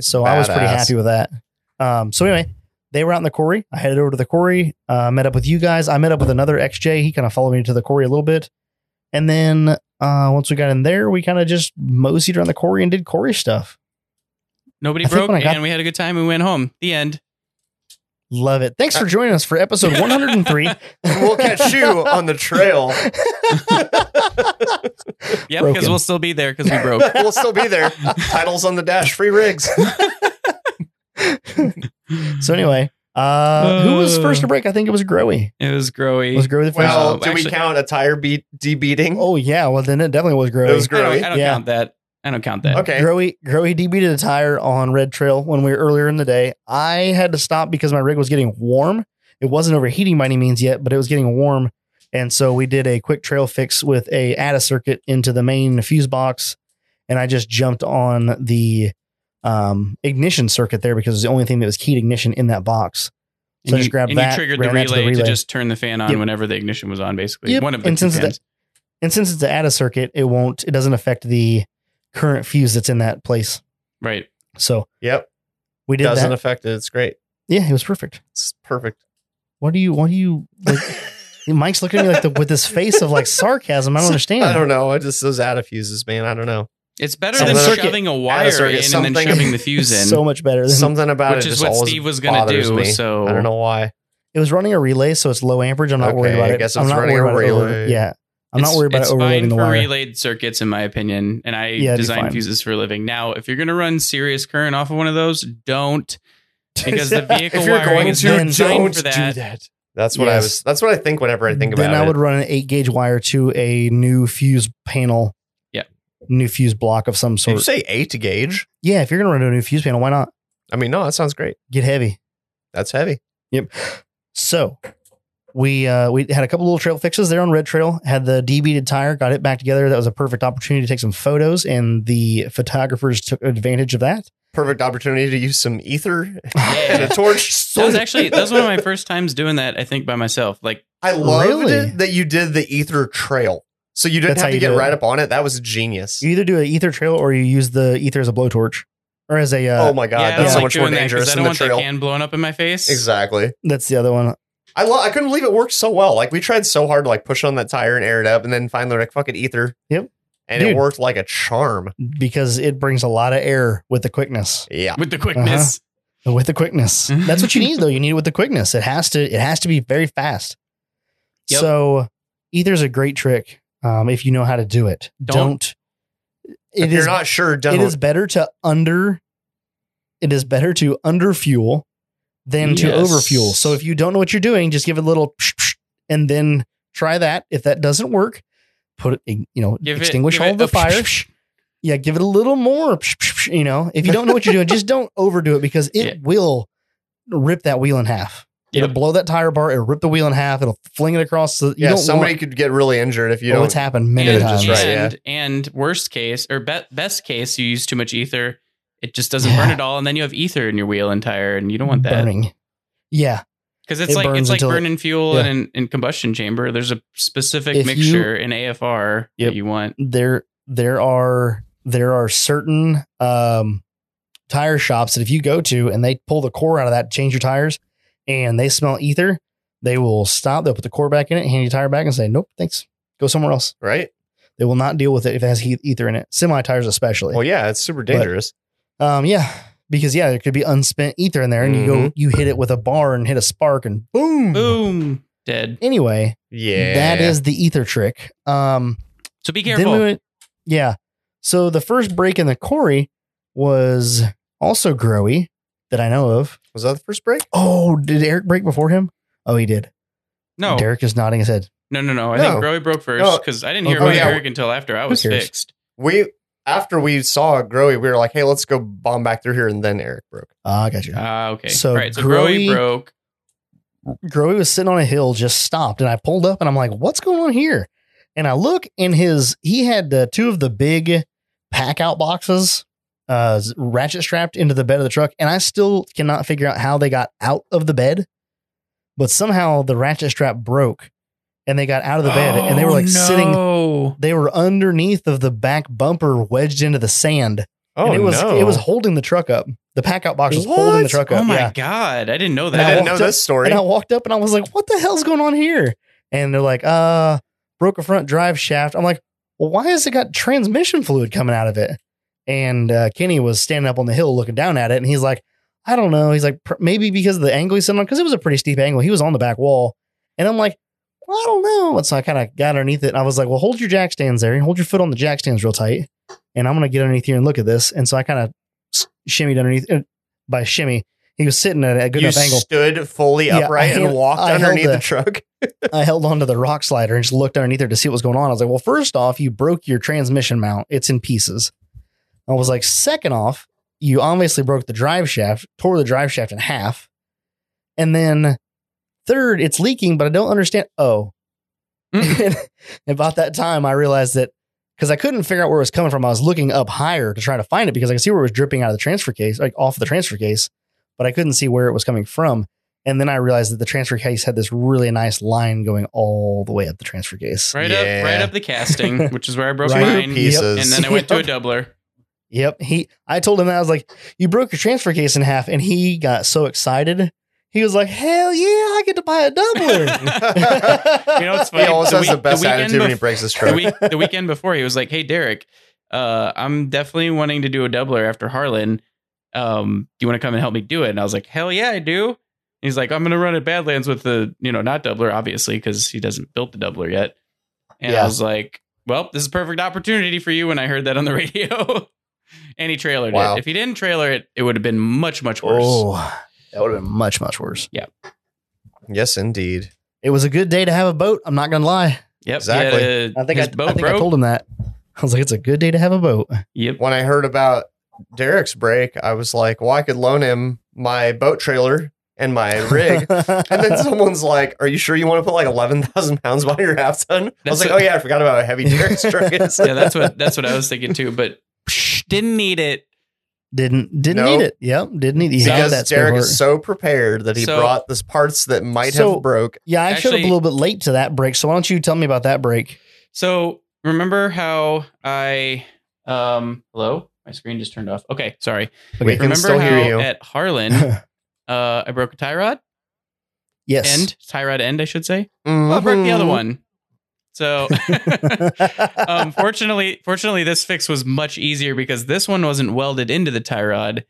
[SPEAKER 1] So I was pretty
[SPEAKER 2] Oh, Badass.
[SPEAKER 1] happy with that. Um, so anyway, they were out in the quarry. I headed over to the quarry, uh, met up with you guys. I met up with another XJ. He kind of followed me to the quarry a little bit. And then uh, once we got in there, we kind of just moseyed around the quarry and did quarry stuff.
[SPEAKER 3] Nobody
[SPEAKER 1] I think
[SPEAKER 3] broke,
[SPEAKER 1] when I got-
[SPEAKER 3] and we had a good time. We went home. The end.
[SPEAKER 1] Love it. Thanks for joining us for episode 103.
[SPEAKER 2] we'll catch you on the trail.
[SPEAKER 3] Yeah, because
[SPEAKER 1] Broken.
[SPEAKER 3] we'll still be there because we broke.
[SPEAKER 2] we'll still be there. Titles on the dash. Free rigs.
[SPEAKER 1] So anyway, uh, who was first to break? I think it was Growy.
[SPEAKER 3] It was growy.
[SPEAKER 1] Was Growy the first?
[SPEAKER 2] Well,
[SPEAKER 3] Um,
[SPEAKER 2] do we
[SPEAKER 3] actually-
[SPEAKER 2] count a tire beat debeating?
[SPEAKER 1] oh yeah. Well then it definitely was Growy.
[SPEAKER 2] It was
[SPEAKER 3] I don't, I
[SPEAKER 2] groovy.
[SPEAKER 3] don't
[SPEAKER 1] Yeah.
[SPEAKER 3] count that. I don't count that.
[SPEAKER 2] Okay.
[SPEAKER 1] Growy Growy DB did a tire on Red Trail when we were earlier in the day. I had to stop because my rig was getting warm. It wasn't overheating by any means yet, but it was getting warm, and so we did a quick trail fix with a ATA circuit into the main fuse box, and I just jumped on the um, ignition circuit there because it was the only thing that was keyed ignition in that box. So
[SPEAKER 3] and
[SPEAKER 1] I just
[SPEAKER 3] you,
[SPEAKER 1] grabbed
[SPEAKER 3] and you
[SPEAKER 1] that,
[SPEAKER 3] triggered the
[SPEAKER 1] ran that to the
[SPEAKER 3] relay, to
[SPEAKER 1] relay.
[SPEAKER 3] just turn the fan on
[SPEAKER 1] Yep.
[SPEAKER 3] whenever the ignition was on, basically.
[SPEAKER 1] Yep.
[SPEAKER 3] One of the
[SPEAKER 1] And
[SPEAKER 3] two
[SPEAKER 1] since the-
[SPEAKER 3] fans.
[SPEAKER 1] And since it's the ATA circuit, it won't. It doesn't affect the current fuse that's in that place.
[SPEAKER 3] right.
[SPEAKER 1] So
[SPEAKER 2] Yep.
[SPEAKER 1] we did
[SPEAKER 2] Doesn't
[SPEAKER 1] that.
[SPEAKER 2] affect it. It's great.
[SPEAKER 1] yeah, it was perfect.
[SPEAKER 2] It's perfect.
[SPEAKER 1] What do you? What do you? Like, Mike's looking at me like the, with this face of like sarcasm. I don't understand.
[SPEAKER 2] I don't know. I just those out of fuses, man. I don't know.
[SPEAKER 3] It's better
[SPEAKER 1] Something-
[SPEAKER 3] than
[SPEAKER 1] Circuit.
[SPEAKER 3] shoving a wire
[SPEAKER 2] circuit,
[SPEAKER 3] in and then
[SPEAKER 2] something-
[SPEAKER 3] shoving the fuse in,
[SPEAKER 1] It's so much better. Than,
[SPEAKER 2] Something about
[SPEAKER 3] which
[SPEAKER 2] it
[SPEAKER 3] is
[SPEAKER 2] just
[SPEAKER 3] what
[SPEAKER 2] always
[SPEAKER 3] Steve was going to
[SPEAKER 2] bothers
[SPEAKER 3] do.
[SPEAKER 2] me.
[SPEAKER 3] So
[SPEAKER 2] I don't know why.
[SPEAKER 1] it was running a relay, so it's low amperage. I'm not worried
[SPEAKER 2] Okay,
[SPEAKER 1] about
[SPEAKER 2] I
[SPEAKER 1] it.
[SPEAKER 2] guess
[SPEAKER 1] I'm
[SPEAKER 2] it's
[SPEAKER 1] not
[SPEAKER 2] running
[SPEAKER 1] worried
[SPEAKER 2] a
[SPEAKER 1] about it over-
[SPEAKER 2] relay.
[SPEAKER 1] yeah, I'm
[SPEAKER 3] It's-
[SPEAKER 1] not worried about
[SPEAKER 3] it's
[SPEAKER 1] it overloading
[SPEAKER 3] fine
[SPEAKER 1] the
[SPEAKER 3] for
[SPEAKER 1] wire.
[SPEAKER 3] relayed circuits, in my opinion. And I
[SPEAKER 1] Yeah, it'd be
[SPEAKER 3] design
[SPEAKER 1] fine.
[SPEAKER 3] fuses for a living. Now, if you're going to run serious current off of one of those, don't because the vehicle
[SPEAKER 2] if you're
[SPEAKER 3] wiring
[SPEAKER 2] going
[SPEAKER 3] is
[SPEAKER 2] to,
[SPEAKER 3] not
[SPEAKER 1] then
[SPEAKER 2] don't
[SPEAKER 3] designed for
[SPEAKER 2] do that. That's what I
[SPEAKER 1] Yes.
[SPEAKER 2] was. That's what I think whenever I think about
[SPEAKER 1] then I would
[SPEAKER 2] it.
[SPEAKER 1] run an eight gauge wire to a new fuse panel.
[SPEAKER 3] Yeah.
[SPEAKER 1] new fuse block of some
[SPEAKER 2] Did you
[SPEAKER 1] sort.
[SPEAKER 2] say eight gauge?
[SPEAKER 1] Yeah, if you're gonna run a new fuse panel, why not
[SPEAKER 2] I mean, no, that sounds great.
[SPEAKER 1] get heavy?
[SPEAKER 2] That's heavy.
[SPEAKER 1] So we uh, we had a couple little trail fixes there on Red Trail. Had the debeated tire, got it back together. That was a perfect opportunity to take some photos, and the photographers took advantage of that.
[SPEAKER 2] Perfect opportunity to use some ether and a
[SPEAKER 3] Yeah.
[SPEAKER 2] torch.
[SPEAKER 3] That was actually that was one of my first times doing that. I think by myself. Like
[SPEAKER 2] I loved
[SPEAKER 1] Really?
[SPEAKER 2] it that you did the ether trail, so you didn't
[SPEAKER 1] That's how
[SPEAKER 2] have to
[SPEAKER 1] you
[SPEAKER 2] get
[SPEAKER 1] do it.
[SPEAKER 2] right up on it. That was genius.
[SPEAKER 1] You either do an ether trail or you use the ether as a blowtorch, or as a uh,
[SPEAKER 2] oh my god,
[SPEAKER 3] yeah, I
[SPEAKER 2] that's
[SPEAKER 3] don't
[SPEAKER 2] so
[SPEAKER 3] like
[SPEAKER 2] much more
[SPEAKER 3] doing that 'cause
[SPEAKER 2] dangerous
[SPEAKER 3] I
[SPEAKER 2] than
[SPEAKER 3] don't
[SPEAKER 2] the
[SPEAKER 3] want
[SPEAKER 2] trail.
[SPEAKER 3] that can blown up in my face.
[SPEAKER 2] Exactly.
[SPEAKER 1] that's the other one.
[SPEAKER 2] I lo- I couldn't believe it worked so well. Like we tried so hard to like push on that tire and air it up, and then finally like fucking ether.
[SPEAKER 1] Yep.
[SPEAKER 2] And it
[SPEAKER 1] Dude.
[SPEAKER 2] worked like a charm.
[SPEAKER 1] because it brings a lot of air with the quickness.
[SPEAKER 2] Yeah.
[SPEAKER 3] with the quickness.
[SPEAKER 1] With the quickness, that's what you need though. You need it with the quickness. It has to. It has to be very fast.
[SPEAKER 3] Yep.
[SPEAKER 1] So ether's a great trick um, if you know how to do it.
[SPEAKER 3] Don't.
[SPEAKER 1] Don't.
[SPEAKER 2] If
[SPEAKER 1] It
[SPEAKER 2] you're
[SPEAKER 1] is
[SPEAKER 2] not sure, don't.
[SPEAKER 1] it is better to under it is better to underfuel than to
[SPEAKER 3] Yes.
[SPEAKER 1] overfuel. So if you don't know what you're doing, just give it a little psh, psh, and then try that. If that doesn't work, put it you know,
[SPEAKER 3] Give it-
[SPEAKER 1] extinguish
[SPEAKER 3] give
[SPEAKER 1] all
[SPEAKER 3] it
[SPEAKER 1] the
[SPEAKER 3] a psh,
[SPEAKER 1] fire.
[SPEAKER 3] psh, psh.
[SPEAKER 1] Yeah, give it a little more, psh, psh, psh, you know. If you don't know what you're doing, just don't overdo it because it
[SPEAKER 3] Yeah.
[SPEAKER 1] will rip that wheel in half. It'll
[SPEAKER 3] Yep.
[SPEAKER 1] blow that tire bar, it'll rip the wheel in half, it'll fling it across the you
[SPEAKER 2] yeah.
[SPEAKER 1] don't
[SPEAKER 2] Somebody
[SPEAKER 1] want,
[SPEAKER 2] could get really injured if you
[SPEAKER 1] oh,
[SPEAKER 2] don't.
[SPEAKER 1] it's happened many
[SPEAKER 2] Yeah,
[SPEAKER 1] times.
[SPEAKER 2] just right. yeah.
[SPEAKER 3] and, and worst case or be- best case, you use too much ether. It just doesn't burn
[SPEAKER 1] Yeah.
[SPEAKER 3] at all, and then you have ether in your wheel and tire, and you don't want that.
[SPEAKER 1] burning. Yeah.
[SPEAKER 3] because it's
[SPEAKER 1] It
[SPEAKER 3] like
[SPEAKER 1] burns
[SPEAKER 3] it's like
[SPEAKER 1] until it-
[SPEAKER 3] burning fuel
[SPEAKER 1] yeah.
[SPEAKER 3] in in combustion chamber. There's a specific
[SPEAKER 1] If you-
[SPEAKER 3] mixture in AFR
[SPEAKER 1] Yep.
[SPEAKER 3] that you want.
[SPEAKER 1] there there are there are certain um tire shops that if you go to and they pull the core out of that, change your tires, and they smell ether, they will stop. They'll put the core back in it, hand your tire back, and say, "Nope, thanks, go somewhere else."
[SPEAKER 2] right?
[SPEAKER 1] They will not deal with it if it has heat, ether in it. Semi tires, especially.
[SPEAKER 2] Well, Oh, yeah, it's super dangerous.
[SPEAKER 1] Um, yeah, because yeah, there could be unspent ether in there, and
[SPEAKER 2] Mm-hmm.
[SPEAKER 1] you go, you hit it with a bar and hit a spark, and boom.
[SPEAKER 3] Boom, dead.
[SPEAKER 1] Anyway,
[SPEAKER 2] yeah,
[SPEAKER 1] that is the ether trick. Um,
[SPEAKER 3] So be
[SPEAKER 1] then we
[SPEAKER 3] careful.
[SPEAKER 1] went, yeah. So the first break in the quarry was also growy that I know of.
[SPEAKER 2] was that the first break?
[SPEAKER 1] Oh, did Eric break before him? Oh, he did.
[SPEAKER 3] No,
[SPEAKER 1] Derek is nodding his head.
[SPEAKER 3] no, no, no. I
[SPEAKER 2] No.
[SPEAKER 3] think Growy broke
[SPEAKER 2] No.
[SPEAKER 3] first because I didn't hear
[SPEAKER 1] Oh,
[SPEAKER 3] about
[SPEAKER 2] yeah.
[SPEAKER 3] Eric until after I was
[SPEAKER 1] cares?
[SPEAKER 3] fixed.
[SPEAKER 2] We after we saw Growy, we were like, hey, let's go bomb back through here, and then Eric broke.
[SPEAKER 1] Ah, I got you.
[SPEAKER 3] Ah, okay.
[SPEAKER 1] So
[SPEAKER 3] All right. So Growy
[SPEAKER 1] Growy-
[SPEAKER 3] broke.
[SPEAKER 1] Growy was sitting on a hill, just stopped, and I pulled up and I'm like, what's going on here? And I look in his, he had uh, two of the big pack out boxes uh, ratchet strapped into the bed of the truck. And I still cannot figure out how they got out of the bed, but somehow the ratchet strap broke and they got out of the bed and
[SPEAKER 2] Oh,
[SPEAKER 1] they were like sitting,
[SPEAKER 3] Oh
[SPEAKER 1] they were underneath of the back bumper wedged into the sand.
[SPEAKER 2] Oh
[SPEAKER 1] and it was,
[SPEAKER 2] no.
[SPEAKER 1] it was holding the truck up. The pack out box was holding the
[SPEAKER 2] What?
[SPEAKER 1] truck up.
[SPEAKER 3] Oh my
[SPEAKER 1] yeah.
[SPEAKER 3] god! I didn't know
[SPEAKER 2] I
[SPEAKER 3] that.
[SPEAKER 2] didn't
[SPEAKER 1] walked
[SPEAKER 2] know
[SPEAKER 1] up-
[SPEAKER 2] this story.
[SPEAKER 1] And I walked up and I was like, what the hell's going on here? And they're like, uh, broke a front drive shaft. I'm like, well, why has it got transmission fluid coming out of it? And uh, Kenny was standing up on the hill looking down at it. And he's like, I don't know. He's like, "Pr- maybe because of the angle he's sitting on, because it was a pretty steep angle. He was on the back wall. And I'm like, well, I don't know. And so I kind of got underneath it. And I was like, well, hold your jack stands there and hold your foot on the jack stands real tight. And I'm going to get underneath here and look at this. And so I kind of shimmied underneath uh, by shimmy. He was sitting at a good
[SPEAKER 2] you
[SPEAKER 1] enough angle.
[SPEAKER 2] stood fully
[SPEAKER 1] Yeah,
[SPEAKER 2] upright
[SPEAKER 1] I
[SPEAKER 2] and
[SPEAKER 1] hand-
[SPEAKER 2] walked
[SPEAKER 1] I held
[SPEAKER 2] underneath the
[SPEAKER 1] the-
[SPEAKER 2] truck.
[SPEAKER 1] I held onto the rock slider and just looked underneath her to see what was going on. I was like, well, first off, you broke your transmission mount. It's in pieces. I was like, second off, you obviously broke the drive shaft, tore the drive shaft in half. And then third, it's leaking, but I don't understand. Oh. and about that time, I realized that because I couldn't figure out where it was coming from, I was looking up higher to try to find it because I could see where it was dripping out of the transfer case, like off the transfer case, but I couldn't see where it was coming from. And then I realized that the transfer case had this really nice line going all the way up the transfer case.
[SPEAKER 3] Right
[SPEAKER 2] Yeah.
[SPEAKER 3] up, right up the casting, which is where I broke
[SPEAKER 1] Right.
[SPEAKER 2] Two
[SPEAKER 3] mine,
[SPEAKER 2] pieces.
[SPEAKER 3] and then I went to a doubler.
[SPEAKER 1] Yep. He I told him that I was like, you broke your transfer case in half, and he got so excited. He was like, Hell yeah, I get to buy a doubler.
[SPEAKER 3] You know, it's
[SPEAKER 2] he
[SPEAKER 3] funny.
[SPEAKER 2] always
[SPEAKER 3] the
[SPEAKER 2] has the
[SPEAKER 3] week- the
[SPEAKER 2] best
[SPEAKER 3] weekend
[SPEAKER 2] attitude when he
[SPEAKER 3] bef-
[SPEAKER 2] breaks his
[SPEAKER 3] the
[SPEAKER 2] truck.
[SPEAKER 3] week, the weekend before, he was like, "Hey, Derek, uh, I'm definitely wanting to do a doubler after Harlan. Um, do you want to come and help me do it?" And I was like, "Hell yeah, I do." And he's like, "I'm going to run at Badlands with the you know not doubler, obviously, because he doesn't built the doubler yet." And
[SPEAKER 1] Yeah.
[SPEAKER 3] I was like, "Well, this is a perfect opportunity for you." When I heard that on the radio, and he trailered
[SPEAKER 2] Wow.
[SPEAKER 3] it. If he didn't trailer it, it would have been much much worse.
[SPEAKER 1] oh, that would have been much, much worse.
[SPEAKER 2] yes, indeed.
[SPEAKER 1] It was a good day to have a boat. I'm not gonna lie.
[SPEAKER 3] Yep,
[SPEAKER 2] Exactly.
[SPEAKER 3] yeah,
[SPEAKER 1] I think, I,
[SPEAKER 3] his
[SPEAKER 1] I
[SPEAKER 3] boat
[SPEAKER 1] think I
[SPEAKER 3] broke.
[SPEAKER 1] told him that. I was like, it's a good day to have a boat.
[SPEAKER 3] Yep.
[SPEAKER 2] When I heard about Derek's break, I was like, well, I could loan him my boat trailer and my rig. And then someone's like, "Are you sure you want to put like eleven thousand pounds by your half ton?" I was
[SPEAKER 3] That's
[SPEAKER 2] like,
[SPEAKER 3] what-
[SPEAKER 2] "Oh yeah, I forgot about how heavy Derek's truck is."
[SPEAKER 3] yeah, that's what that's what I was thinking too. But psh, didn't need it.
[SPEAKER 1] didn't didn't
[SPEAKER 2] No.
[SPEAKER 1] need it. Yep, didn't need. He's out of
[SPEAKER 2] because
[SPEAKER 1] that spare
[SPEAKER 2] Derek
[SPEAKER 1] part.
[SPEAKER 2] is so prepared that he
[SPEAKER 3] So-
[SPEAKER 2] brought this parts that might
[SPEAKER 1] So-
[SPEAKER 2] have broke.
[SPEAKER 1] yeah, I showed up a
[SPEAKER 3] Actually-
[SPEAKER 1] little bit late to that break. So why don't you tell me about that break?
[SPEAKER 3] So remember how I um hello my screen just turned off. Okay, sorry.
[SPEAKER 2] We can
[SPEAKER 3] remember
[SPEAKER 2] still
[SPEAKER 3] how
[SPEAKER 2] hear you.
[SPEAKER 3] at Harlan uh, I broke a tie rod
[SPEAKER 1] yes.
[SPEAKER 3] end tie rod end I should say. Well, I broke the other
[SPEAKER 2] Mhm.
[SPEAKER 3] one. So
[SPEAKER 2] Uh,
[SPEAKER 3] um, fortunately, fortunately, this fix was much easier because this one wasn't welded into the tie rod.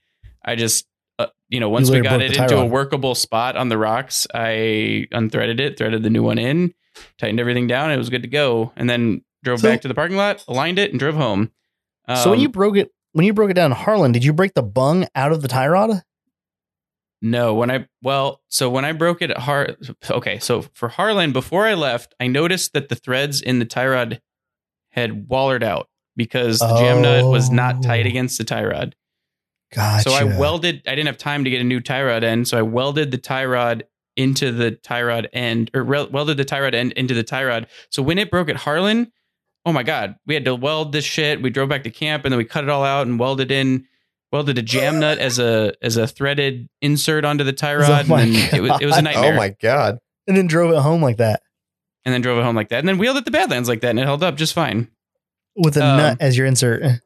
[SPEAKER 3] I just, uh, you know, once we
[SPEAKER 1] literally
[SPEAKER 3] got
[SPEAKER 1] broke
[SPEAKER 3] it
[SPEAKER 1] the tie
[SPEAKER 3] into a
[SPEAKER 1] rod.
[SPEAKER 3] workable spot on the rocks, I unthreaded it, threaded the new one in, tightened everything down. It was good to go, and then drove
[SPEAKER 1] So-
[SPEAKER 3] back to the parking lot, aligned it, and drove home. Um,
[SPEAKER 1] so when you broke it, when you broke it down, Harlan, did you break the bung out of the tie rod?
[SPEAKER 3] No, when I well, so when I broke it at Har okay, so for Harlan, before I left, I noticed that the threads in the tie rod had wallered out because the jam nut was not tight
[SPEAKER 1] Oh.
[SPEAKER 3] against the tie rod.
[SPEAKER 1] Gotcha.
[SPEAKER 3] So I welded I didn't have time to get a new tie rod end, so I welded the tie rod into the tie rod end or rel welded the tie rod end into the tie rod. So when it broke at Harlan, oh my god, we had to weld this shit. We drove back to camp and then we cut it all out and welded in welded a jam nut as a as a threaded insert onto the tie
[SPEAKER 1] Oh
[SPEAKER 3] rod,
[SPEAKER 1] my
[SPEAKER 3] and then it was it was a
[SPEAKER 1] God.
[SPEAKER 3] nightmare.
[SPEAKER 2] Oh my god.
[SPEAKER 1] and then drove it home like that
[SPEAKER 3] And then drove it home like that, and then wheeled at the Badlands like that, and it held up just fine.
[SPEAKER 1] with a
[SPEAKER 3] Um,
[SPEAKER 1] nut as your insert. Eh,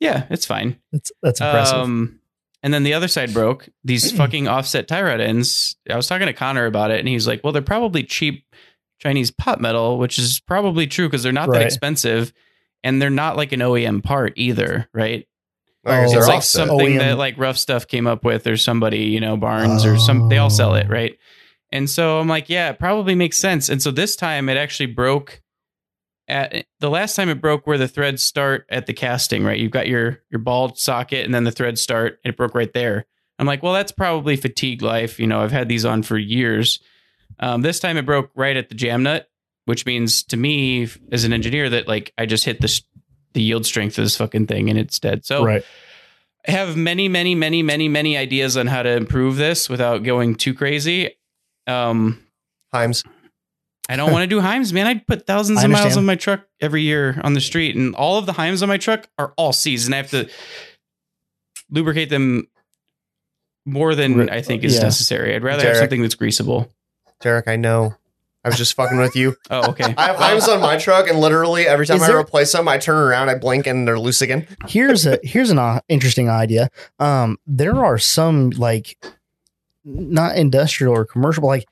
[SPEAKER 3] Yeah, it's fine.
[SPEAKER 1] That's that's impressive.
[SPEAKER 3] Um, and then the other side broke. These fucking offset tie rod ends. I was talking to Connor about it, and he was like, "Well, they're probably cheap Chinese pot metal, which is probably true because they're not that
[SPEAKER 1] Right.
[SPEAKER 3] expensive, and they're not like an OEM part either, right?
[SPEAKER 2] I guess
[SPEAKER 1] Oh,
[SPEAKER 2] they're
[SPEAKER 3] it's like
[SPEAKER 2] offset.
[SPEAKER 3] something
[SPEAKER 1] OEM.
[SPEAKER 3] that like rough stuff came up with or somebody you know barnes or some they all sell it
[SPEAKER 1] Oh.
[SPEAKER 3] right and so i'm like yeah it probably makes sense and so this time it actually broke at the last time it broke where the threads start at the casting right you've got your your ball socket and then the threads start and it broke right there i'm like well that's probably fatigue life you know i've had these on for years um, this time it broke right at the jam nut which means to me f- as an engineer that like i just hit the s- the yield strength of this fucking thing and it's dead so
[SPEAKER 1] right.
[SPEAKER 3] I have many, many, many, many, many ideas on how to improve this without going too crazy. Um,
[SPEAKER 2] Himes.
[SPEAKER 3] I don't want to do Heims, man. I put thousands
[SPEAKER 1] I
[SPEAKER 3] of miles
[SPEAKER 1] understand.
[SPEAKER 3] on my truck every year on the street, and all of the Heims on my truck are all C's, and I have to lubricate them more than
[SPEAKER 1] Re-
[SPEAKER 3] I think is
[SPEAKER 1] Uh, yeah.
[SPEAKER 3] necessary. I'd rather have
[SPEAKER 2] Derek.
[SPEAKER 3] something that's greasable.
[SPEAKER 2] Derek, I know. I was just fucking with you.
[SPEAKER 3] Oh, okay.
[SPEAKER 2] I have Himes on my truck, and literally every time
[SPEAKER 1] Is
[SPEAKER 2] I
[SPEAKER 1] there-
[SPEAKER 2] replace them, I turn around, I blink, and they're loose again.
[SPEAKER 1] here's a here's an uh, interesting idea. Um, there are some like not industrial or commercial, but like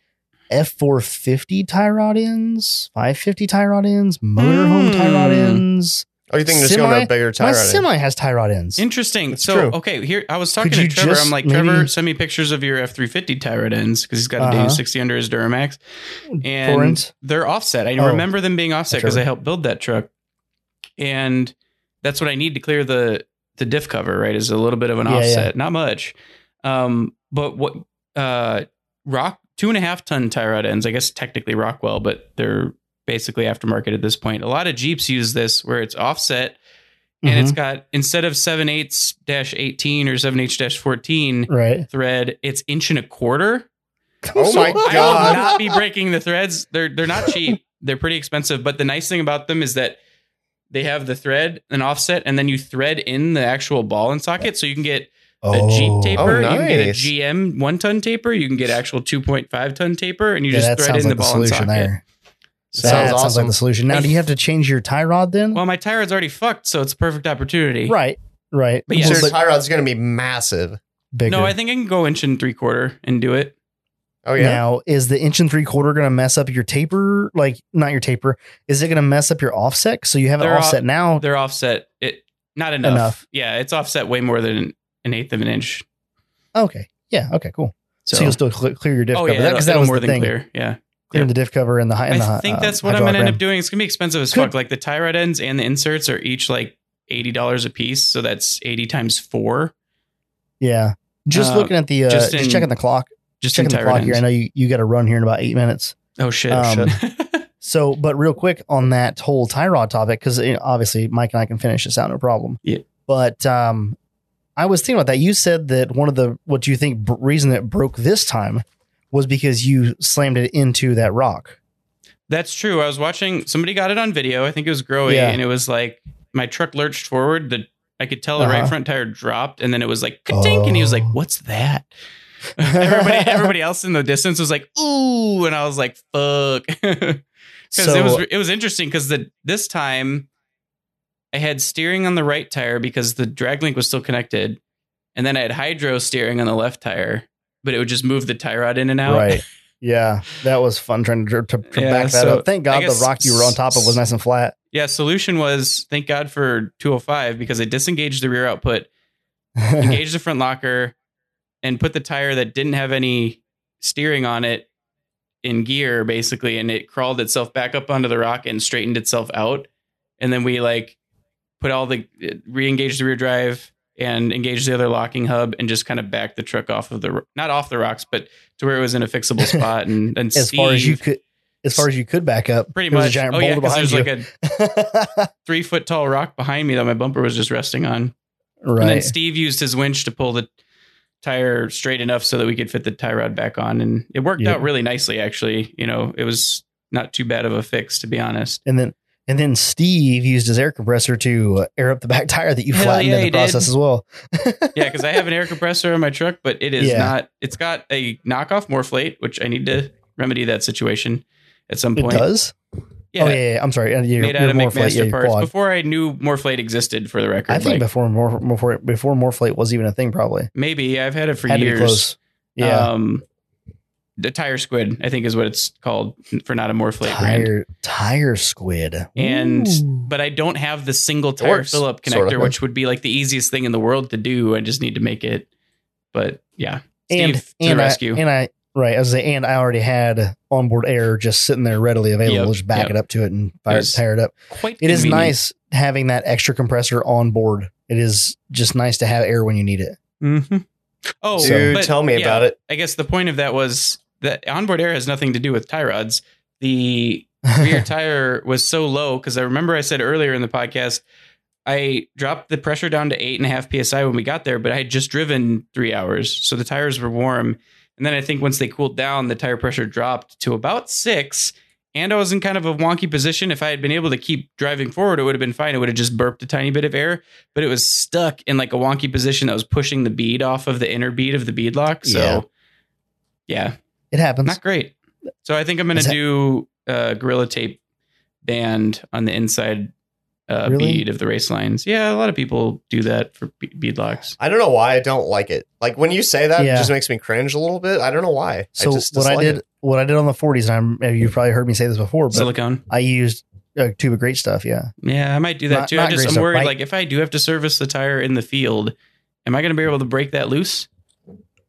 [SPEAKER 1] F four fifty tie rod ends, five fifty tie rod ends, motorhome tie rod
[SPEAKER 3] Mm.
[SPEAKER 1] ends.
[SPEAKER 2] Oh, you think they're just going to
[SPEAKER 1] Semi-
[SPEAKER 2] a bigger
[SPEAKER 1] My
[SPEAKER 2] tire?
[SPEAKER 1] semi has tie rod ends.
[SPEAKER 3] Interesting.
[SPEAKER 2] It's true.
[SPEAKER 3] so, okay, here I was talking
[SPEAKER 1] Could
[SPEAKER 3] to
[SPEAKER 1] you
[SPEAKER 3] Trevor.
[SPEAKER 1] just
[SPEAKER 3] I'm like,
[SPEAKER 1] maybe-
[SPEAKER 3] Trevor, send me pictures of your F350 Tyrod ends because he's got a
[SPEAKER 1] Uh-huh.
[SPEAKER 3] Dave 60 under his Duramax, and
[SPEAKER 1] Torrent?
[SPEAKER 3] they're offset. I
[SPEAKER 1] Oh.
[SPEAKER 3] remember them being offset because
[SPEAKER 1] Trevor.
[SPEAKER 3] I helped build that truck, and that's what I need to clear the the diff cover. Right, is a little bit of an
[SPEAKER 1] Yeah, yeah.
[SPEAKER 3] offset, not much, um, but what uh, rock two and a half ton Tyrod ends. I guess technically Rockwell, but they're basically aftermarket at this point. A lot of Jeeps use this where it's offset and
[SPEAKER 2] Mm-hmm.
[SPEAKER 3] it's got instead of seven eighths dash eighteen or seven eighths dash fourteen
[SPEAKER 1] Mhm. right.
[SPEAKER 3] thread, it's inch and a quarter.
[SPEAKER 2] Oh my
[SPEAKER 3] I will
[SPEAKER 2] God.
[SPEAKER 3] not be breaking the threads. They're they're not cheap. They're pretty expensive. But the nice thing about them is that they have the thread, an offset, and then you thread in the actual ball and socket, so you can get a Jeep taper,
[SPEAKER 2] Oh,
[SPEAKER 3] you can get a
[SPEAKER 2] nice.
[SPEAKER 3] GM one ton taper, you can get actual two point five ton taper, and you
[SPEAKER 1] Yeah,
[SPEAKER 3] just thread in the ball and socket.
[SPEAKER 1] That
[SPEAKER 2] Sounds
[SPEAKER 1] sounds,
[SPEAKER 2] awesome.
[SPEAKER 1] like the solution. Now, do you have to change your tie rod then?
[SPEAKER 3] Well, my tie rod's already fucked, so it's a perfect opportunity.
[SPEAKER 1] right, right.
[SPEAKER 3] But yeah.
[SPEAKER 2] So
[SPEAKER 1] Well,
[SPEAKER 2] your tie rod's going to be massive.
[SPEAKER 1] bigger.
[SPEAKER 3] No, I think I can go inch and three quarter and do it.
[SPEAKER 2] Oh yeah.
[SPEAKER 1] Now, is the inch and three quarter going to mess up your taper? Like, not your taper. Is it going to mess up your offset? So you have an
[SPEAKER 3] They're all-
[SPEAKER 1] offset now.
[SPEAKER 3] they're offset it not enough.
[SPEAKER 1] Enough.
[SPEAKER 3] Yeah, it's offset way more than an eighth of an inch.
[SPEAKER 1] Okay. Yeah. Okay. Cool. So,
[SPEAKER 3] So,
[SPEAKER 1] you'll still cl- clear your diff
[SPEAKER 3] oh
[SPEAKER 1] cover
[SPEAKER 3] yeah,
[SPEAKER 1] because
[SPEAKER 3] because
[SPEAKER 1] that was
[SPEAKER 3] more
[SPEAKER 1] the
[SPEAKER 3] than
[SPEAKER 1] thing.
[SPEAKER 3] clear. Yeah,
[SPEAKER 1] Clearing the diff cover and the high. And
[SPEAKER 3] I
[SPEAKER 1] the,
[SPEAKER 3] think
[SPEAKER 1] uh,
[SPEAKER 3] that's what I'm gonna end
[SPEAKER 1] hydraulic
[SPEAKER 3] up doing. It's gonna be expensive as
[SPEAKER 1] Could-
[SPEAKER 3] fuck. Like the tie rod ends and the inserts are each like eighty dollars a piece, so that's eighty times four.
[SPEAKER 1] ram. Yeah. Just
[SPEAKER 3] Uh,
[SPEAKER 1] looking at the uh,
[SPEAKER 3] just
[SPEAKER 1] just,
[SPEAKER 3] in-
[SPEAKER 1] checking the clock.
[SPEAKER 3] Just in
[SPEAKER 1] Checking the
[SPEAKER 3] tie
[SPEAKER 1] clock
[SPEAKER 3] rod
[SPEAKER 1] here. I
[SPEAKER 3] ends.
[SPEAKER 1] know you you got to run here in about eight minutes.
[SPEAKER 3] Oh shit!
[SPEAKER 1] Um, So, but real quick on that whole tie rod topic, because obviously Mike and I can finish this out, no problem.
[SPEAKER 3] Yeah.
[SPEAKER 1] But um, I was thinking about that. You said that one of the what you think b- reason it broke this time was because you slammed it into that rock.
[SPEAKER 3] That's true. I was watching somebody got it on video. I think it was Growy,
[SPEAKER 1] Yeah.
[SPEAKER 3] and it was like my truck lurched forward. The I could tell the right
[SPEAKER 1] Uh-huh.
[SPEAKER 3] front tire dropped, and then it was like ka-tink, and he was like,
[SPEAKER 1] Oh.
[SPEAKER 3] "What's that?" everybody, everybody else in the distance was like, "Ooh," and I was like, "Fuck," because
[SPEAKER 1] So
[SPEAKER 3] it was it was interesting because the this time I had steering on the right tire because the drag link was still connected, and then I had hydro steering on the left tire, but it would just move the tie rod in and out.
[SPEAKER 1] right. Yeah, that was fun trying to, to, to
[SPEAKER 3] Yeah,
[SPEAKER 1] back that
[SPEAKER 3] so
[SPEAKER 1] up. Thank
[SPEAKER 3] I
[SPEAKER 1] God
[SPEAKER 3] guess
[SPEAKER 1] the rock you were on top of was nice and flat.
[SPEAKER 3] Yeah, solution was thank God for 205 because I disengaged the rear output, engaged the front locker, and put the tire that didn't have any steering on it in gear basically, and it crawled itself back up onto the rock and straightened itself out. And then we like put all the re-engaged the rear drive and engaged the other locking hub and just kind of backed the truck off of the ro- not off the rocks, but to where it was in a fixable spot. And and
[SPEAKER 1] as far as you
[SPEAKER 3] Steve-
[SPEAKER 1] could, as far as you could back up,
[SPEAKER 3] pretty
[SPEAKER 1] there was
[SPEAKER 3] much
[SPEAKER 1] a giant
[SPEAKER 3] oh yeah,
[SPEAKER 1] boulder
[SPEAKER 3] 'cause
[SPEAKER 1] behind
[SPEAKER 3] there's
[SPEAKER 1] you.
[SPEAKER 3] like a three foot tall rock behind me that my bumper was just resting on. And then
[SPEAKER 1] right.
[SPEAKER 3] Steve used his winch to pull the tire straight enough so that we could fit the tie rod back on. And it worked
[SPEAKER 1] Yeah.
[SPEAKER 3] out really nicely, actually. You know, it was not too bad of a fix, to be honest.
[SPEAKER 1] And then And then Steve used his air compressor to uh, air up the back tire that you
[SPEAKER 3] Hell
[SPEAKER 1] flattened
[SPEAKER 3] yeah,
[SPEAKER 1] in
[SPEAKER 3] he
[SPEAKER 1] the process
[SPEAKER 3] did.
[SPEAKER 1] as well.
[SPEAKER 3] yeah, because I have an air compressor in my truck, but it is
[SPEAKER 1] Yeah.
[SPEAKER 3] not. It's got a knockoff Morphlate, which I need to remedy that situation at some
[SPEAKER 1] It
[SPEAKER 3] point.
[SPEAKER 1] does.
[SPEAKER 3] Yeah,
[SPEAKER 1] Oh yeah, yeah, I'm sorry. You're,
[SPEAKER 3] made out
[SPEAKER 1] you're
[SPEAKER 3] of
[SPEAKER 1] more flat, yeah,
[SPEAKER 3] McMaster
[SPEAKER 1] your
[SPEAKER 3] parts
[SPEAKER 1] quad.
[SPEAKER 3] before I knew Morphlate existed. For the record,
[SPEAKER 1] I think
[SPEAKER 3] Like,
[SPEAKER 1] before more before before Morphlate was even a thing, probably
[SPEAKER 3] maybe I've had it for
[SPEAKER 1] had to be
[SPEAKER 3] years.
[SPEAKER 1] close. Yeah,
[SPEAKER 3] Um, the tire squid, I think, is what it's called for not a Morphlate brand.
[SPEAKER 1] tire tire squid.
[SPEAKER 3] And
[SPEAKER 1] Ooh.
[SPEAKER 3] but I don't have the single tire
[SPEAKER 2] works,
[SPEAKER 3] fill up connector,
[SPEAKER 2] sort of.
[SPEAKER 3] which would be like the easiest thing in the world to do. I just need to make it. But yeah, Steve
[SPEAKER 1] and
[SPEAKER 3] to the
[SPEAKER 1] and I,
[SPEAKER 3] rescue.
[SPEAKER 1] and I right I was saying, and I already had onboard air just sitting there readily available.
[SPEAKER 3] Yep,
[SPEAKER 1] just back
[SPEAKER 3] yep.
[SPEAKER 1] it up to it and fire
[SPEAKER 3] There's-
[SPEAKER 1] tire it up.
[SPEAKER 3] Quite
[SPEAKER 1] It is
[SPEAKER 3] convenient.
[SPEAKER 1] nice having that extra compressor on board. It is just nice to have air when you need it.
[SPEAKER 3] Mm-hmm. Oh,
[SPEAKER 2] Dude,
[SPEAKER 3] but,
[SPEAKER 2] tell me
[SPEAKER 3] yeah,
[SPEAKER 2] about it.
[SPEAKER 3] I guess the point of that was that onboard air has nothing to do with tie rods. The rear tire was so low because I remember I said earlier in the podcast I dropped the pressure down to eight and a half psi when we got there, but I had just driven three hours, so the tires were warm. And then I think once they cooled down, the tire pressure dropped to about six. And I was in kind of a wonky position. If I had been able to keep driving forward, it would have been fine. It would have just burped a tiny bit of air, but it was stuck in like a wonky position that was pushing the bead off of the inner bead of the bead lock. So, yeah,
[SPEAKER 1] It happens.
[SPEAKER 3] not great. So I think I'm going
[SPEAKER 1] Is
[SPEAKER 3] to
[SPEAKER 1] that-
[SPEAKER 3] do uh, Gorilla Tape band on the inside uh,
[SPEAKER 1] Really?
[SPEAKER 3] bead of the race lines. Yeah, a lot of people do that for be- bead locks.
[SPEAKER 2] I don't know why I don't like it. Like when you say that,
[SPEAKER 1] Yeah.
[SPEAKER 2] it just makes me cringe a little bit. I don't know why.
[SPEAKER 1] So
[SPEAKER 2] I just
[SPEAKER 1] what I
[SPEAKER 2] dislike
[SPEAKER 1] did
[SPEAKER 2] it.
[SPEAKER 1] what I did on the 40s, and I'm you probably heard me say this before, but
[SPEAKER 3] Silicone.
[SPEAKER 1] I used a tube of great stuff. Yeah,
[SPEAKER 3] Yeah, I might do that
[SPEAKER 1] Not-
[SPEAKER 3] too.
[SPEAKER 1] not
[SPEAKER 3] I just
[SPEAKER 1] great
[SPEAKER 3] I'm
[SPEAKER 1] stuff,
[SPEAKER 3] worried
[SPEAKER 1] right?
[SPEAKER 3] like if I do have to service the tire in the field, am I going to be able to break that loose?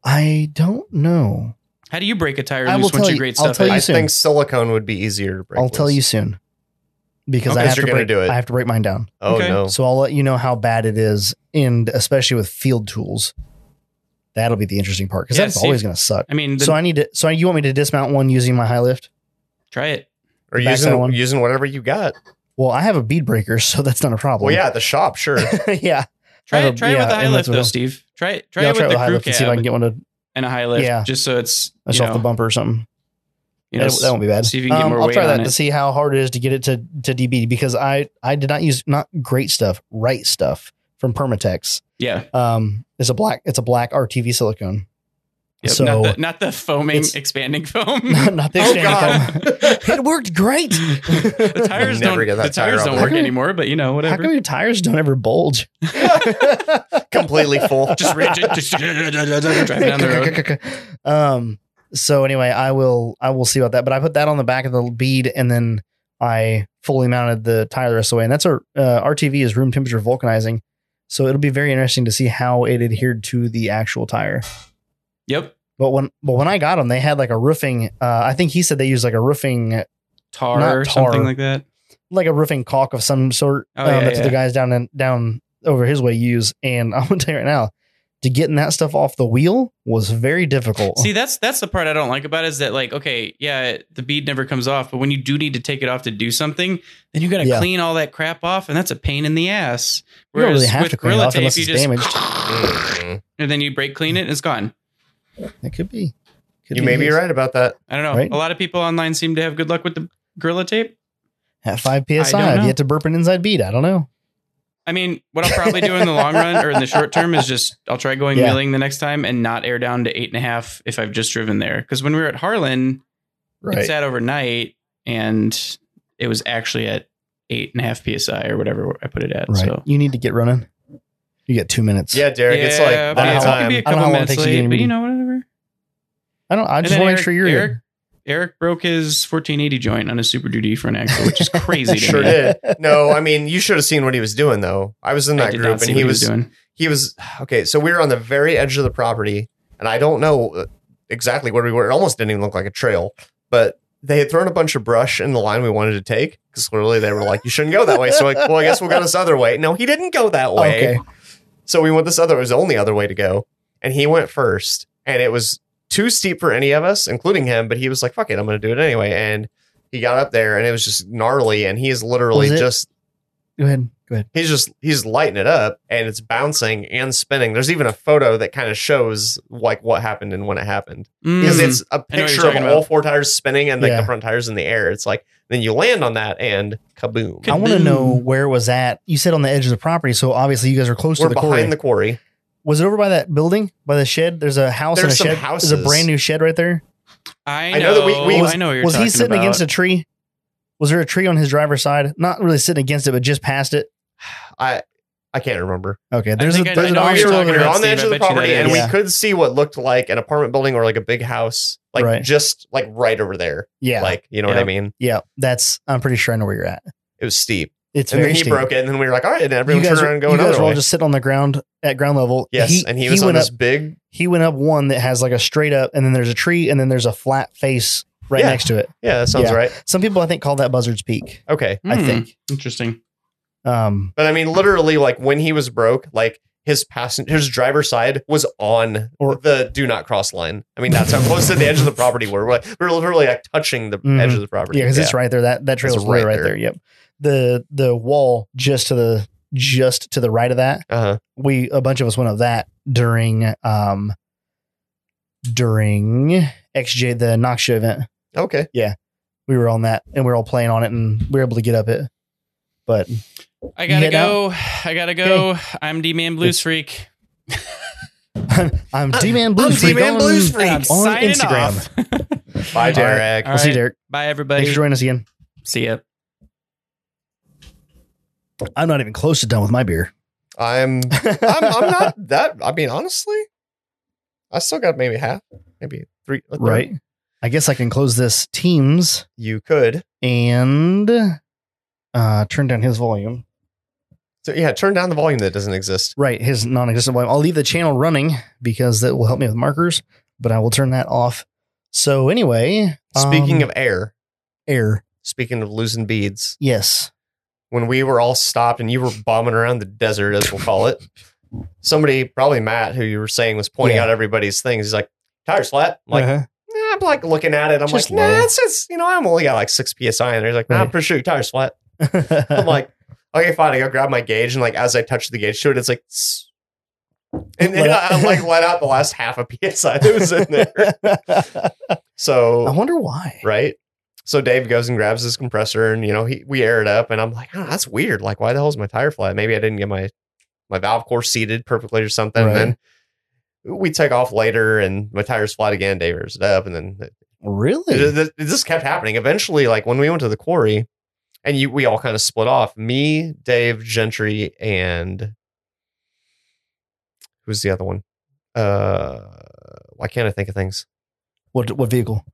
[SPEAKER 1] I don't know.
[SPEAKER 3] How do you break a tire
[SPEAKER 1] I will
[SPEAKER 3] loose once
[SPEAKER 1] tell
[SPEAKER 3] you
[SPEAKER 1] you-
[SPEAKER 3] grade
[SPEAKER 1] I'll
[SPEAKER 3] stuff?
[SPEAKER 1] tell
[SPEAKER 3] in?
[SPEAKER 1] you
[SPEAKER 2] I
[SPEAKER 1] soon.
[SPEAKER 2] think silicone would be easier to break.
[SPEAKER 1] I'll tell
[SPEAKER 2] loose.
[SPEAKER 1] you soon because
[SPEAKER 3] Okay.
[SPEAKER 1] I have
[SPEAKER 2] You're
[SPEAKER 1] to
[SPEAKER 2] gonna
[SPEAKER 1] break,
[SPEAKER 2] do it.
[SPEAKER 1] I have to break mine down.
[SPEAKER 2] Oh
[SPEAKER 3] Okay.
[SPEAKER 2] no.
[SPEAKER 1] So I'll let you know how bad it is, and especially with field tools, that'll be the interesting part because
[SPEAKER 3] Yeah,
[SPEAKER 1] that's
[SPEAKER 3] see-
[SPEAKER 1] always going to suck.
[SPEAKER 3] I mean, the,
[SPEAKER 1] So I need to. So you want me to dismount one using my high lift?
[SPEAKER 3] try it.
[SPEAKER 2] Or
[SPEAKER 1] back that
[SPEAKER 2] using
[SPEAKER 1] one.
[SPEAKER 2] using whatever you got.
[SPEAKER 1] Well, I have a bead breaker, so that's not a problem.
[SPEAKER 2] Well, yeah, at the shop, sure.
[SPEAKER 1] yeah.
[SPEAKER 3] Try
[SPEAKER 1] have
[SPEAKER 3] it.
[SPEAKER 1] a-
[SPEAKER 3] Try it with
[SPEAKER 1] yeah,
[SPEAKER 3] the high
[SPEAKER 1] and
[SPEAKER 3] lift
[SPEAKER 1] that's what
[SPEAKER 3] though,
[SPEAKER 1] I'll-
[SPEAKER 3] Steve. Try it. Try
[SPEAKER 1] Yeah,
[SPEAKER 3] it with the
[SPEAKER 1] high
[SPEAKER 3] crew
[SPEAKER 1] lift and see if I can
[SPEAKER 3] cab
[SPEAKER 1] get one to
[SPEAKER 3] and a high lift,
[SPEAKER 1] Yeah.
[SPEAKER 3] just so it's
[SPEAKER 1] that's
[SPEAKER 3] you
[SPEAKER 1] off the
[SPEAKER 3] know,
[SPEAKER 1] bumper or something.
[SPEAKER 3] you know
[SPEAKER 1] that, that won't be bad.
[SPEAKER 3] see if you can get
[SPEAKER 1] Um,
[SPEAKER 3] more
[SPEAKER 1] I'll
[SPEAKER 3] weight
[SPEAKER 1] try
[SPEAKER 3] on
[SPEAKER 1] that
[SPEAKER 3] it.
[SPEAKER 1] to see how hard it is to get it to to DB because I I did not use not great stuff, right stuff from Permatex.
[SPEAKER 3] yeah.
[SPEAKER 1] Um, it's a black it's a black RTV silicone.
[SPEAKER 3] Yep,
[SPEAKER 1] So-
[SPEAKER 3] not the not the foaming,
[SPEAKER 1] It's-
[SPEAKER 3] expanding foam.
[SPEAKER 1] not the
[SPEAKER 2] Oh,
[SPEAKER 1] extended
[SPEAKER 2] God.
[SPEAKER 1] foam. It worked great.
[SPEAKER 3] the tires
[SPEAKER 2] Never
[SPEAKER 3] don't.
[SPEAKER 2] get that
[SPEAKER 3] The
[SPEAKER 2] tire
[SPEAKER 3] tires
[SPEAKER 2] off
[SPEAKER 3] don't
[SPEAKER 2] the
[SPEAKER 3] work
[SPEAKER 1] road.
[SPEAKER 3] anymore. But you know,
[SPEAKER 1] How come
[SPEAKER 3] whatever.
[SPEAKER 1] your tires don't ever bulge?
[SPEAKER 2] Completely full.
[SPEAKER 3] Just rigid. Just driving down the road.
[SPEAKER 1] um. So anyway, I will I will see about that. But I put that on the back of the bead, and then I fully mounted the tire the rest of the way. And that's our uh, RTV is room temperature vulcanizing, so it'll be very interesting to see how it adhered to the actual tire.
[SPEAKER 3] Yep.
[SPEAKER 1] But when but when I got them, they had like a roofing. Uh, I think he said they used like a roofing
[SPEAKER 3] Tar
[SPEAKER 1] Not
[SPEAKER 3] or
[SPEAKER 1] tar.
[SPEAKER 3] something like that.
[SPEAKER 1] like a roofing caulk of some sort
[SPEAKER 3] Oh,
[SPEAKER 1] um,
[SPEAKER 3] yeah,
[SPEAKER 1] that
[SPEAKER 3] yeah.
[SPEAKER 1] the guys down in, down over his way use. And I'm gonna tell you right now, to getting that stuff off the wheel was very difficult.
[SPEAKER 3] See, that's that's the part I don't like about it is that like, okay, yeah, the bead never comes off, but when you do need to take it off to do something, then you got to
[SPEAKER 1] Yeah.
[SPEAKER 3] clean all that crap off, and that's a pain in the ass.
[SPEAKER 1] you don't
[SPEAKER 3] Whereas
[SPEAKER 1] really have
[SPEAKER 3] with
[SPEAKER 1] to clean it
[SPEAKER 3] Gorilla
[SPEAKER 1] off
[SPEAKER 3] Tape,
[SPEAKER 1] unless
[SPEAKER 3] you
[SPEAKER 1] it's
[SPEAKER 3] just-
[SPEAKER 1] damaged.
[SPEAKER 2] Mm.
[SPEAKER 3] and then you break clean it, and it's gone.
[SPEAKER 1] It could be. Could
[SPEAKER 2] you
[SPEAKER 1] be
[SPEAKER 2] may be
[SPEAKER 1] used.
[SPEAKER 2] right about that.
[SPEAKER 3] I don't know.
[SPEAKER 1] Right.
[SPEAKER 3] A lot of people online seem to have good luck with the Gorilla Tape.
[SPEAKER 1] At five
[SPEAKER 3] don't
[SPEAKER 1] psi, I've
[SPEAKER 3] know.
[SPEAKER 1] yet to burp an inside bead. I don't know.
[SPEAKER 3] I mean, what I'll probably do in the long run or in the short term is just I'll try going
[SPEAKER 1] Yeah.
[SPEAKER 3] wheeling the next time and not air down to eight and a half if I've just driven there. Because when we were at Harlan, it sat overnight and it was actually at eight and a half psi or whatever I put it at.
[SPEAKER 1] Right.
[SPEAKER 3] So
[SPEAKER 1] you need to get running. You get two minutes.
[SPEAKER 2] Yeah, Derek, it's
[SPEAKER 3] Yeah,
[SPEAKER 2] like
[SPEAKER 3] but
[SPEAKER 1] I
[SPEAKER 2] that
[SPEAKER 1] don't
[SPEAKER 3] it's
[SPEAKER 1] know.
[SPEAKER 3] gonna be a
[SPEAKER 2] time.
[SPEAKER 1] I don't know
[SPEAKER 3] couple
[SPEAKER 1] how long it
[SPEAKER 3] minutes
[SPEAKER 1] takes you to get
[SPEAKER 3] late,
[SPEAKER 1] in
[SPEAKER 3] but you
[SPEAKER 1] meeting.
[SPEAKER 3] know whatever.
[SPEAKER 1] I don't. I
[SPEAKER 3] And
[SPEAKER 1] just
[SPEAKER 3] then
[SPEAKER 1] want to
[SPEAKER 3] Eric-
[SPEAKER 1] make sure you're
[SPEAKER 3] Eric,
[SPEAKER 1] good.
[SPEAKER 3] Eric broke his 1480 joint on a Super Duty for an axle, which is crazy. to
[SPEAKER 2] Sure
[SPEAKER 3] me.
[SPEAKER 2] did. No, I mean you should have seen what he was doing though. I was in
[SPEAKER 3] I
[SPEAKER 2] that
[SPEAKER 3] did
[SPEAKER 2] group
[SPEAKER 3] not see
[SPEAKER 2] and
[SPEAKER 3] what
[SPEAKER 2] he was
[SPEAKER 3] doing.
[SPEAKER 2] he was okay. So we were on the very edge of the property, and I don't know uh, exactly where we were. It almost didn't even look like a trail, but they had thrown a bunch of brush in the line we wanted to take because clearly they were like, "You shouldn't go that way." So like, well, I guess we'll go this other way. No, he didn't go that way.
[SPEAKER 1] Oh, Okay.
[SPEAKER 2] So we went this other. It was the only other way to go, and he went first, and it was too steep for any of us, including him. But he was like, "Fuck it, I'm going to do it anyway." And he got up there, and it was just gnarly, and he is literally
[SPEAKER 1] Was it-
[SPEAKER 2] just
[SPEAKER 1] Go ahead. Go ahead.
[SPEAKER 2] he's just he's lighting it up and it's bouncing and spinning there's even a photo that kind of shows like what happened and when it happened because
[SPEAKER 3] Mm.
[SPEAKER 2] it's a
[SPEAKER 3] I know what you're
[SPEAKER 2] picture of
[SPEAKER 3] talking
[SPEAKER 2] all
[SPEAKER 3] about.
[SPEAKER 2] four tires spinning and like
[SPEAKER 1] Yeah.
[SPEAKER 2] the front tires in the air it's like Then you land on that and kaboom.
[SPEAKER 1] I want to know where it was at. You said on the edge of the property, so obviously you guys are close
[SPEAKER 2] We're
[SPEAKER 1] to the
[SPEAKER 2] behind
[SPEAKER 1] quarry.
[SPEAKER 2] the quarry.
[SPEAKER 1] was it over by that building, by the shed? There's a house and
[SPEAKER 2] There's
[SPEAKER 1] a
[SPEAKER 2] some
[SPEAKER 1] shed. There's
[SPEAKER 2] houses.
[SPEAKER 1] a brand new shed right there.
[SPEAKER 3] I know.
[SPEAKER 2] I know that we- we-
[SPEAKER 3] I know what you're
[SPEAKER 1] was he
[SPEAKER 3] talking
[SPEAKER 1] sitting
[SPEAKER 3] about.
[SPEAKER 1] against a tree? Was there a tree on his driver's side? Not really sitting against it, but just past it.
[SPEAKER 2] I I can't remember.
[SPEAKER 1] Okay, there's
[SPEAKER 3] think
[SPEAKER 1] a
[SPEAKER 3] I-
[SPEAKER 1] there's
[SPEAKER 3] I
[SPEAKER 1] an
[SPEAKER 3] know what
[SPEAKER 2] we
[SPEAKER 3] you're
[SPEAKER 1] officer
[SPEAKER 2] were,
[SPEAKER 3] talking
[SPEAKER 1] over
[SPEAKER 2] we were
[SPEAKER 1] there.
[SPEAKER 3] about,
[SPEAKER 2] on the
[SPEAKER 3] Steve.
[SPEAKER 2] edge
[SPEAKER 3] I
[SPEAKER 2] of the
[SPEAKER 3] bet you
[SPEAKER 2] property
[SPEAKER 3] that
[SPEAKER 2] and
[SPEAKER 1] is.
[SPEAKER 2] we could see what looked like an apartment building or like a big house, like
[SPEAKER 1] Right.
[SPEAKER 2] just like right over there.
[SPEAKER 1] Yeah,
[SPEAKER 2] Like you know what
[SPEAKER 3] Yeah.
[SPEAKER 2] I mean?
[SPEAKER 1] yeah. That's I'm pretty sure I know where you're at.
[SPEAKER 2] It was steep,
[SPEAKER 1] It's
[SPEAKER 2] and
[SPEAKER 1] very
[SPEAKER 2] then he
[SPEAKER 1] steep.
[SPEAKER 2] broke it, and then we were like, all right, and everyone
[SPEAKER 1] you guys,
[SPEAKER 2] turned around and go
[SPEAKER 1] you guys
[SPEAKER 2] another
[SPEAKER 1] were all
[SPEAKER 2] way.
[SPEAKER 1] just sitting on the ground at ground level.
[SPEAKER 2] yes, and he was on
[SPEAKER 1] went
[SPEAKER 2] this
[SPEAKER 1] up.
[SPEAKER 2] big
[SPEAKER 1] He went up one that has like a straight up, and then there's a tree, and then there's a flat face right
[SPEAKER 2] Yeah.
[SPEAKER 1] next to it.
[SPEAKER 2] Yeah, that sounds
[SPEAKER 1] Yeah.
[SPEAKER 2] right.
[SPEAKER 1] Some people I think call that Buzzard's Peak.
[SPEAKER 2] Okay.
[SPEAKER 1] I
[SPEAKER 3] Hmm,
[SPEAKER 1] think.
[SPEAKER 3] Interesting.
[SPEAKER 1] Um,
[SPEAKER 2] But I mean, literally, like when he was broke, like his passenger, his driver's side was on
[SPEAKER 1] Or-
[SPEAKER 2] the do not cross line. I mean, that's how close to the edge of the property were. We're, like, we're literally like touching the
[SPEAKER 1] Mhm.
[SPEAKER 2] edge of the property.
[SPEAKER 1] yeah, because it's right there. That that trail's
[SPEAKER 2] It's
[SPEAKER 1] right, right
[SPEAKER 2] right
[SPEAKER 1] there.
[SPEAKER 2] there.
[SPEAKER 1] Yep. The the wall just to the just to the right of that.
[SPEAKER 2] Uh-huh.
[SPEAKER 1] We a bunch of us went up that during um during XJ the Nox show event.
[SPEAKER 2] Okay.
[SPEAKER 1] We were on that and we were all playing on it and we were able to get up it. But
[SPEAKER 3] I gotta
[SPEAKER 1] head
[SPEAKER 3] go. I gotta go. I'm D Man Blues Freak.
[SPEAKER 1] I'm D Man Blues
[SPEAKER 2] I'm
[SPEAKER 1] Freak
[SPEAKER 2] D-Man
[SPEAKER 1] on,
[SPEAKER 2] Blues Freak.
[SPEAKER 1] on
[SPEAKER 2] I'm
[SPEAKER 3] signing
[SPEAKER 1] Instagram.
[SPEAKER 3] off.
[SPEAKER 2] Bye,
[SPEAKER 1] All right.
[SPEAKER 2] Derek.
[SPEAKER 3] All
[SPEAKER 1] We'll see you,
[SPEAKER 3] right.
[SPEAKER 1] Derek.
[SPEAKER 3] Bye,
[SPEAKER 1] Thanks
[SPEAKER 3] everybody.
[SPEAKER 1] for joining us again.
[SPEAKER 3] See ya.
[SPEAKER 1] I'm not even close to done with my beer.
[SPEAKER 2] I'm, I'm I'm not that. I mean, honestly, I still got maybe half, maybe three. a third.
[SPEAKER 1] right. I guess I can close this Teams
[SPEAKER 2] You could.
[SPEAKER 1] and uh, turn down his volume.
[SPEAKER 2] So yeah, turn down the volume that doesn't exist.
[SPEAKER 1] Right, his non-existent volume. I'll leave the channel running because that will help me with markers, but I will turn that off. So anyway,
[SPEAKER 2] Speaking
[SPEAKER 1] um,
[SPEAKER 2] of air,
[SPEAKER 1] air,
[SPEAKER 2] speaking of losing beads,
[SPEAKER 1] yes,
[SPEAKER 2] when we were all stopped and you were bombing around the desert, as we'll call it. Somebody, probably Matt, who you were saying was pointing
[SPEAKER 1] Yeah. Uh-huh.
[SPEAKER 2] out everybody's things. He's like, "Tires flat." I'm like, "Nah," I'm like looking at it. I'm
[SPEAKER 1] Just
[SPEAKER 2] like, "Nah,
[SPEAKER 1] low.
[SPEAKER 2] it's just you know, I'm only got like six psi." And he's like, "Nah, I'm
[SPEAKER 1] Right.
[SPEAKER 2] pretty sure your tires flat."
[SPEAKER 1] Uh-huh.
[SPEAKER 2] I'm like, "Okay, fine." I go grab my gauge and like as I touch the gauge to it, it's like, "Tss." and then
[SPEAKER 1] Let
[SPEAKER 2] I,
[SPEAKER 1] out-
[SPEAKER 2] I like let out the last half of psi that was in there.
[SPEAKER 1] I
[SPEAKER 2] So
[SPEAKER 1] wonder why.
[SPEAKER 2] right. So Dave goes and grabs his compressor, and you know he we air it up, and I'm like, oh, that's weird. Like, why the hell is my tire flat? Maybe I didn't get my my valve core seated perfectly or something.
[SPEAKER 1] Right.
[SPEAKER 2] And then we take off later, and my tire's flat again. Dave airs it up, and then it,
[SPEAKER 1] Really?
[SPEAKER 2] it, it just kept happening. Eventually, like when we went to the quarry, and you we all kind of split off. Me, Dave, Gentry, and who's the other one? Uh, why can't I think of things?
[SPEAKER 1] What what vehicle?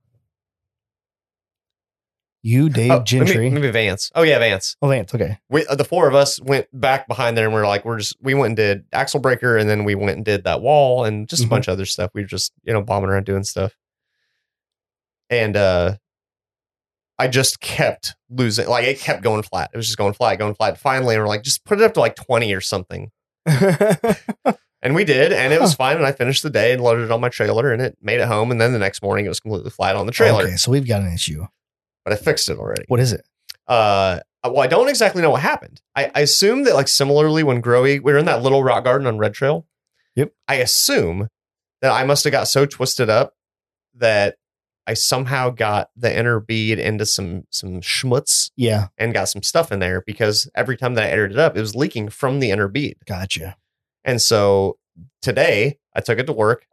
[SPEAKER 1] You, Dave
[SPEAKER 2] Oh,
[SPEAKER 1] Gentry.
[SPEAKER 2] maybe, maybe Vance. Oh yeah, Vance.
[SPEAKER 1] oh, Vance. Okay.
[SPEAKER 2] we, uh, the four of us went back behind there and we are like, we're just, we went and did axle breaker and then we went and did that wall and just
[SPEAKER 1] Mhm.
[SPEAKER 2] a bunch of other stuff. We were just, you know, bombing around doing stuff. And, uh, I just kept losing, like it kept going flat. It was just going flat, going flat. Finally, we're like, just put it up to like 20 or something. And we did, and it was
[SPEAKER 1] Huh.
[SPEAKER 2] fine. And I finished the day and loaded it on my trailer and it made it home. And then the next morning it was completely flat on the trailer,
[SPEAKER 1] Okay, so we've got an issue.
[SPEAKER 2] but I fixed it already
[SPEAKER 1] What is it?
[SPEAKER 2] uh well i don't exactly know what happened i, I assume that like similarly when growy we were in that little rock garden on red trail
[SPEAKER 1] Yep.
[SPEAKER 2] i assume that i must have got so twisted up that i somehow got the inner bead into some some schmutz
[SPEAKER 1] Yeah.
[SPEAKER 2] and got some stuff in there because every time that i aired it up it was leaking from the inner bead
[SPEAKER 1] Gotcha.
[SPEAKER 2] and so today I took it to work,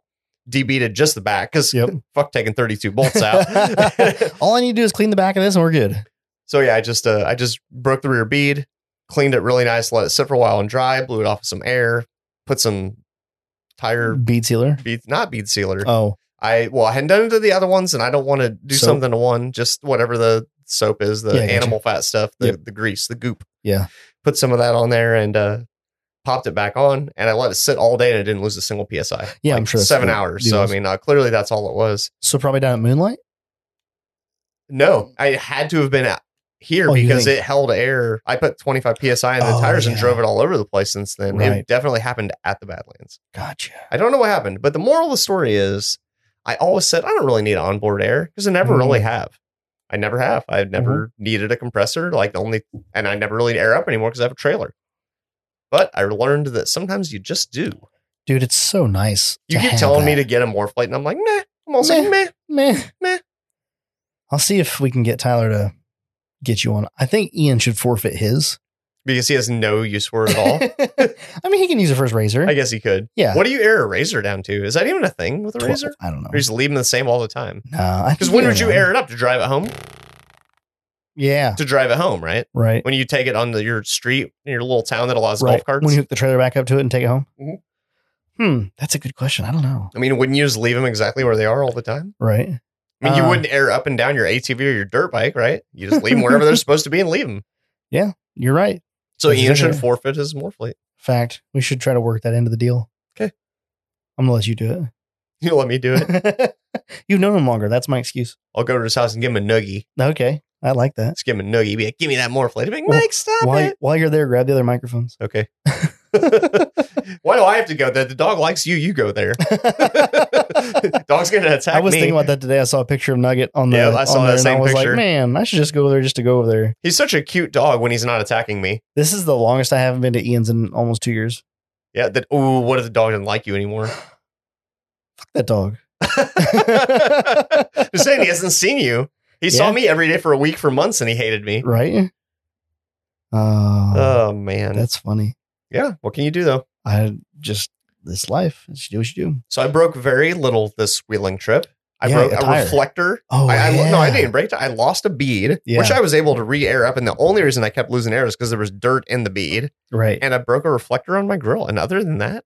[SPEAKER 2] debeaded just the back because
[SPEAKER 1] Yep.
[SPEAKER 2] fuck taking 32 bolts out.
[SPEAKER 1] All I need to do is clean the back of this, and we're good.
[SPEAKER 2] So yeah, I just uh, I just broke the rear bead, cleaned it really nice, let it sit for a while and dry, blew it off with some air, put some tire
[SPEAKER 1] Bead sealer.
[SPEAKER 2] bead not bead sealer.
[SPEAKER 1] Oh,
[SPEAKER 2] I well I hadn't done it to the other ones and I don't want to do
[SPEAKER 1] Soap?
[SPEAKER 2] something to one, just whatever the soap is, the
[SPEAKER 1] Yeah, I gotcha.
[SPEAKER 2] animal fat stuff, the,
[SPEAKER 1] Yep.
[SPEAKER 2] the grease, the goop.
[SPEAKER 1] Yeah.
[SPEAKER 2] Put some of that on there and uh popped it back on and I let it sit all day and it didn't lose a single PSI.
[SPEAKER 1] Yeah, I'm sure that's
[SPEAKER 2] Seven
[SPEAKER 1] what it
[SPEAKER 2] hours. So I
[SPEAKER 1] deals.
[SPEAKER 2] mean uh, clearly that's all it was.
[SPEAKER 1] so probably down at Moonlight.
[SPEAKER 2] No, I had to have been out here
[SPEAKER 1] Oh, you
[SPEAKER 2] because
[SPEAKER 1] think-
[SPEAKER 2] it held air. I put 25 psi in the
[SPEAKER 1] Oh,
[SPEAKER 2] tires and
[SPEAKER 1] yeah.
[SPEAKER 2] drove it all over the place since then.
[SPEAKER 1] Right.
[SPEAKER 2] It definitely happened at the Badlands.
[SPEAKER 1] Gotcha.
[SPEAKER 2] I don't know what happened, but the moral of the story is I always said I don't really need onboard air because I never
[SPEAKER 1] Mm.
[SPEAKER 2] really have. I never have. I've
[SPEAKER 1] Mm-hmm.
[SPEAKER 2] never needed a compressor. Like the only, and I never really air up anymore because I have a trailer. But I learned that sometimes you just do.
[SPEAKER 1] Dude, it's so nice.
[SPEAKER 2] You
[SPEAKER 1] to
[SPEAKER 2] keep
[SPEAKER 1] have
[SPEAKER 2] telling me
[SPEAKER 1] that.
[SPEAKER 2] to get a morph plate, and I'm like, nah. I'm also
[SPEAKER 1] Meh.
[SPEAKER 2] meh.
[SPEAKER 1] meh
[SPEAKER 2] Meh.
[SPEAKER 1] I'll see if we can get Tyler to get you on. I think Ian should forfeit his.
[SPEAKER 2] because he has no use for it at all.
[SPEAKER 1] I mean, he can use it for his razor.
[SPEAKER 2] I guess he could.
[SPEAKER 1] yeah.
[SPEAKER 2] What do you air a razor down to? Is that even a thing with a
[SPEAKER 1] Tw-
[SPEAKER 2] razor?
[SPEAKER 1] I don't know.
[SPEAKER 2] Or you just leave them the same all the time?
[SPEAKER 1] Nah, I
[SPEAKER 2] Because
[SPEAKER 1] think
[SPEAKER 2] when would you
[SPEAKER 1] know.
[SPEAKER 2] air it up to drive it home?
[SPEAKER 1] Yeah.
[SPEAKER 2] To drive it home, right?
[SPEAKER 1] Right.
[SPEAKER 2] When you take it on the, your street in your little town that allows
[SPEAKER 1] right.
[SPEAKER 2] golf carts.
[SPEAKER 1] When you hook the trailer back up to it and take it home.
[SPEAKER 2] Mhm.
[SPEAKER 1] Hmm. That's a good question. I don't know.
[SPEAKER 2] I mean, wouldn't you just leave them exactly where they are all the time?
[SPEAKER 1] Right.
[SPEAKER 2] I mean, you
[SPEAKER 1] Uh,
[SPEAKER 2] wouldn't air up and down your ATV or your dirt bike, right? You just leave them wherever they're supposed to be and leave them.
[SPEAKER 1] You're right.
[SPEAKER 2] So
[SPEAKER 1] That's
[SPEAKER 2] Ian
[SPEAKER 1] exactly
[SPEAKER 2] should forfeit his Morphlete.
[SPEAKER 1] Fact. We should try to work that into the deal.
[SPEAKER 2] 'Kay.
[SPEAKER 1] I'm gonna let you do
[SPEAKER 2] You let me do it.
[SPEAKER 1] it. You've known him longer. That's my excuse.
[SPEAKER 2] I'll go to his house and give him a noogie.
[SPEAKER 1] Okay. I like that.
[SPEAKER 2] Just give him a noogie. Be like, give me that Morphlete. He'd be like,
[SPEAKER 1] Well,
[SPEAKER 2] Mike, stop
[SPEAKER 1] while
[SPEAKER 2] it.
[SPEAKER 1] while you're there, grab the other microphones.
[SPEAKER 2] Okay. Why do I have to go there? The dog likes you. You go there. Dog's gonna attack
[SPEAKER 1] I was
[SPEAKER 2] me.
[SPEAKER 1] thinking about that today. I saw a picture of Nugget on the.
[SPEAKER 2] Yeah, I saw
[SPEAKER 1] on
[SPEAKER 2] that
[SPEAKER 1] there, and
[SPEAKER 2] same
[SPEAKER 1] I was
[SPEAKER 2] picture.
[SPEAKER 1] like, man, I should just go over there just to go over there.
[SPEAKER 2] He's such a cute dog when he's not attacking me.
[SPEAKER 1] This is the longest I haven't been to Ian's in almost two years.
[SPEAKER 2] Yeah. That. Ooh, what if the dog doesn't like you anymore?
[SPEAKER 1] Fuck that dog.
[SPEAKER 2] Just saying, he hasn't seen you. He saw
[SPEAKER 1] Yeah.
[SPEAKER 2] me every day for a week for months, and he hated me.
[SPEAKER 1] Right? Uh,
[SPEAKER 2] Oh man.
[SPEAKER 1] that's funny.
[SPEAKER 2] yeah. What can you do though?
[SPEAKER 1] I just this life. Just do what you do.
[SPEAKER 2] So I broke very little this wheeling trip. I
[SPEAKER 1] Yeah,
[SPEAKER 2] broke
[SPEAKER 1] a
[SPEAKER 2] a,
[SPEAKER 1] tire.
[SPEAKER 2] reflector.
[SPEAKER 1] Oh,
[SPEAKER 2] I, I, No, I
[SPEAKER 1] yeah.
[SPEAKER 2] didn't break. it. I lost a bead,
[SPEAKER 1] Yeah.
[SPEAKER 2] which I was able to re-air up. And the only reason I kept losing air is because there was dirt in the bead.
[SPEAKER 1] Right.
[SPEAKER 2] and I broke a reflector on my grill. And other than that,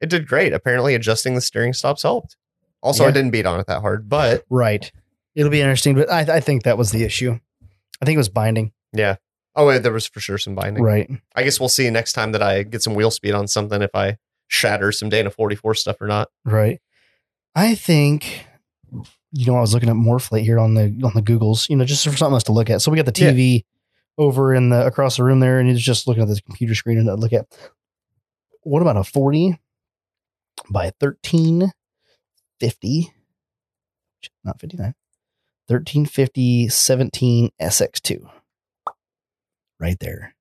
[SPEAKER 2] it did great. Apparently, adjusting the steering stops helped. Also,
[SPEAKER 1] Yeah.
[SPEAKER 2] I didn't beat on it that hard, but
[SPEAKER 1] right. It'll be interesting, but I, I think that was the issue. I think it was binding.
[SPEAKER 2] oh, wait, there was for sure some binding.
[SPEAKER 1] Right.
[SPEAKER 2] I guess we'll see next time that I get some wheel speed on something if I shatter some Dana 44 stuff or not.
[SPEAKER 1] Right. I think you know I was looking at Morphlate here on the on the Googles, you know, just for something else to look at. So we got the
[SPEAKER 2] Yeah.
[SPEAKER 1] TV over in the across the room there, and it's just looking at this computer screen and I look at. What about a forty by thirteen fifty? Not fifty nine. 1350 17 SX2. Right there.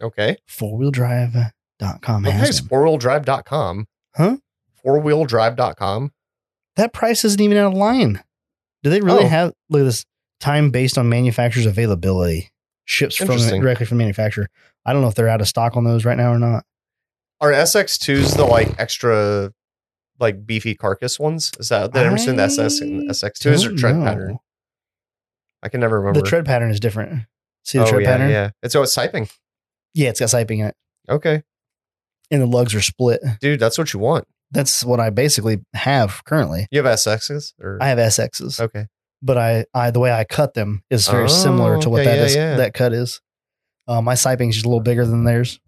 [SPEAKER 2] Okay.
[SPEAKER 1] Four wheel drive.com
[SPEAKER 2] Okay,
[SPEAKER 1] has
[SPEAKER 2] it's
[SPEAKER 1] them.
[SPEAKER 2] fourwheeldrive.com.
[SPEAKER 1] Huh?
[SPEAKER 2] Fourwheeldrive.com.
[SPEAKER 1] that price isn't even out of line. Do they really
[SPEAKER 2] Oh.
[SPEAKER 1] have look at this time based on manufacturer's availability? Ships from
[SPEAKER 2] Interesting.
[SPEAKER 1] directly from manufacturer. I don't know if they're out of stock on those right now or not.
[SPEAKER 2] Are SX2s the like extra like beefy carcass ones? Is that the difference in the SS and
[SPEAKER 1] I
[SPEAKER 2] SX2s or
[SPEAKER 1] don't
[SPEAKER 2] tread
[SPEAKER 1] know.
[SPEAKER 2] pattern? I can never remember.
[SPEAKER 1] The tread pattern is different. See the
[SPEAKER 2] oh,
[SPEAKER 1] tread
[SPEAKER 2] yeah,
[SPEAKER 1] pattern? Yeah.
[SPEAKER 2] Yeah. It's oh, it's typing.
[SPEAKER 1] it's got siping in it.
[SPEAKER 2] Okay.
[SPEAKER 1] And the lugs are split.
[SPEAKER 2] Dude, that's what you want.
[SPEAKER 1] That's what I basically have currently.
[SPEAKER 2] You have SXs or
[SPEAKER 1] I Mm. have SXs,
[SPEAKER 2] okay.
[SPEAKER 1] but I, I the way I cut them is very
[SPEAKER 2] Oh,
[SPEAKER 1] similar to what
[SPEAKER 2] okay,
[SPEAKER 1] that
[SPEAKER 2] yeah,
[SPEAKER 1] is.
[SPEAKER 2] yeah.
[SPEAKER 1] That cut is. Uh, my siping's just a little bigger than theirs.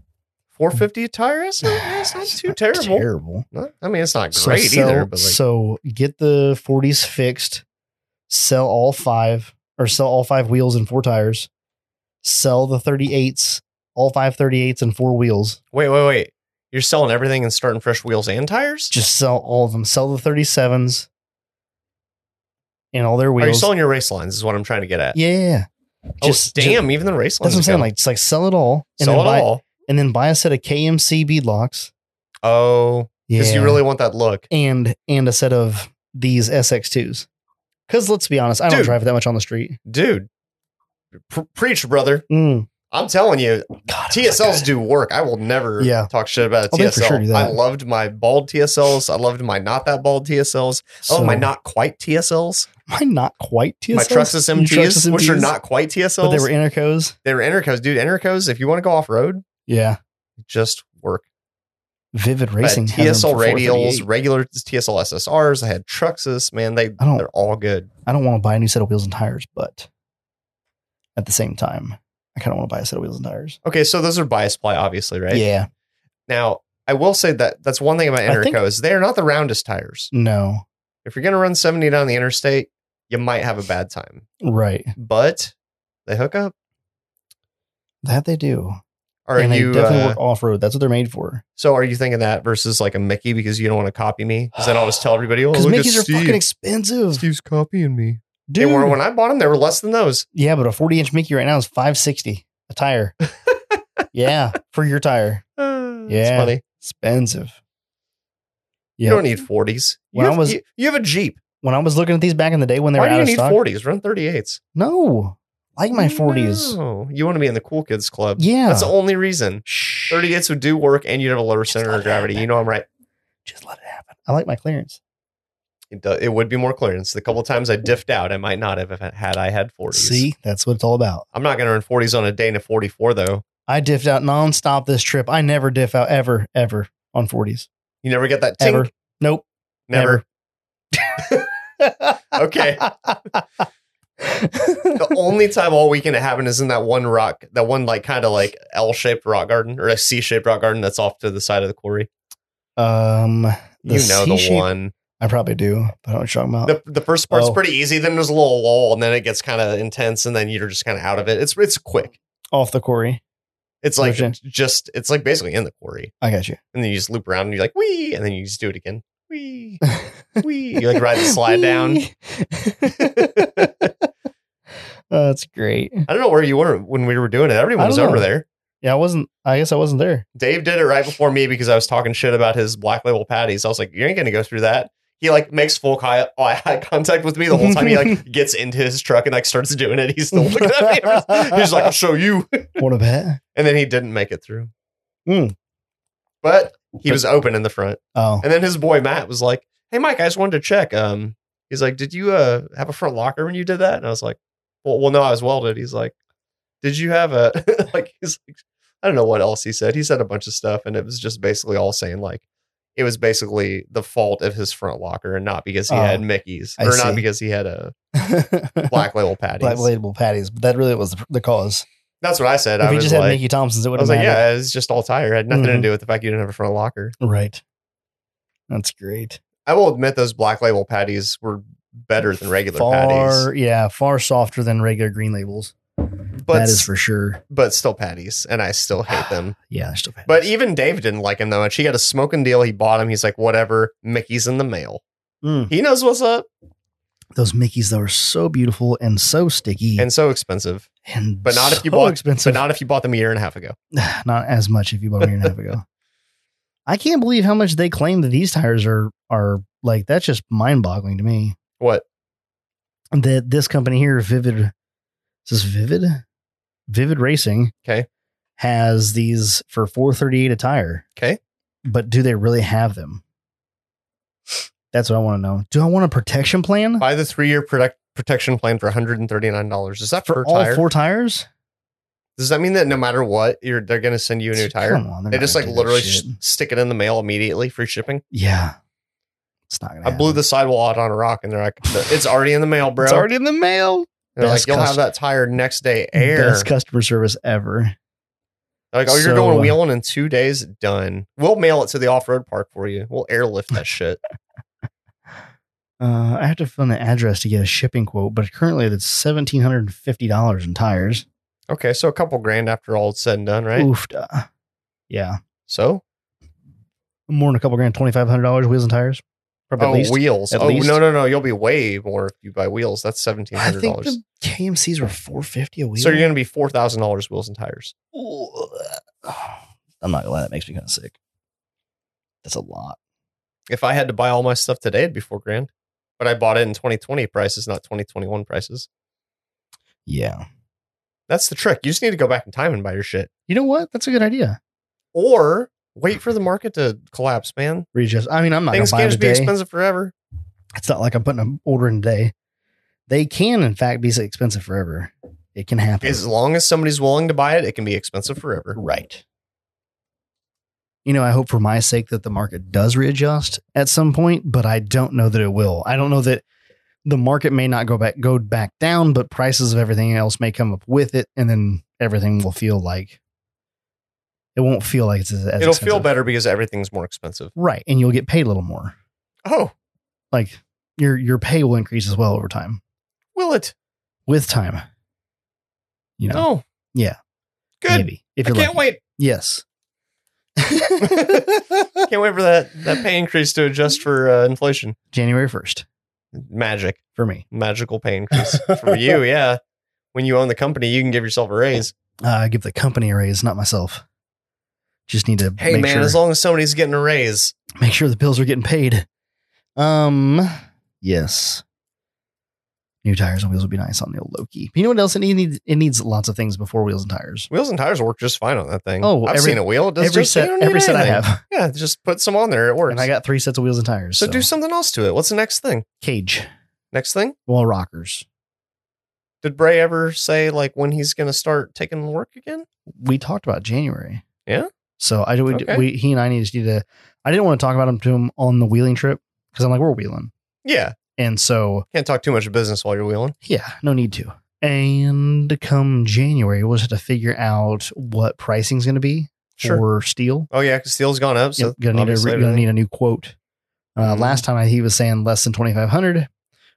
[SPEAKER 2] 450 a tire? It's not, it's not
[SPEAKER 1] It's
[SPEAKER 2] too
[SPEAKER 1] not
[SPEAKER 2] terrible.
[SPEAKER 1] Terrible.
[SPEAKER 2] Not- I mean, it's not
[SPEAKER 1] So
[SPEAKER 2] great
[SPEAKER 1] sell-
[SPEAKER 2] either. But like,
[SPEAKER 1] so get the 40s fixed, sell all five or sell all five wheels and four tires, sell the 38s, all five 38s and four wheels.
[SPEAKER 2] wait, wait, wait. You're selling everything and starting fresh wheels and tires?
[SPEAKER 1] Just sell all of them. Sell the 37s and all their
[SPEAKER 2] Are you
[SPEAKER 1] wheels.
[SPEAKER 2] selling your race lines? Is what I'm trying to get at.
[SPEAKER 1] yeah, yeah, yeah.
[SPEAKER 2] Oh, damn, even the race
[SPEAKER 1] that's
[SPEAKER 2] lines.
[SPEAKER 1] what I'm saying.
[SPEAKER 2] go.
[SPEAKER 1] Like, it's like sell it all and
[SPEAKER 2] sell
[SPEAKER 1] then
[SPEAKER 2] it
[SPEAKER 1] buy
[SPEAKER 2] all.
[SPEAKER 1] and then buy a set of KMC beadlocks.
[SPEAKER 2] Oh,
[SPEAKER 1] Yeah,
[SPEAKER 2] because you really want that look.
[SPEAKER 1] and and a set of these SX2s. Because let's be honest, I don't
[SPEAKER 2] Dude.
[SPEAKER 1] drive that much on the street.
[SPEAKER 2] Dude, pr- preach, brother.
[SPEAKER 1] Mm.
[SPEAKER 2] I'm telling you,
[SPEAKER 1] God, it was
[SPEAKER 2] TSLs do work. I will never
[SPEAKER 1] Yeah.
[SPEAKER 2] talk shit about a
[SPEAKER 1] Oh, they for
[SPEAKER 2] TSL.
[SPEAKER 1] sure do that.
[SPEAKER 2] I loved my bald TSLs. I loved my not that bald TSLs. I
[SPEAKER 1] So-
[SPEAKER 2] loved my not quite TSLs.
[SPEAKER 1] my not quite TSLs.
[SPEAKER 2] my Trussus
[SPEAKER 1] Your Trussus
[SPEAKER 2] MTs, which are
[SPEAKER 1] MTs?
[SPEAKER 2] not quite TSLs.
[SPEAKER 1] but they were intercos.
[SPEAKER 2] they were intercos, dude. Intercos. If you want to go off road,
[SPEAKER 1] Yeah,
[SPEAKER 2] just work.
[SPEAKER 1] Vivid
[SPEAKER 2] I had
[SPEAKER 1] Racing. had them
[SPEAKER 2] TSL
[SPEAKER 1] for 438.
[SPEAKER 2] radials, regular TSL SSRs. I had Truxes. Man, they
[SPEAKER 1] I don't-
[SPEAKER 2] they're all good.
[SPEAKER 1] I don't want to buy a new set of wheels and tires, but at the same time, I kind of want to buy a set of wheels and tires.
[SPEAKER 2] Okay, so those are bias ply, obviously, right?
[SPEAKER 1] Yeah,
[SPEAKER 2] Now, I will say that that's one thing about
[SPEAKER 1] I think-
[SPEAKER 2] intercos. They are not the roundest tires.
[SPEAKER 1] no,
[SPEAKER 2] If you're gonna run 70 down the interstate, you might have a bad time.
[SPEAKER 1] right?
[SPEAKER 2] But they hook up.
[SPEAKER 1] That they do,
[SPEAKER 2] Are
[SPEAKER 1] and
[SPEAKER 2] you
[SPEAKER 1] they definitely
[SPEAKER 2] uh,
[SPEAKER 1] work off road. That's what they're made for.
[SPEAKER 2] so? Are you thinking that versus like a Mickey because you don't want to copy me? Because then I'll just tell everybody, "Oh,
[SPEAKER 1] Because
[SPEAKER 2] look at
[SPEAKER 1] Mickey's are
[SPEAKER 2] Steve.
[SPEAKER 1] fucking expensive,
[SPEAKER 2] Steve's copying me."
[SPEAKER 1] dude.
[SPEAKER 2] They were when I bought them. They were less than those.
[SPEAKER 1] yeah, but a forty-inch Mickey right now is five sixty a tire. yeah, for your tire,
[SPEAKER 2] Uh, it's
[SPEAKER 1] Yeah.
[SPEAKER 2] funny.
[SPEAKER 1] expensive.
[SPEAKER 2] You
[SPEAKER 1] Yeah,
[SPEAKER 2] don't need forties. You,
[SPEAKER 1] When I
[SPEAKER 2] have-
[SPEAKER 1] was-
[SPEAKER 2] you, you have a Jeep.
[SPEAKER 1] when I was looking at these back in the day when they
[SPEAKER 2] Why
[SPEAKER 1] were
[SPEAKER 2] do
[SPEAKER 1] out
[SPEAKER 2] you
[SPEAKER 1] of
[SPEAKER 2] need
[SPEAKER 1] stock,
[SPEAKER 2] forties? Run thirty eights.
[SPEAKER 1] no, like my 40s.
[SPEAKER 2] No. You want to be in the cool kids club.
[SPEAKER 1] Yeah.
[SPEAKER 2] That's the only reason. 38s would do work and you'd have a lower center of
[SPEAKER 1] let it
[SPEAKER 2] gravity.
[SPEAKER 1] happen.
[SPEAKER 2] You know I'm right.
[SPEAKER 1] Just let it happen. I like my clearance.
[SPEAKER 2] It, do, it would be more clearance. The couple times I diffed out, I might not have if I- had I had 40s.
[SPEAKER 1] See, that's what it's all about.
[SPEAKER 2] I'm not going to earn 40s on a Dana 44 though.
[SPEAKER 1] I diffed out nonstop this trip. I never diff out ever, ever on 40s.
[SPEAKER 2] You never get that tink.
[SPEAKER 1] Ever. Nope.
[SPEAKER 2] Never. Okay. the only time all weekend it happened is in that one rock, that one like kind of like L-shaped rock garden or a C-shaped rock garden that's off to the side of the quarry.
[SPEAKER 1] um, the
[SPEAKER 2] you know the
[SPEAKER 1] C-shaped-
[SPEAKER 2] one.
[SPEAKER 1] I probably do, but I don't know what you're talking about.
[SPEAKER 2] the the first part's
[SPEAKER 1] Oh.
[SPEAKER 2] pretty easy. Then there's a little lull, and then it gets kind of intense, and then you're just kind of out of it. It's it's quick.
[SPEAKER 1] Off the quarry.
[SPEAKER 2] It's like
[SPEAKER 1] Okay.
[SPEAKER 2] just it's like basically in the quarry,
[SPEAKER 1] I got you.
[SPEAKER 2] and then you just loop around and you're like wee, and then you just do it again. Wee, wee. You like ride the slide down.
[SPEAKER 1] Oh, that's great.
[SPEAKER 2] I don't know where you were when we were doing it. Everyone
[SPEAKER 1] I
[SPEAKER 2] was
[SPEAKER 1] don't
[SPEAKER 2] over
[SPEAKER 1] know.
[SPEAKER 2] there.
[SPEAKER 1] Yeah, I wasn't. I guess I wasn't there.
[SPEAKER 2] Dave did it right before me because I was talking shit about his black label patties. I was like, you ain't gonna go through that. He like makes full eye, eye contact with me the whole time. He like gets into his truck and like starts doing it. He's still looking at me. He's like, I'll show you.
[SPEAKER 1] What a bet.
[SPEAKER 2] and then he didn't make it through.
[SPEAKER 1] Hmm.
[SPEAKER 2] But he was open in the front,
[SPEAKER 1] Oh,
[SPEAKER 2] and then his boy Matt was like, "Hey, Mike, I just wanted to check. Um, he's like, did you uh have a front locker when you did that?" And I was like, "Well, well, no, I was welded." He's like, "Did you have a like?" He's like, "I don't know what else he said. He said a bunch of stuff, and it was just basically all saying like." It was basically the fault of his front locker, and not because he
[SPEAKER 1] Oh,
[SPEAKER 2] had Mickey's,
[SPEAKER 1] I
[SPEAKER 2] or
[SPEAKER 1] see.
[SPEAKER 2] not because he had a
[SPEAKER 1] black
[SPEAKER 2] black label patties.
[SPEAKER 1] relatable patties, but that really was the, the cause.
[SPEAKER 2] That's what I said.
[SPEAKER 1] if
[SPEAKER 2] I
[SPEAKER 1] he
[SPEAKER 2] was
[SPEAKER 1] just
[SPEAKER 2] like,
[SPEAKER 1] had Mickey Thompson's, it
[SPEAKER 2] I
[SPEAKER 1] would have
[SPEAKER 2] was like,
[SPEAKER 1] mattered.
[SPEAKER 2] yeah, it's just all tire. It had nothing
[SPEAKER 1] Mhm.
[SPEAKER 2] to do with the fact you didn't have a front locker.
[SPEAKER 1] Right. That's great.
[SPEAKER 2] I will admit those black label patties were better than regular
[SPEAKER 1] far,
[SPEAKER 2] patties,
[SPEAKER 1] yeah, far softer than regular green labels.
[SPEAKER 2] but
[SPEAKER 1] that is Ah, for sure.
[SPEAKER 2] but still patties, and I still hate them.
[SPEAKER 1] Yeah, they're still patties.
[SPEAKER 2] But even Dave didn't like him that much. He got a smoking deal. He bought him. He's like, whatever. Mickey's in the mail.
[SPEAKER 1] Mm.
[SPEAKER 2] He knows what's up,
[SPEAKER 1] those Mickey's though are so beautiful and so sticky and,
[SPEAKER 2] e and so expensive, but not if you
[SPEAKER 1] so
[SPEAKER 2] bought-
[SPEAKER 1] expensive.
[SPEAKER 2] but not if you bought them a year and a half ago.
[SPEAKER 1] not-, as much if you bought them a year and a half ago. I can't believe how much they claim that these tires are are like. That's just mind boggling to me.
[SPEAKER 2] What?
[SPEAKER 1] That this company here, Vivid, is this Vivid, Vivid Racing,
[SPEAKER 2] Okay.
[SPEAKER 1] has these for four thirty eight a tire.
[SPEAKER 2] Okay.
[SPEAKER 1] but do they really have them? That's what I want to know. Do I want a protection plan
[SPEAKER 2] Buy the three year protect, protection plan for one hundred and thirty nine dollars. Is that
[SPEAKER 1] for
[SPEAKER 2] per
[SPEAKER 1] all
[SPEAKER 2] tire?
[SPEAKER 1] four tires?
[SPEAKER 2] Does that mean that no matter what, you're they're gonna send you a new tire?
[SPEAKER 1] Come on, they're
[SPEAKER 2] They
[SPEAKER 1] not
[SPEAKER 2] just
[SPEAKER 1] gonna
[SPEAKER 2] like
[SPEAKER 1] do that
[SPEAKER 2] literally
[SPEAKER 1] shit.
[SPEAKER 2] sh- stick it in the mail immediately for shipping.
[SPEAKER 1] yeah, it's not gonna.
[SPEAKER 2] I blew
[SPEAKER 1] happen.
[SPEAKER 2] the sidewall out on a rock, and they're like, "It's already in the mail, bro."
[SPEAKER 1] It's already in the mail.
[SPEAKER 2] They're like,
[SPEAKER 1] Best
[SPEAKER 2] "You'll have
[SPEAKER 1] custom-
[SPEAKER 2] that tire next day." Air.
[SPEAKER 1] Best customer service ever.
[SPEAKER 2] They're like, oh, you're
[SPEAKER 1] So,
[SPEAKER 2] going
[SPEAKER 1] uh,
[SPEAKER 2] wheeling in two days. Done. We'll mail it to the off-road park for you. We'll airlift that shit.
[SPEAKER 1] Uh, I have to fill in the address to get a shipping quote, but currently that's seventeen hundred and fifty dollars in tires.
[SPEAKER 2] Okay, so a couple grand after all is said and done, right?
[SPEAKER 1] Oof. duh. Yeah,
[SPEAKER 2] So,
[SPEAKER 1] more than a couple grand, twenty five hundred dollars wheels and tires. Probably
[SPEAKER 2] oh,
[SPEAKER 1] at least.
[SPEAKER 2] wheels.
[SPEAKER 1] at
[SPEAKER 2] oh
[SPEAKER 1] least.
[SPEAKER 2] no, no, no. You'll be way more if you buy wheels. That's seventeen
[SPEAKER 1] I
[SPEAKER 2] hundred
[SPEAKER 1] think
[SPEAKER 2] dollars.
[SPEAKER 1] the KMC's were four fifty a wheel.
[SPEAKER 2] So you're gonna be four thousand dollars wheels and tires.
[SPEAKER 1] Ooh. I'm not gonna lie, that makes me kind of sick. That's a lot.
[SPEAKER 2] If I had to buy all my stuff today, it'd be four grand. But I bought it in 2020 prices, not 2021 prices.
[SPEAKER 1] Yeah.
[SPEAKER 2] That's the trick. You just need to go back in time and buy your shit.
[SPEAKER 1] You know what? That's a good idea.
[SPEAKER 2] or wait for the market to collapse, man.
[SPEAKER 1] Regis. I mean, I'm not
[SPEAKER 2] Things
[SPEAKER 1] gonna buy them
[SPEAKER 2] can't just be
[SPEAKER 1] today.
[SPEAKER 2] expensive forever.
[SPEAKER 1] it's not like I'm putting an order in today. They can, in fact, be so expensive forever. It can happen.
[SPEAKER 2] As long as somebody's willing to buy it, it can be expensive forever.
[SPEAKER 1] right. You know, I hope for my sake that the market does readjust at some point, but I don't know that it will. I don't know that the market may not go back go back down, but prices of everything else may come up with it, and then everything will feel like it won't feel like it's as
[SPEAKER 2] It'll feel
[SPEAKER 1] expensive.
[SPEAKER 2] better because everything's more expensive.
[SPEAKER 1] right? And you'll get paid a little more.
[SPEAKER 2] Oh,
[SPEAKER 1] Like your your pay will increase as well over time.
[SPEAKER 2] will it?
[SPEAKER 1] With time, you know.
[SPEAKER 2] No.
[SPEAKER 1] Yeah.
[SPEAKER 2] Oh, Good.
[SPEAKER 1] Maybe. If
[SPEAKER 2] I
[SPEAKER 1] you're
[SPEAKER 2] can't
[SPEAKER 1] lucky.
[SPEAKER 2] wait.
[SPEAKER 1] Yes.
[SPEAKER 2] Can't wait for that that pay increase to adjust for uh, inflation.
[SPEAKER 1] January 1st
[SPEAKER 2] Magic,
[SPEAKER 1] for me.
[SPEAKER 2] magical pay increase for you. Yeah. When you own the company, you can give yourself a raise.
[SPEAKER 1] Uh, give the company a raise, not myself. Just need to
[SPEAKER 2] Hey
[SPEAKER 1] make,
[SPEAKER 2] man,
[SPEAKER 1] sure,
[SPEAKER 2] as long as somebody's getting a raise,
[SPEAKER 1] make sure the bills are getting paid. Um, yes. New tires and wheels would be nice on the old Loki. But you know what else? It needs it needs lots of things before wheels and tires.
[SPEAKER 2] Wheels and tires work just fine on that thing.
[SPEAKER 1] Oh,
[SPEAKER 2] I've
[SPEAKER 1] every-
[SPEAKER 2] seen a wheel. It does
[SPEAKER 1] every
[SPEAKER 2] just, you
[SPEAKER 1] set,
[SPEAKER 2] don't need
[SPEAKER 1] every set I
[SPEAKER 2] anything.
[SPEAKER 1] have,
[SPEAKER 2] Yeah, just put some on there. It works.
[SPEAKER 1] and I got three sets of wheels and tires.
[SPEAKER 2] so, do something else to it. What's the next thing?
[SPEAKER 1] cage,
[SPEAKER 2] Next thing?
[SPEAKER 1] well rockers.
[SPEAKER 2] Did Bray ever say like when he's going to start taking work again?
[SPEAKER 1] We talked about January.
[SPEAKER 2] Yeah?
[SPEAKER 1] So I do. We,
[SPEAKER 2] Okay.
[SPEAKER 1] we he and I need to. do I didn't want to talk about him to him on the wheeling trip because I'm like we're wheeling,
[SPEAKER 2] Yeah,
[SPEAKER 1] and so
[SPEAKER 2] can't talk too much business while you're wheeling.
[SPEAKER 1] Yeah, no need to. And come January, we'll just have to figure out what pricing's going to be for steel.
[SPEAKER 2] Oh yeah, because steel's gone up. So
[SPEAKER 1] Yep, gonna, need a,
[SPEAKER 2] obviously
[SPEAKER 1] re- gonna
[SPEAKER 2] everything-
[SPEAKER 1] need a new quote. Uh,
[SPEAKER 2] Mhm.
[SPEAKER 1] Last time I, he was saying less than twenty five hundred.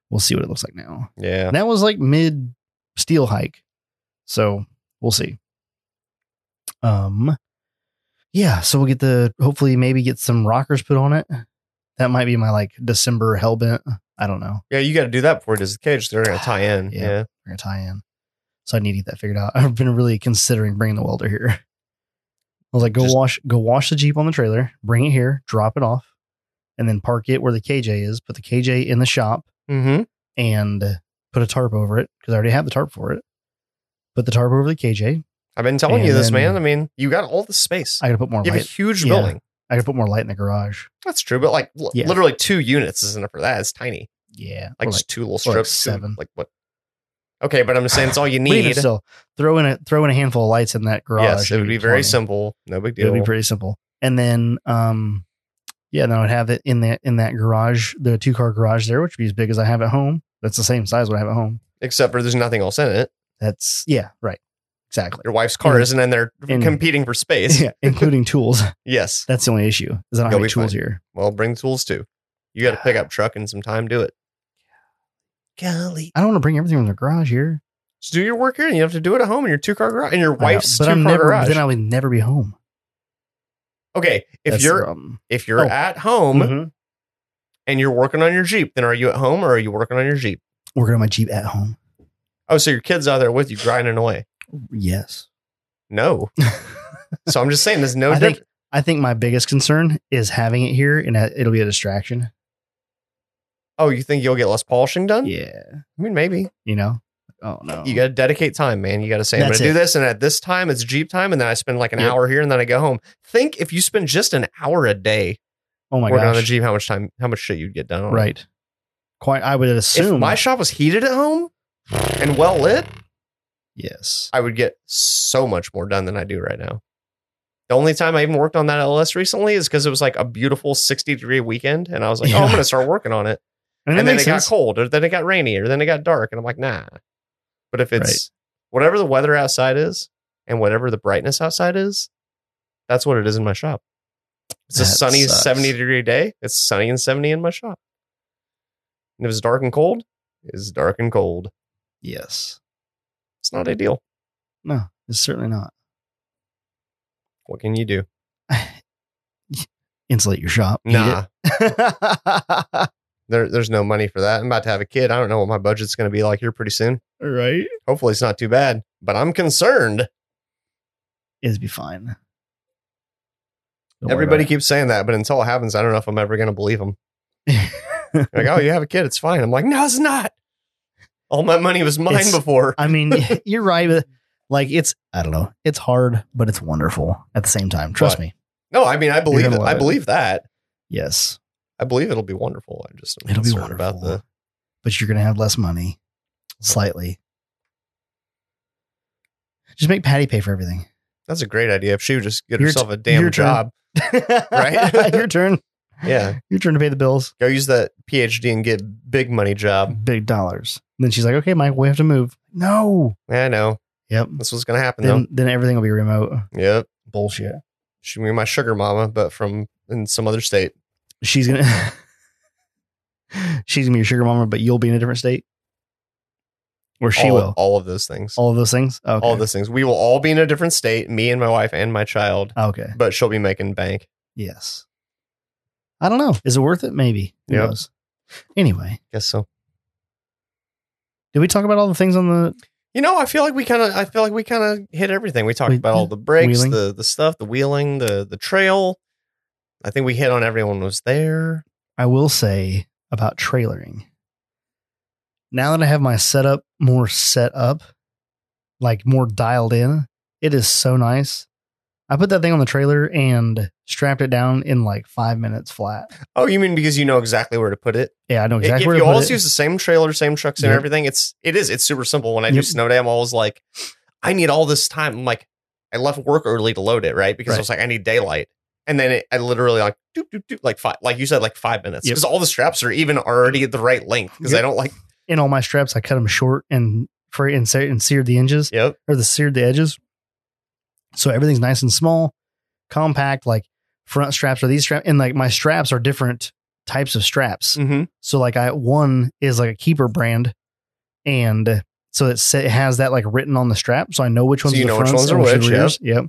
[SPEAKER 1] We'll see what it looks like now.
[SPEAKER 2] yeah.
[SPEAKER 1] And that was like mid steel hike, so we'll see. Um, yeah. So we'll get the hopefully maybe get some rockers put on it. That might be my like December hellbent. I don't know.
[SPEAKER 2] Yeah, you got to do that before it does the cage. They're going to tie in.
[SPEAKER 1] Yeah.
[SPEAKER 2] yeah.
[SPEAKER 1] We're gonna tie in. So I need to get that figured out. I've been really considering bringing the welder here. I was like, go
[SPEAKER 2] Just-
[SPEAKER 1] wash, go wash the Jeep on the trailer, bring it here, drop it off, and then park it where the KJ is. Put the KJ in the shop
[SPEAKER 2] Mm-hmm.
[SPEAKER 1] and put a tarp over it because I already have the tarp for it. Put the tarp over the KJ.
[SPEAKER 2] I've been telling
[SPEAKER 1] And
[SPEAKER 2] you this,
[SPEAKER 1] then-
[SPEAKER 2] man. I mean, you got all the space.
[SPEAKER 1] I gotta put more
[SPEAKER 2] you have a
[SPEAKER 1] light.
[SPEAKER 2] huge
[SPEAKER 1] yeah.
[SPEAKER 2] building.
[SPEAKER 1] I gotta put more light in the garage.
[SPEAKER 2] That's true, but like l-
[SPEAKER 1] Yeah.
[SPEAKER 2] literally two units isn't enough for that. It's tiny.
[SPEAKER 1] Yeah,
[SPEAKER 2] Like
[SPEAKER 1] Or
[SPEAKER 2] just two
[SPEAKER 1] or
[SPEAKER 2] little
[SPEAKER 1] like
[SPEAKER 2] strips. two-
[SPEAKER 1] seven.
[SPEAKER 2] Like what? Okay, but I'm just saying it's all you
[SPEAKER 1] but even
[SPEAKER 2] need.
[SPEAKER 1] still, throw in a throw in a handful of lights in that garage.
[SPEAKER 2] Yes, it
[SPEAKER 1] and
[SPEAKER 2] would be
[SPEAKER 1] you'd
[SPEAKER 2] very
[SPEAKER 1] 20.
[SPEAKER 2] simple. No big
[SPEAKER 1] It
[SPEAKER 2] deal.
[SPEAKER 1] would be pretty simple. And then, um, yeah, then I would have it in that in that garage, the two car garage there, which would be as big as I have at home. That's the same size what I have at home.
[SPEAKER 2] Except for there's nothing else in it.
[SPEAKER 1] That's yeah, right, exactly.
[SPEAKER 2] Your wife's car
[SPEAKER 1] In-
[SPEAKER 2] isn't in there
[SPEAKER 1] in-
[SPEAKER 2] competing for space.
[SPEAKER 1] Yeah, including tools.
[SPEAKER 2] Yes.
[SPEAKER 1] That's the only issue. Is I don't have
[SPEAKER 2] You'll
[SPEAKER 1] any
[SPEAKER 2] be
[SPEAKER 1] tools
[SPEAKER 2] fine.
[SPEAKER 1] here.
[SPEAKER 2] Well, bring tools too. You got a pickup truck and some time. Do it. Golly.
[SPEAKER 1] I don't want to bring everything from the garage here.
[SPEAKER 2] Just do your work here, and you have to do it at home in your two car garage, in your
[SPEAKER 1] I know,
[SPEAKER 2] wife's
[SPEAKER 1] but
[SPEAKER 2] two car
[SPEAKER 1] I'm never.
[SPEAKER 2] garage.
[SPEAKER 1] Then I would never be home.
[SPEAKER 2] okay, if
[SPEAKER 1] That's the
[SPEAKER 2] you're
[SPEAKER 1] problem.
[SPEAKER 2] if you're
[SPEAKER 1] Oh.
[SPEAKER 2] at home
[SPEAKER 1] Mhm.
[SPEAKER 2] and you're working on your Jeep, then are you at home or are you working on your Jeep?
[SPEAKER 1] working on my Jeep at home.
[SPEAKER 2] Oh, so your kid's out there with you grinding away.
[SPEAKER 1] Yes,
[SPEAKER 2] No. so I'm just saying there's no
[SPEAKER 1] I
[SPEAKER 2] difference.
[SPEAKER 1] think I think my biggest concern is having it here and uh, it'll be a distraction.
[SPEAKER 2] oh, you think you'll get less polishing done?
[SPEAKER 1] Yeah,
[SPEAKER 2] I mean, maybe.
[SPEAKER 1] you know. Oh no,
[SPEAKER 2] You gotta dedicate time, man. You gotta say, I'm
[SPEAKER 1] That's
[SPEAKER 2] gonna do
[SPEAKER 1] it.
[SPEAKER 2] this, and at this time it's Jeep time, and then I spend like an
[SPEAKER 1] Yep.
[SPEAKER 2] hour here and then I go home. Think if you spend just an hour a day
[SPEAKER 1] oh my
[SPEAKER 2] working on the
[SPEAKER 1] gosh,
[SPEAKER 2] Jeep, how much time how much shit you'd get done on it.
[SPEAKER 1] Right. Quite. I would assume.
[SPEAKER 2] Oh. If my shop was heated at home and well lit,
[SPEAKER 1] yes.
[SPEAKER 2] I would get so much more done than I do right now. The only time I even worked on that LS recently is because it was like a beautiful 60 degree weekend. And I was like, oh, I'm
[SPEAKER 1] Yeah.
[SPEAKER 2] going to start working on it.
[SPEAKER 1] I mean,
[SPEAKER 2] And,
[SPEAKER 1] that
[SPEAKER 2] then it
[SPEAKER 1] makes
[SPEAKER 2] got
[SPEAKER 1] sense.
[SPEAKER 2] cold, or then it got rainy, or then it got dark. And I'm like, nah. But if it's
[SPEAKER 1] Right.
[SPEAKER 2] whatever the weather outside is and whatever the brightness outside is, that's what it is in my shop. It's a
[SPEAKER 1] That
[SPEAKER 2] sunny
[SPEAKER 1] sucks.
[SPEAKER 2] 70 degree day. It's sunny and 70 in my shop. And if it's dark and cold, it's dark and cold.
[SPEAKER 1] Yes.
[SPEAKER 2] It's not ideal.
[SPEAKER 1] No, it's certainly not.
[SPEAKER 2] What can you do?
[SPEAKER 1] Insulate your shop. heat
[SPEAKER 2] Nah.
[SPEAKER 1] it.
[SPEAKER 2] there, there's no money for that. I'm about to have a kid. I don't know what my budget's going to be like here pretty soon.
[SPEAKER 1] right.
[SPEAKER 2] Hopefully, it's not too bad, but I'm concerned.
[SPEAKER 1] It'd be fine. Don't worry
[SPEAKER 2] Everybody
[SPEAKER 1] about
[SPEAKER 2] keeps saying that, but until it happens, I don't know if I'm ever going to believe them.
[SPEAKER 1] it.
[SPEAKER 2] Like, oh, you have a kid, it's fine. I'm like, no, it's not. All my money was mine
[SPEAKER 1] It's-
[SPEAKER 2] before.
[SPEAKER 1] I mean, you're right. But like, it's I don't know. It's hard, but it's wonderful at the same time. Trust
[SPEAKER 2] What?
[SPEAKER 1] me.
[SPEAKER 2] No, I mean, I believe
[SPEAKER 1] gonna
[SPEAKER 2] it. I
[SPEAKER 1] love it.
[SPEAKER 2] believe that.
[SPEAKER 1] Yes,
[SPEAKER 2] I believe it'll be wonderful. I just am
[SPEAKER 1] it'll be
[SPEAKER 2] concerned
[SPEAKER 1] wonderful.
[SPEAKER 2] about the.
[SPEAKER 1] but you're gonna have less money, slightly. Just make Patty pay for everything.
[SPEAKER 2] That's a great idea. If she would just get
[SPEAKER 1] Your
[SPEAKER 2] herself
[SPEAKER 1] t-
[SPEAKER 2] a damn
[SPEAKER 1] your turn.
[SPEAKER 2] job,
[SPEAKER 1] right? your turn.
[SPEAKER 2] Yeah.
[SPEAKER 1] Your turn to pay the bills.
[SPEAKER 2] go use that PhD and get big money job.
[SPEAKER 1] Big dollars. And then she's like, okay, Mike, we have to move. No.
[SPEAKER 2] I know
[SPEAKER 1] Yep.
[SPEAKER 2] that's what's going to happen
[SPEAKER 1] Then, then everything will be remote.
[SPEAKER 2] though. Yep.
[SPEAKER 1] Bullshit.
[SPEAKER 2] She be my sugar mama, but from in some other state.
[SPEAKER 1] She's going to. She's gonna be your sugar mama, but you'll be in a different state, or she
[SPEAKER 2] all,
[SPEAKER 1] will.
[SPEAKER 2] All of those things. All,
[SPEAKER 1] all of those things. Okay.
[SPEAKER 2] of those things. We will all be in a different state, me and my wife and my child,
[SPEAKER 1] Okay.
[SPEAKER 2] but she'll be making bank.
[SPEAKER 1] Yes. I don't know. Is it worth it? Maybe. Who
[SPEAKER 2] Yep.
[SPEAKER 1] knows? Anyway,
[SPEAKER 2] Guess so.
[SPEAKER 1] did we talk about all the things on the?
[SPEAKER 2] You know, I feel like we kind of, I feel like we kind of hit everything. We talked
[SPEAKER 1] We-
[SPEAKER 2] about all the brakes,
[SPEAKER 1] wheeling.
[SPEAKER 2] the the stuff, the wheeling, the the trail. I think we hit on everyone was there.
[SPEAKER 1] I will say about trailering. now that I have my setup more set up, like more dialed in, it is so nice. I put that thing on the trailer and strapped it down in like five minutes flat.
[SPEAKER 2] Oh, you mean because you know exactly where to put it?
[SPEAKER 1] Yeah, I know exactly
[SPEAKER 2] if
[SPEAKER 1] where
[SPEAKER 2] you
[SPEAKER 1] to put
[SPEAKER 2] always
[SPEAKER 1] it.
[SPEAKER 2] use the same trailer, same trucks and
[SPEAKER 1] Yep.
[SPEAKER 2] everything, it's it is it's super simple. When I do
[SPEAKER 1] Yep.
[SPEAKER 2] snow day, I'm always like, I need all this time. I'm like, I left work early to load it, right? Because I
[SPEAKER 1] Right.
[SPEAKER 2] was like, I need daylight, and then it, I literally like doop doop doop like five, like you said, like five minutes
[SPEAKER 1] Yep.
[SPEAKER 2] because all the straps are even already at the right length because I
[SPEAKER 1] Yep.
[SPEAKER 2] don't like
[SPEAKER 1] in all my straps, I cut them short and fray and, se- and seared the edges
[SPEAKER 2] yep
[SPEAKER 1] or the seared the edges. So everything's nice and small, compact. Like front straps are these straps, and like my straps are different types of straps.
[SPEAKER 2] mm-hmm.
[SPEAKER 1] So like I one is like a keeper brand, and so it, sa- it has that like written on the strap, so I know which
[SPEAKER 2] So
[SPEAKER 1] ones
[SPEAKER 2] you
[SPEAKER 1] are the
[SPEAKER 2] know which
[SPEAKER 1] fronts
[SPEAKER 2] ones are
[SPEAKER 1] and
[SPEAKER 2] which, yeah.
[SPEAKER 1] rears. Yep.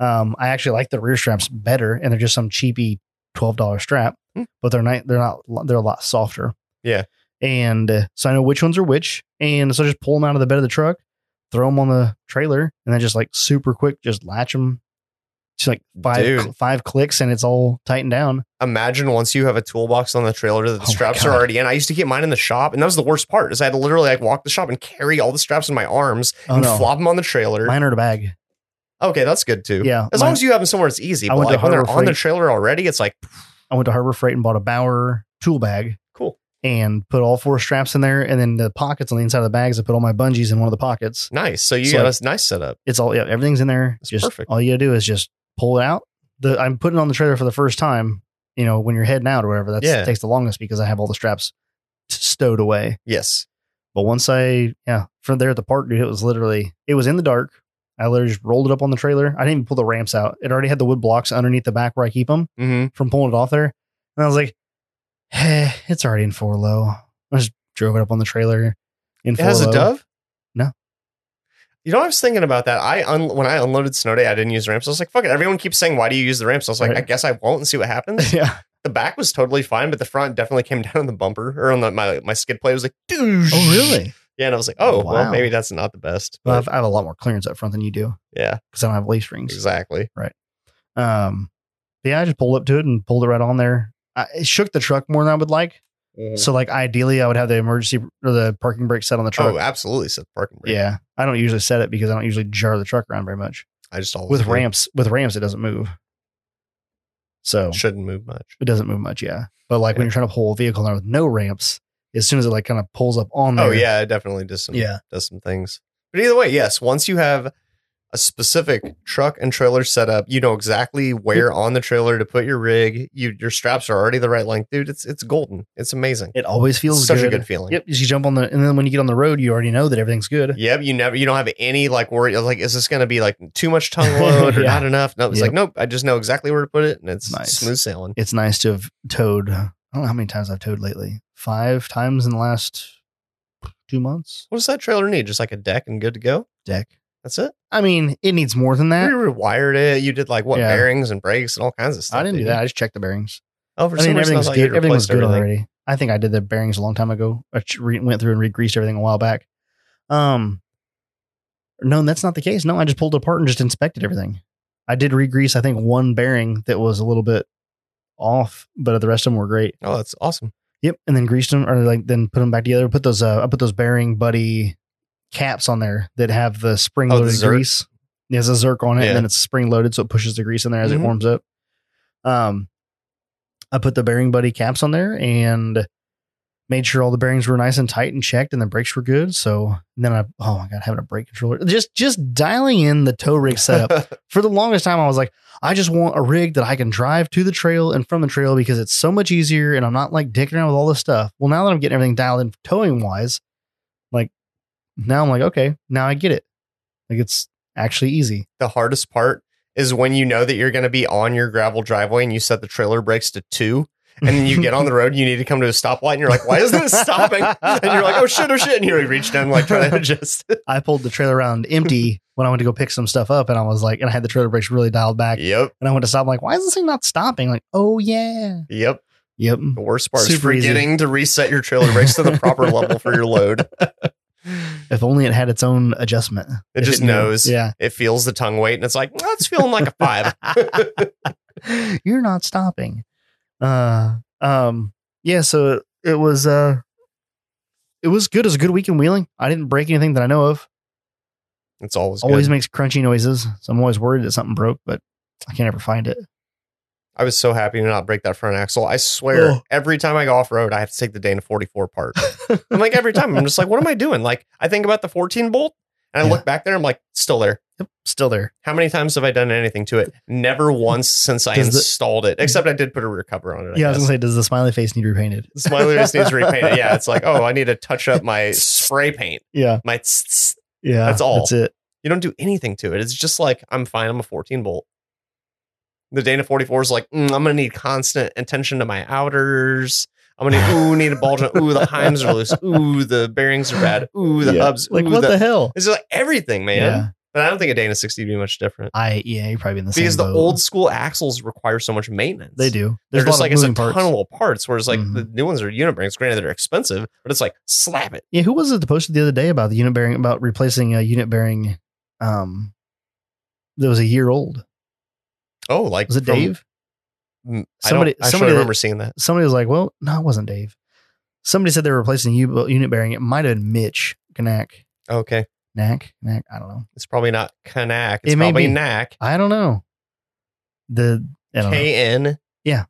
[SPEAKER 1] Um, I actually like the rear straps better, and they're just some cheapy twelve dollar strap,
[SPEAKER 2] Hmm.
[SPEAKER 1] but they're not they're not they're a lot softer.
[SPEAKER 2] Yeah.
[SPEAKER 1] And uh, so I know which ones are which, and so I just pull them out of the bed of the truck, throw them on the trailer, and then just like super quick, just latch them. Just like five
[SPEAKER 2] Dude.
[SPEAKER 1] five clicks, and it's all tightened down.
[SPEAKER 2] Imagine once you have a toolbox on the trailer that
[SPEAKER 1] Oh
[SPEAKER 2] the
[SPEAKER 1] my
[SPEAKER 2] straps are
[SPEAKER 1] God.
[SPEAKER 2] already in. I used to keep mine in the shop, and that was the worst part. Is I had to literally like walk the shop and carry all the straps in my arms
[SPEAKER 1] Oh
[SPEAKER 2] and
[SPEAKER 1] no,
[SPEAKER 2] flop them on the trailer.
[SPEAKER 1] mine are in a bag.
[SPEAKER 2] okay, that's good too.
[SPEAKER 1] Yeah,
[SPEAKER 2] As
[SPEAKER 1] mine-
[SPEAKER 2] long as you have them somewhere, it's easy.
[SPEAKER 1] I
[SPEAKER 2] But
[SPEAKER 1] went to
[SPEAKER 2] like when they're
[SPEAKER 1] Harbor
[SPEAKER 2] on the
[SPEAKER 1] Freight.
[SPEAKER 2] trailer already, it's like
[SPEAKER 1] I went to Harbor Freight and bought a Bauer tool bag
[SPEAKER 2] cool,
[SPEAKER 1] and put all four straps in there, and then the pockets on the inside of the bags. I put all my bungees in one of the pockets.
[SPEAKER 2] nice. So you
[SPEAKER 1] So,
[SPEAKER 2] got
[SPEAKER 1] like-
[SPEAKER 2] a nice setup.
[SPEAKER 1] It's all yeah, everything's in there.
[SPEAKER 2] That's
[SPEAKER 1] just
[SPEAKER 2] perfect.
[SPEAKER 1] all you gotta do is just pull it out. The I'm putting it on the trailer for the first time. You know when you're heading out or whatever. That
[SPEAKER 2] Yeah.
[SPEAKER 1] takes the longest because I have all the straps t- stowed away.
[SPEAKER 2] Yes,
[SPEAKER 1] But once I yeah, from there at the park, dude, it was literally it was in the dark. I literally just rolled it up on the trailer. I didn't even pull the ramps out. It already had the wood blocks underneath the back where I keep them.
[SPEAKER 2] mm-hmm.
[SPEAKER 1] from pulling it off there. And I was like, eh, it's already in four low. I just drove it up on the trailer in
[SPEAKER 2] it
[SPEAKER 1] four
[SPEAKER 2] has
[SPEAKER 1] low.
[SPEAKER 2] a dove.
[SPEAKER 1] No.
[SPEAKER 2] You know, I was thinking about that. I un- when I unloaded Snow Day, I didn't use the ramps. I was like, "Fuck it!" Everyone keeps saying, "Why do you use the ramps?" I was like,
[SPEAKER 1] Right.
[SPEAKER 2] "I guess I won't and see what happens."
[SPEAKER 1] yeah.
[SPEAKER 2] the back was totally fine, but the front definitely came down on the bumper or on the, my my skid plate. It was like, "Douche." Yeah, and I was like, "Oh, well,
[SPEAKER 1] Oh, Wow.
[SPEAKER 2] maybe that's not the best."
[SPEAKER 1] Well, I
[SPEAKER 2] But,
[SPEAKER 1] have, I have a lot more clearance up front than you do
[SPEAKER 2] yeah,
[SPEAKER 1] because I don't have lace rings.
[SPEAKER 2] exactly.
[SPEAKER 1] Um, but yeah, I just pulled up to it and pulled it right on there. I, it shook the truck more than I would like.
[SPEAKER 2] Oh,
[SPEAKER 1] So, like, ideally, I would have the emergency or the parking brake set on the truck.
[SPEAKER 2] Oh, absolutely. Said the parking brake.
[SPEAKER 1] yeah. I don't usually set it because I don't usually jar the truck around very much.
[SPEAKER 2] I just always
[SPEAKER 1] With
[SPEAKER 2] do.
[SPEAKER 1] ramps, with ramps, it doesn't move. So,
[SPEAKER 2] shouldn't move much.
[SPEAKER 1] it doesn't move much, yeah. But like
[SPEAKER 2] Yeah.
[SPEAKER 1] when you're trying to pull a vehicle in there with no ramps, as soon as it like kind of pulls up on there,
[SPEAKER 2] Oh yeah, it definitely does some
[SPEAKER 1] Yeah.
[SPEAKER 2] does some things. But either way, yes, once you have a specific truck and trailer setup, you know exactly where on the trailer to put your rig. You your straps are already the right length, dude. It's it's golden. It's amazing.
[SPEAKER 1] it always feels
[SPEAKER 2] Such
[SPEAKER 1] good.
[SPEAKER 2] a good feeling.
[SPEAKER 1] Yep, you just jump on the, and then when you get on the road, you already know that everything's good.
[SPEAKER 2] Yep, you never you don't have any like worry like is this gonna be like too much tongue load or
[SPEAKER 1] Yeah.
[SPEAKER 2] not enough? No, it's
[SPEAKER 1] Yep.
[SPEAKER 2] like nope, I just know exactly where to put it and it's
[SPEAKER 1] Nice.
[SPEAKER 2] smooth sailing.
[SPEAKER 1] It's nice to have towed. I don't know how many times I've towed lately. Five times in the last two months.
[SPEAKER 2] What does that trailer need? Just like a deck and good to go?
[SPEAKER 1] Deck.
[SPEAKER 2] That's it.
[SPEAKER 1] I mean, it needs more than
[SPEAKER 2] You
[SPEAKER 1] that.
[SPEAKER 2] rewired it. You did like what
[SPEAKER 1] Eh. Yeah.
[SPEAKER 2] bearings and brakes and all kinds of stuff.
[SPEAKER 1] I didn't do
[SPEAKER 2] dude.
[SPEAKER 1] that. I just checked the bearings.
[SPEAKER 2] Oh, for
[SPEAKER 1] I
[SPEAKER 2] some
[SPEAKER 1] mean,
[SPEAKER 2] reason,
[SPEAKER 1] everything
[SPEAKER 2] I
[SPEAKER 1] was
[SPEAKER 2] thought
[SPEAKER 1] good.
[SPEAKER 2] you
[SPEAKER 1] Everything was
[SPEAKER 2] replaced
[SPEAKER 1] good
[SPEAKER 2] everything.
[SPEAKER 1] already. I think I did the bearings a long time ago. I ch- re- went through and re-greased everything a while back. Um, no, that's not the case. No, I just pulled it apart and just inspected everything. I did re-grease, I think, one bearing that was a little bit off, but the rest of them were great.
[SPEAKER 2] Oh, that's awesome.
[SPEAKER 1] Yep, and then greased them or like then put them back together. Put those uh, I put those bearing buddy caps on there that have the spring
[SPEAKER 2] Oh, the
[SPEAKER 1] loaded
[SPEAKER 2] Zerk?
[SPEAKER 1] grease. It has a zerk on it,
[SPEAKER 2] Yeah.
[SPEAKER 1] and then it's spring loaded, so it pushes the grease in there as
[SPEAKER 2] Mhm.
[SPEAKER 1] it warms up. Um, I put the bearing buddy caps on there and made sure all the bearings were nice and tight and checked, and the brakes were good. So and then I oh my god, having a brake controller just just dialing in the tow rig setup for the longest time, I was like, I just want a rig that I can drive to the trail and from the trail because it's so much easier and I'm not like dicking around with all this stuff. Well, now that I'm getting everything dialed in towing wise, like now I'm like, okay, now I get it. Like it's actually easy.
[SPEAKER 2] the hardest part is when you know that you're going to be on your gravel driveway and you set the trailer brakes to two. And then you get on the road and you need to come to a stoplight and you're like, why isn't this stopping? And you're like, oh shit, oh shit. And you reach down and like try to adjust.
[SPEAKER 1] I pulled the trailer around empty when I went to go pick some stuff up and I was like, and I had the trailer brakes really dialed back.
[SPEAKER 2] yep.
[SPEAKER 1] And I went to stop, like, why is this thing not stopping? Like, oh yeah.
[SPEAKER 2] Yep.
[SPEAKER 1] Yep.
[SPEAKER 2] The worst part
[SPEAKER 1] Super
[SPEAKER 2] is
[SPEAKER 1] easy.
[SPEAKER 2] forgetting to reset your trailer brakes to the proper level for your load.
[SPEAKER 1] If only it had its own adjustment.
[SPEAKER 2] It
[SPEAKER 1] If
[SPEAKER 2] just
[SPEAKER 1] knew.
[SPEAKER 2] knows.
[SPEAKER 1] Yeah.
[SPEAKER 2] It feels the tongue weight and it's like, that's feeling like a five.
[SPEAKER 1] You're not stopping. Uh um yeah, so it was uh it was good. It was a good week in wheeling. I didn't break anything that I know of.
[SPEAKER 2] It's always
[SPEAKER 1] always
[SPEAKER 2] good.
[SPEAKER 1] makes crunchy noises. So I'm always worried that something broke, but I can't ever find it.
[SPEAKER 2] I was so happy to not break that front axle. I swear,
[SPEAKER 1] Ugh.
[SPEAKER 2] every time I go off road, I have to take the Dana 44 part. I'm like, every time, I'm just like, what am I doing? Like, I think about the 14 bolt and I
[SPEAKER 1] Yeah.
[SPEAKER 2] look back there, I'm like, still there.
[SPEAKER 1] Still there.
[SPEAKER 2] How many times have I done anything to it? Never once since I
[SPEAKER 1] Does the-
[SPEAKER 2] installed it, except I did put a rear cover on it. I
[SPEAKER 1] yeah, I was gonna
[SPEAKER 2] guess.
[SPEAKER 1] say, does the smiley face need repainted?
[SPEAKER 2] The Smiler just needs repainted. Yeah, it's like, oh, I need to touch up my spray paint.
[SPEAKER 1] Yeah,
[SPEAKER 2] My, tss, tss.
[SPEAKER 1] yeah.
[SPEAKER 2] That's all.
[SPEAKER 1] That's it.
[SPEAKER 2] you don't do anything to it. It's just like I'm fine. I'm a 14 bolt. The Dana 44 is like mm, I'm gonna need constant attention to my outers. I'm gonna need, ooh need a ball joint. Ooh the heims are loose. Ooh the bearings are bad. Ooh the
[SPEAKER 1] Yeah.
[SPEAKER 2] hubs.
[SPEAKER 1] Like
[SPEAKER 2] ooh,
[SPEAKER 1] what the,
[SPEAKER 2] the
[SPEAKER 1] hell?
[SPEAKER 2] it's like everything, man. But I don't think a Dana 60 would be much different
[SPEAKER 1] I yeah, you're probably in the
[SPEAKER 2] because
[SPEAKER 1] same
[SPEAKER 2] the
[SPEAKER 1] boat.
[SPEAKER 2] old school axles require so much maintenance.
[SPEAKER 1] they do.
[SPEAKER 2] They're
[SPEAKER 1] There's
[SPEAKER 2] just
[SPEAKER 1] a lot
[SPEAKER 2] like
[SPEAKER 1] of
[SPEAKER 2] it's a
[SPEAKER 1] moving parts.
[SPEAKER 2] ton of little parts, whereas like
[SPEAKER 1] Mhm.
[SPEAKER 2] the new ones are unit bearings. Granted, they're expensive, but it's like slap it.
[SPEAKER 1] Yeah, who was it that posted the other day about the unit bearing about replacing a unit bearing um that was a year old?
[SPEAKER 2] Oh, like
[SPEAKER 1] Was it
[SPEAKER 2] from-
[SPEAKER 1] Dave?
[SPEAKER 2] Mm,
[SPEAKER 1] Somebody-
[SPEAKER 2] I don't actually
[SPEAKER 1] somebody that-
[SPEAKER 2] remember seeing that.
[SPEAKER 1] Somebody was like, "Well, no, it wasn't Dave." Somebody said they were replacing a u- unit bearing. It might have been Mitch Knack,
[SPEAKER 2] Okay.
[SPEAKER 1] Knack, Knack. I don't know.
[SPEAKER 2] It's probably not Kanak. It's
[SPEAKER 1] It may
[SPEAKER 2] probably
[SPEAKER 1] be.
[SPEAKER 2] Knack.
[SPEAKER 1] I don't know. The I don't know.
[SPEAKER 2] K N.
[SPEAKER 1] Yeah.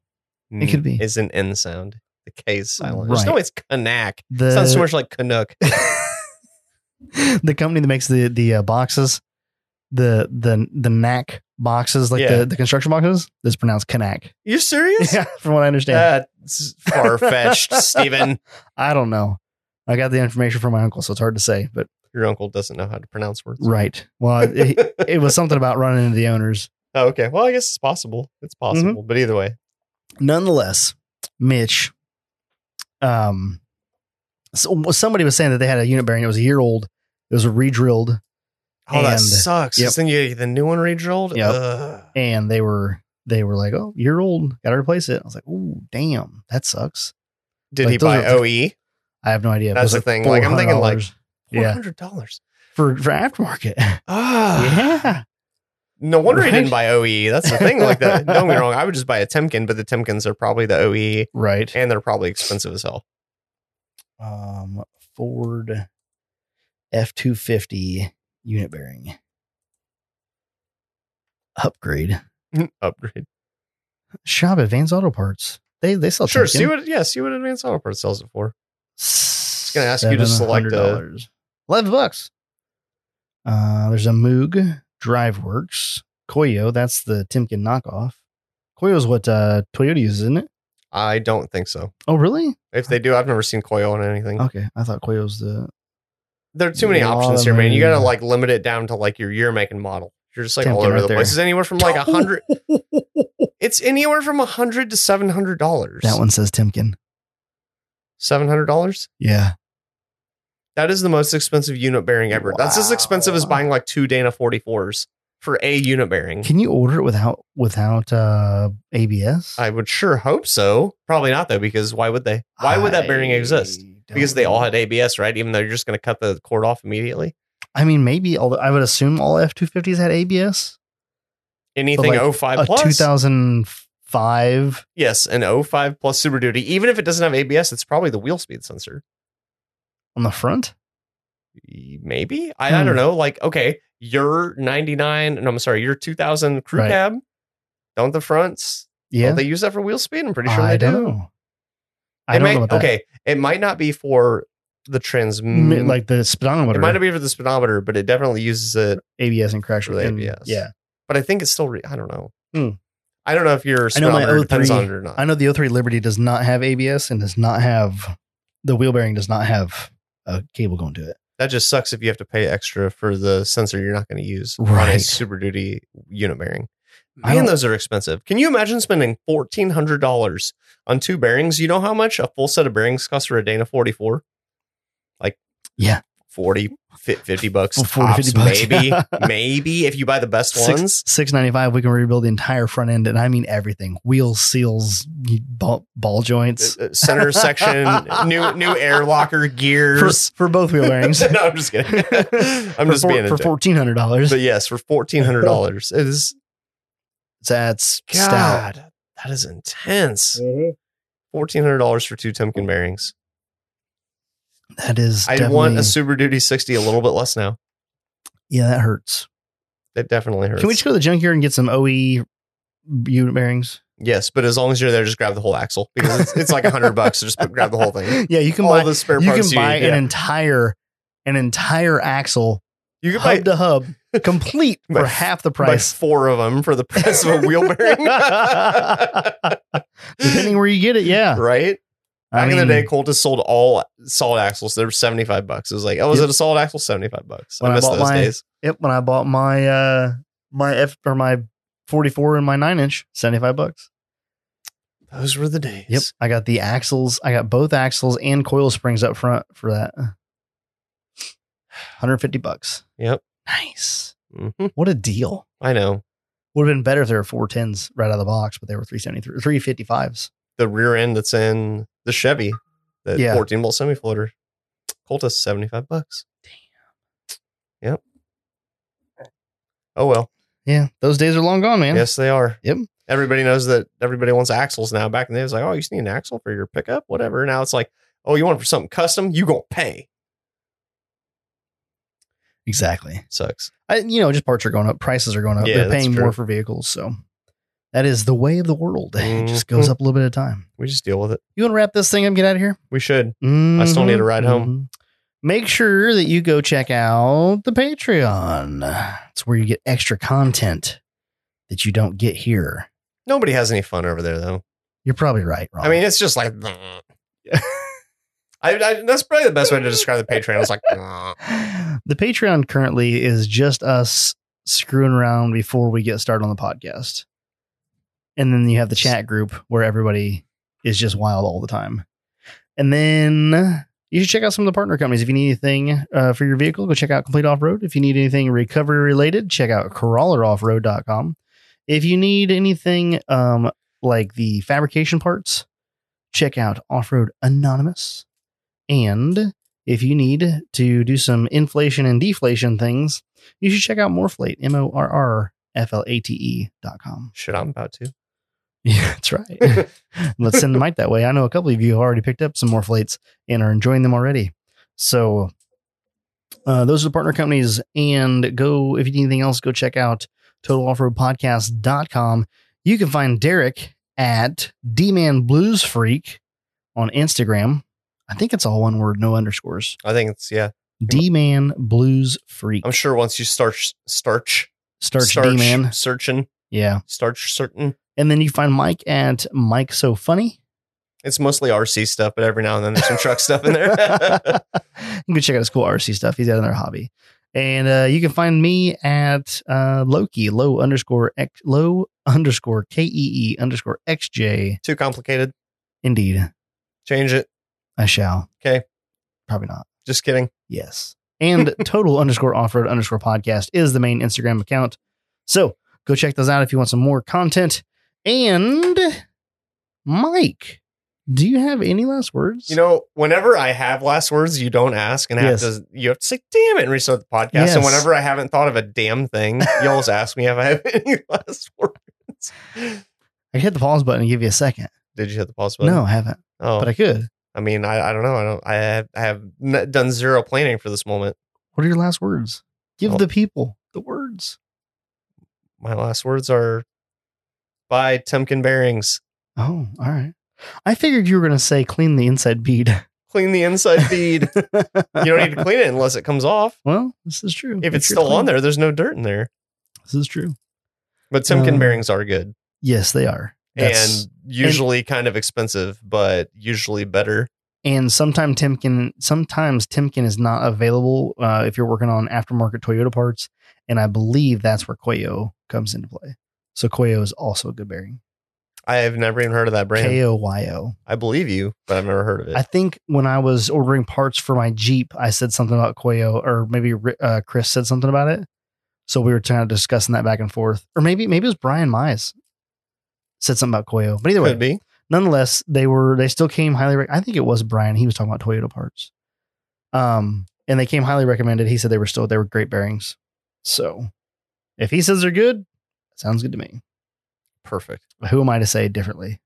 [SPEAKER 1] It could be.
[SPEAKER 2] Is an N sound. The K is silent.
[SPEAKER 1] Right.
[SPEAKER 2] No, it's Kanak.
[SPEAKER 1] The,
[SPEAKER 2] Sounds so much like Canuck.
[SPEAKER 1] the company that makes the the uh, boxes, the the the knack boxes, like
[SPEAKER 2] Yeah.
[SPEAKER 1] the, the construction boxes, is pronounced Knack.
[SPEAKER 2] You serious?
[SPEAKER 1] Yeah, from what I understand.
[SPEAKER 2] Uh, That's far fetched, Steven.
[SPEAKER 1] I don't know. I got the information from my uncle, so it's hard to say. But
[SPEAKER 2] Your uncle doesn't know how to pronounce words.
[SPEAKER 1] right, Uh, well, it, it was something about running into the owners.
[SPEAKER 2] Oh, okay. Well, I guess it's possible. It's
[SPEAKER 1] Mm-hmm.
[SPEAKER 2] possible. But either way,
[SPEAKER 1] Nonetheless, Mitch, um, so, somebody was saying that they had a unit bearing. It was a year old. It was redrilled,
[SPEAKER 2] oh, that
[SPEAKER 1] And-
[SPEAKER 2] sucks. 'cause
[SPEAKER 1] yep.
[SPEAKER 2] Then you get the new one redrilled.
[SPEAKER 1] Yep.
[SPEAKER 2] Ugh.
[SPEAKER 1] and they were they were like, "Oh, year old, got to replace it." I was like, "Ooh, damn, that sucks."
[SPEAKER 2] Did
[SPEAKER 1] Like,
[SPEAKER 2] he
[SPEAKER 1] those
[SPEAKER 2] buy
[SPEAKER 1] are-
[SPEAKER 2] OE?
[SPEAKER 1] I have no idea. But it
[SPEAKER 2] That's
[SPEAKER 1] was
[SPEAKER 2] the thing. Like, I'm thinking, like,
[SPEAKER 1] $400
[SPEAKER 2] Four
[SPEAKER 1] yeah,
[SPEAKER 2] hundred dollars.
[SPEAKER 1] for for aftermarket.
[SPEAKER 2] Ah.
[SPEAKER 1] yeah,
[SPEAKER 2] No wonder he
[SPEAKER 1] Right?
[SPEAKER 2] didn't buy OE. That's the thing. Like that. Don't get me wrong. I would just buy a Temkin, but the Temkins are probably the OE,
[SPEAKER 1] right.
[SPEAKER 2] and they're probably expensive as hell.
[SPEAKER 1] um, Ford F two fifty unit bearing upgrade.
[SPEAKER 2] Upgrade.
[SPEAKER 1] Shop at Vans Auto Parts. They they sell
[SPEAKER 2] sure.
[SPEAKER 1] Timken.
[SPEAKER 2] See what? Yeah. See what Advanced Auto Parts sells it for.
[SPEAKER 1] It's
[SPEAKER 2] gonna ask you to select a-
[SPEAKER 1] eleven bucks. Uh, there's a Moog DriveWorks Koyo. That's the Timken knockoff. Koyo is what uh, Toyota uses, isn't it?
[SPEAKER 2] I don't think so.
[SPEAKER 1] Oh, really?
[SPEAKER 2] If they do, I've never seen Koyo on anything.
[SPEAKER 1] Okay, I thought Koyo was the
[SPEAKER 2] There are too many
[SPEAKER 1] A lot
[SPEAKER 2] options
[SPEAKER 1] of
[SPEAKER 2] here, man. You gotta
[SPEAKER 1] them.
[SPEAKER 2] like limit it down to like your year, make, and model. You're just like all
[SPEAKER 1] Temkin
[SPEAKER 2] over
[SPEAKER 1] right
[SPEAKER 2] the
[SPEAKER 1] there.
[SPEAKER 2] place. It's anywhere from like a hundred. it's anywhere from a hundred to seven hundred dollars.
[SPEAKER 1] that one says Timken.
[SPEAKER 2] Seven hundred dollars.
[SPEAKER 1] Yeah,
[SPEAKER 2] That is the most expensive unit bearing ever. That's as expensive as
[SPEAKER 1] Wow.
[SPEAKER 2] buying like two Dana 44s for a unit bearing.
[SPEAKER 1] can you order it without without uh, ABS?
[SPEAKER 2] I would sure hope so. Probably not though, because why would they? Why would that bearing
[SPEAKER 1] I
[SPEAKER 2] exist?
[SPEAKER 1] don't
[SPEAKER 2] Because they all
[SPEAKER 1] know.
[SPEAKER 2] had ABS, right? Even though you're just going to cut the cord off immediately.
[SPEAKER 1] I mean, maybe all. I would assume all F two fifties had ABS.
[SPEAKER 2] Anything
[SPEAKER 1] like,
[SPEAKER 2] 05
[SPEAKER 1] A
[SPEAKER 2] plus?
[SPEAKER 1] two thousand five.
[SPEAKER 2] yes, an 05 plus Super Duty. Even if it doesn't have ABS, it's probably the wheel speed sensor.
[SPEAKER 1] on the front.
[SPEAKER 2] Maybe. I, I don't
[SPEAKER 1] Hmm.
[SPEAKER 2] know. Like, okay, your 99, no, I'm sorry, your 2000 crew
[SPEAKER 1] Right.
[SPEAKER 2] cab. Don't the fronts?
[SPEAKER 1] Yeah,
[SPEAKER 2] Don't they use that for wheel speed? I'm pretty sure
[SPEAKER 1] I
[SPEAKER 2] they
[SPEAKER 1] don't
[SPEAKER 2] do.
[SPEAKER 1] know. I
[SPEAKER 2] It
[SPEAKER 1] don't
[SPEAKER 2] might-
[SPEAKER 1] know about that.
[SPEAKER 2] Okay, it might not be for the
[SPEAKER 1] M-
[SPEAKER 2] transmission.
[SPEAKER 1] like the
[SPEAKER 2] it
[SPEAKER 1] speedometer,
[SPEAKER 2] might not be for the speedometer, but it definitely uses it.
[SPEAKER 1] ABS and crash
[SPEAKER 2] For the ABS.
[SPEAKER 1] Yeah,
[SPEAKER 2] But I think it's still. Re- I don't know.
[SPEAKER 1] Hmm.
[SPEAKER 2] I don't know if your
[SPEAKER 1] I know my
[SPEAKER 2] speedometer depends
[SPEAKER 1] 03
[SPEAKER 2] on it or not.
[SPEAKER 1] I know the O3 Liberty does not have ABS and does not have the wheel bearing does not have a cable going to it.
[SPEAKER 2] that just sucks if you have to pay extra for the sensor you're not going to use on a
[SPEAKER 1] Right.
[SPEAKER 2] Super Duty unit bearing.
[SPEAKER 1] I
[SPEAKER 2] Man,
[SPEAKER 1] don't-
[SPEAKER 2] those are expensive. Can you imagine spending fourteen hundred dollars on two bearings? You know how much a full set of bearings costs for a Dana forty four? Like
[SPEAKER 1] Yeah.
[SPEAKER 2] 40, fi- 50 bucks,
[SPEAKER 1] 40, 50
[SPEAKER 2] tops,
[SPEAKER 1] bucks.
[SPEAKER 2] maybe, maybe if you buy the best ones.
[SPEAKER 1] Six six ninety five, we can rebuild the entire front end, and I mean everything: wheels, seals, ball, ball joints
[SPEAKER 2] Uh, center section, new new air locker
[SPEAKER 1] for,
[SPEAKER 2] gears.
[SPEAKER 1] for both wheel bearings.
[SPEAKER 2] no, I'm just kidding. I'm
[SPEAKER 1] For
[SPEAKER 2] just
[SPEAKER 1] four-
[SPEAKER 2] being a
[SPEAKER 1] for
[SPEAKER 2] dick.
[SPEAKER 1] fourteen hundred dollars.
[SPEAKER 2] But yes, for fourteen hundred dollars, it is
[SPEAKER 1] That's stout. Mm-hmm.
[SPEAKER 2] God. That is intense. Fourteen hundred dollars for two Temkin bearings.
[SPEAKER 1] That is.
[SPEAKER 2] I
[SPEAKER 1] definitely-
[SPEAKER 2] want a Super Duty 60 a little bit less now.
[SPEAKER 1] Yeah, that hurts.
[SPEAKER 2] That definitely hurts.
[SPEAKER 1] Can we just go to the junkyard and get some OE unit bearings?
[SPEAKER 2] yes, but as long as you're there, just grab the whole axle because it's, it's like a hundred bucks. So just put- grab the whole thing.
[SPEAKER 1] Yeah, you can
[SPEAKER 2] All
[SPEAKER 1] buy.
[SPEAKER 2] the spare
[SPEAKER 1] You
[SPEAKER 2] parts
[SPEAKER 1] can buy
[SPEAKER 2] need.
[SPEAKER 1] an
[SPEAKER 2] Yeah.
[SPEAKER 1] entire an entire axle
[SPEAKER 2] You can
[SPEAKER 1] hub
[SPEAKER 2] buy,
[SPEAKER 1] to hub complete
[SPEAKER 2] By
[SPEAKER 1] for
[SPEAKER 2] f-
[SPEAKER 1] half the
[SPEAKER 2] buy
[SPEAKER 1] price,
[SPEAKER 2] four of them for the price of a wheel bearing.
[SPEAKER 1] depending where you get it. Yeah,
[SPEAKER 2] right? Back
[SPEAKER 1] I
[SPEAKER 2] in
[SPEAKER 1] mean,
[SPEAKER 2] the day, Colt just sold all solid axles. They were 75 bucks. It was like, oh, is
[SPEAKER 1] Yep.
[SPEAKER 2] it a solid axle? 75 bucks.
[SPEAKER 1] When I
[SPEAKER 2] I miss
[SPEAKER 1] bought
[SPEAKER 2] those
[SPEAKER 1] mine-
[SPEAKER 2] days.
[SPEAKER 1] Yep, when I bought my uh my F or my 44 and my 9 inch, 75 bucks.
[SPEAKER 2] Those were the days.
[SPEAKER 1] Yep. I got the axles, I got both axles and coil springs up front for that. 150 bucks.
[SPEAKER 2] Yep.
[SPEAKER 1] Nice.
[SPEAKER 2] Mhm.
[SPEAKER 1] What a deal.
[SPEAKER 2] I know.
[SPEAKER 1] Would have been better if there were 410s right out of the box, but they were 373 355s.
[SPEAKER 2] The rear end that's in the Chevy, the
[SPEAKER 1] Yeah.
[SPEAKER 2] 14 volt semi floater. Colt is 75 bucks. Damn. Yep. Oh, well.
[SPEAKER 1] Yeah, those days are long gone, man.
[SPEAKER 2] Yes, they are.
[SPEAKER 1] Yep.
[SPEAKER 2] Everybody knows that everybody wants axles now. Back in the day, it was like, oh, you just need an axle for your pickup, whatever. Now it's like, oh, you want it for something custom? You gonna pay?
[SPEAKER 1] Exactly.
[SPEAKER 2] Sucks.
[SPEAKER 1] I, you know, just parts are going up, prices are going up.
[SPEAKER 2] Yeah,
[SPEAKER 1] They're
[SPEAKER 2] that's
[SPEAKER 1] paying
[SPEAKER 2] true.
[SPEAKER 1] more for vehicles, so that is the way of the world. It just goes
[SPEAKER 2] Mhm.
[SPEAKER 1] up a little bit at a time.
[SPEAKER 2] We just deal with it.
[SPEAKER 1] You want to wrap this thing up and get out of here?
[SPEAKER 2] We should. still need a ride home.
[SPEAKER 1] Mhm. Make sure that you go check out the Patreon. It's where you get extra content that you don't get here.
[SPEAKER 2] Nobody has any fun over there though.
[SPEAKER 1] You're probably right. Ron.
[SPEAKER 2] I mean, it's just like. I, I, that's probably the best way to describe the Patreon. It's like,
[SPEAKER 1] the Patreon currently is just us screwing around before we get started on the podcast. And then you have the chat group where everybody is just wild all the time. And then you should check out some of the partner companies. If you need anything uh, for your vehicle, go check out Complete Off Road. If you need anything recovery related, check out CrawlerOffroad.com. If you need anything um, like the fabrication parts, check out Off Road Anonymous. And if you need to do some inflation and deflation things, you should check out Morflate, M O R R F L A T E dot com.
[SPEAKER 2] shit, I'm about to.
[SPEAKER 1] Yeah, that's right. Let's send the mic that way. I know a couple of you have already picked up some Morflates and are enjoying them already. So uh, those are the partner companies. And go, if you need anything else, go check out totaloffroadpodcast.com. You can find Derek at D Man Blues Freak on Instagram. I think it's all one word, no underscores.
[SPEAKER 2] I think it's yeah.
[SPEAKER 1] D Man Blues Freak.
[SPEAKER 2] I'm sure once you starch, Oh, starch,
[SPEAKER 1] Starch D Man.
[SPEAKER 2] searching,
[SPEAKER 1] Yeah.
[SPEAKER 2] starch certain.
[SPEAKER 1] And then you find Mike at Mike So Funny.
[SPEAKER 2] It's mostly RC stuff, but every now and then there's some truck stuff in
[SPEAKER 1] you
[SPEAKER 2] there.
[SPEAKER 1] can go check out his cool RC stuff. He's out another hobby. And uh, you can find me at uh, Loki, low underscore X, low underscore K E E underscore XJ.
[SPEAKER 2] Too complicated.
[SPEAKER 1] Indeed,
[SPEAKER 2] Change it.
[SPEAKER 1] I shall.
[SPEAKER 2] 'Kay.
[SPEAKER 1] Probably not.
[SPEAKER 2] Just kidding.
[SPEAKER 1] Yes. And total underscore offroad underscore podcast is the main Instagram account. So go check those out if you want some more content. And Mike, do you have any last words?
[SPEAKER 2] You know, whenever I have last words, you don't ask and have
[SPEAKER 1] Yes.
[SPEAKER 2] to you have to say damn it and restart the podcast.
[SPEAKER 1] Yes.
[SPEAKER 2] And whenever I haven't thought of a damn thing, you always ask me if I have any last words.
[SPEAKER 1] I could hit the pause button and give you a second.
[SPEAKER 2] Did you hit the pause button?
[SPEAKER 1] no, I haven't,
[SPEAKER 2] Oh,
[SPEAKER 1] but
[SPEAKER 2] I,
[SPEAKER 1] I could.
[SPEAKER 2] mean, I, I don't know. I don't. I have, I have n- done zero planning for this moment.
[SPEAKER 1] What are your last words? Give
[SPEAKER 2] Oh.
[SPEAKER 1] the people the words.
[SPEAKER 2] My last words are, "Buy Temkin bearings,
[SPEAKER 1] Oh, all right. I figured you were going to say clean the inside bead.
[SPEAKER 2] clean the inside bead. you don't need to clean it unless it comes off.
[SPEAKER 1] Well, this is true.
[SPEAKER 2] If it's still on there, there's no dirt in there.
[SPEAKER 1] this is true.
[SPEAKER 2] But Timken
[SPEAKER 1] Um,
[SPEAKER 2] bearings are good."
[SPEAKER 1] Yes, they are. That's-
[SPEAKER 2] and usually kind of expensive, but usually better.
[SPEAKER 1] and sometimes Timken sometimes Timken is not available uh, if you're working on aftermarket Toyota parts, and I believe that's where Koyo comes into play. So Koyo is also a good bearing.
[SPEAKER 2] I have never even heard of that brand.
[SPEAKER 1] K O Y O.
[SPEAKER 2] I believe you, but I've never heard of it.
[SPEAKER 1] I think when I was ordering parts for my Jeep, I said something about Koyo, or maybe uh, Chris said something about it. So we were kind of discussing that back and forth, or maybe maybe it was Brian Mize said something about Koyo. But either way,
[SPEAKER 2] Could be.
[SPEAKER 1] nonetheless, they were they still came highly. Rec- I think it was Brian. He was talking about Toyota parts, um, and they came highly recommended. He said they were still they were great bearings. So, if he says they're good, sounds good to me.
[SPEAKER 2] Perfect.
[SPEAKER 1] Who am I to say differently?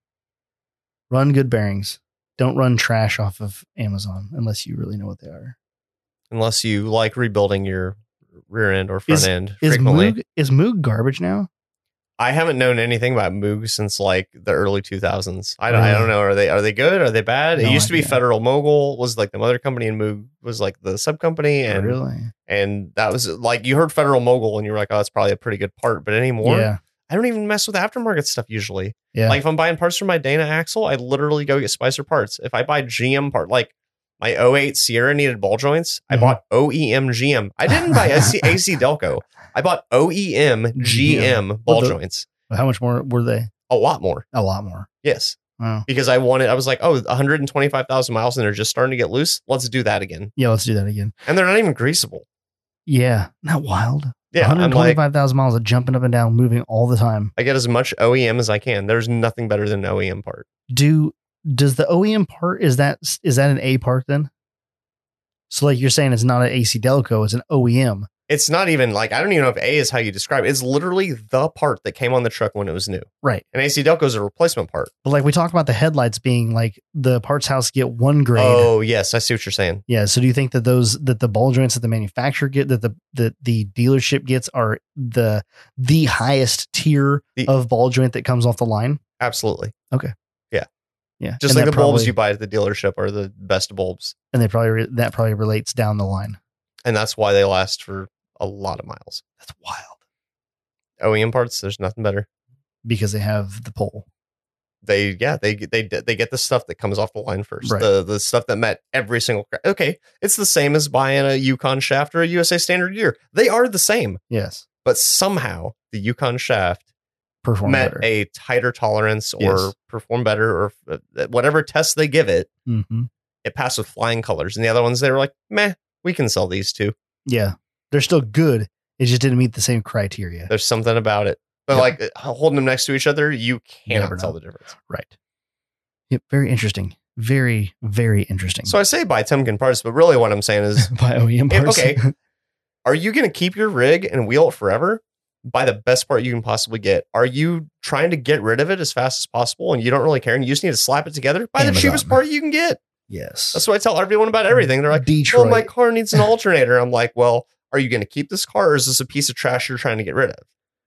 [SPEAKER 1] Run good bearings. Don't run trash off of Amazon unless you really know what they are.
[SPEAKER 2] unless you like rebuilding your rear end or front
[SPEAKER 1] Is-
[SPEAKER 2] end
[SPEAKER 1] Is
[SPEAKER 2] frequently.
[SPEAKER 1] Moog is Moog garbage now?
[SPEAKER 2] I haven't known anything about Moog since like the early 2000s. I don't, I
[SPEAKER 1] Really?
[SPEAKER 2] don't know. Are they are they good? Are they bad?
[SPEAKER 1] No
[SPEAKER 2] it used to be
[SPEAKER 1] idea.
[SPEAKER 2] Federal Mogul was like the mother company, and Moog was like the sub company, and
[SPEAKER 1] Oh, really?
[SPEAKER 2] and that was like you heard Federal Mogul, and you were like, oh, that's probably a pretty good part. But anymore,
[SPEAKER 1] yeah.
[SPEAKER 2] I don't even mess with aftermarket stuff usually.
[SPEAKER 1] Yeah.
[SPEAKER 2] Like if I'm buying parts for my Dana axle, I literally go get Spicer parts. If I buy GM part, like my 08 Sierra needed ball joints, E I
[SPEAKER 1] Mhm.
[SPEAKER 2] bought OEM GM. I didn't buy AC, AC Delco. I bought E OEM GM ball
[SPEAKER 1] Well, the-
[SPEAKER 2] joints.
[SPEAKER 1] Well, How much more were they?
[SPEAKER 2] A lot more.
[SPEAKER 1] A lot more.
[SPEAKER 2] Yes.
[SPEAKER 1] Wow.
[SPEAKER 2] Because I wanted, I was like, oh, 125,000 miles and they're just starting to get loose. Let's do that again.
[SPEAKER 1] Yeah, let's do that again.
[SPEAKER 2] And they're not even greasable.
[SPEAKER 1] Yeah. Not wild.
[SPEAKER 2] Yeah. I'm like,
[SPEAKER 1] 125,000 miles of jumping up and down, moving all the time.
[SPEAKER 2] I get as much OEM as I can. There's nothing better than an OEM part.
[SPEAKER 1] do does the OEM part is that is that an A part then? So like you're saying, it's not an AC Delco, it's an E OEM.
[SPEAKER 2] It's not even like, I don't even know if A is how you describe it. It's literally the part that came on the truck when it was new.
[SPEAKER 1] Right.
[SPEAKER 2] And AC Delco is a replacement part.
[SPEAKER 1] But like we talk about the headlights being like the parts house get one grade.
[SPEAKER 2] Oh, yes. I see what you're saying.
[SPEAKER 1] Yeah. So do you think that those that the ball joints that the manufacturer get that the that the dealership gets are the the highest tier
[SPEAKER 2] The-
[SPEAKER 1] of ball joint that comes off the line?
[SPEAKER 2] Absolutely.
[SPEAKER 1] Yeah.
[SPEAKER 2] Just
[SPEAKER 1] And
[SPEAKER 2] like
[SPEAKER 1] that
[SPEAKER 2] the bulbs
[SPEAKER 1] probably-
[SPEAKER 2] you buy at the dealership are the best bulbs.
[SPEAKER 1] and they probably re- that probably relates down the line.
[SPEAKER 2] And that's why they last for a lot of miles.
[SPEAKER 1] That's wild
[SPEAKER 2] OEM parts, there's nothing better.
[SPEAKER 1] because they have the pole.
[SPEAKER 2] They, yeah, they, they, they get the stuff that comes off the line first.
[SPEAKER 1] Right.
[SPEAKER 2] The, the stuff that met every single. Cra- okay. It's the same as buying a Yukon shaft or a USA standard gear. They are the same,
[SPEAKER 1] Yes.
[SPEAKER 2] but somehow the Yukon shaft
[SPEAKER 1] Perform
[SPEAKER 2] met
[SPEAKER 1] better.
[SPEAKER 2] a tighter tolerance or
[SPEAKER 1] Yes.
[SPEAKER 2] perform better or uh, whatever test they give it.
[SPEAKER 1] mm-hmm.
[SPEAKER 2] it passed with flying colors. And the other ones, they were like, meh, we can sell these too.
[SPEAKER 1] Yeah. They're still good. It just didn't meet the same criteria.
[SPEAKER 2] There's something about it. But
[SPEAKER 1] Yep.
[SPEAKER 2] like uh, holding them next to each other, you cannot
[SPEAKER 1] Never
[SPEAKER 2] tell
[SPEAKER 1] know.
[SPEAKER 2] the difference.
[SPEAKER 1] Right. Yep. Very interesting. Very, very interesting.
[SPEAKER 2] So I say buy Timken parts, but really what I'm saying is,
[SPEAKER 1] by E OEM
[SPEAKER 2] Yeah,
[SPEAKER 1] parts.
[SPEAKER 2] okay. are you going to keep your rig and wheel it forever? Buy the best part you can possibly get. Are you trying to get rid of it as fast as possible and you don't really care and you just need to slap it Mm-hmm. together? Buy the
[SPEAKER 1] Amazon.
[SPEAKER 2] cheapest part you can get.
[SPEAKER 1] yes.
[SPEAKER 2] That's what I tell everyone about everything. They're like,
[SPEAKER 1] Detroit.
[SPEAKER 2] well, my car needs an alternator. I'm like, well, are you going to keep this car or is this a piece of trash you're trying to get rid of?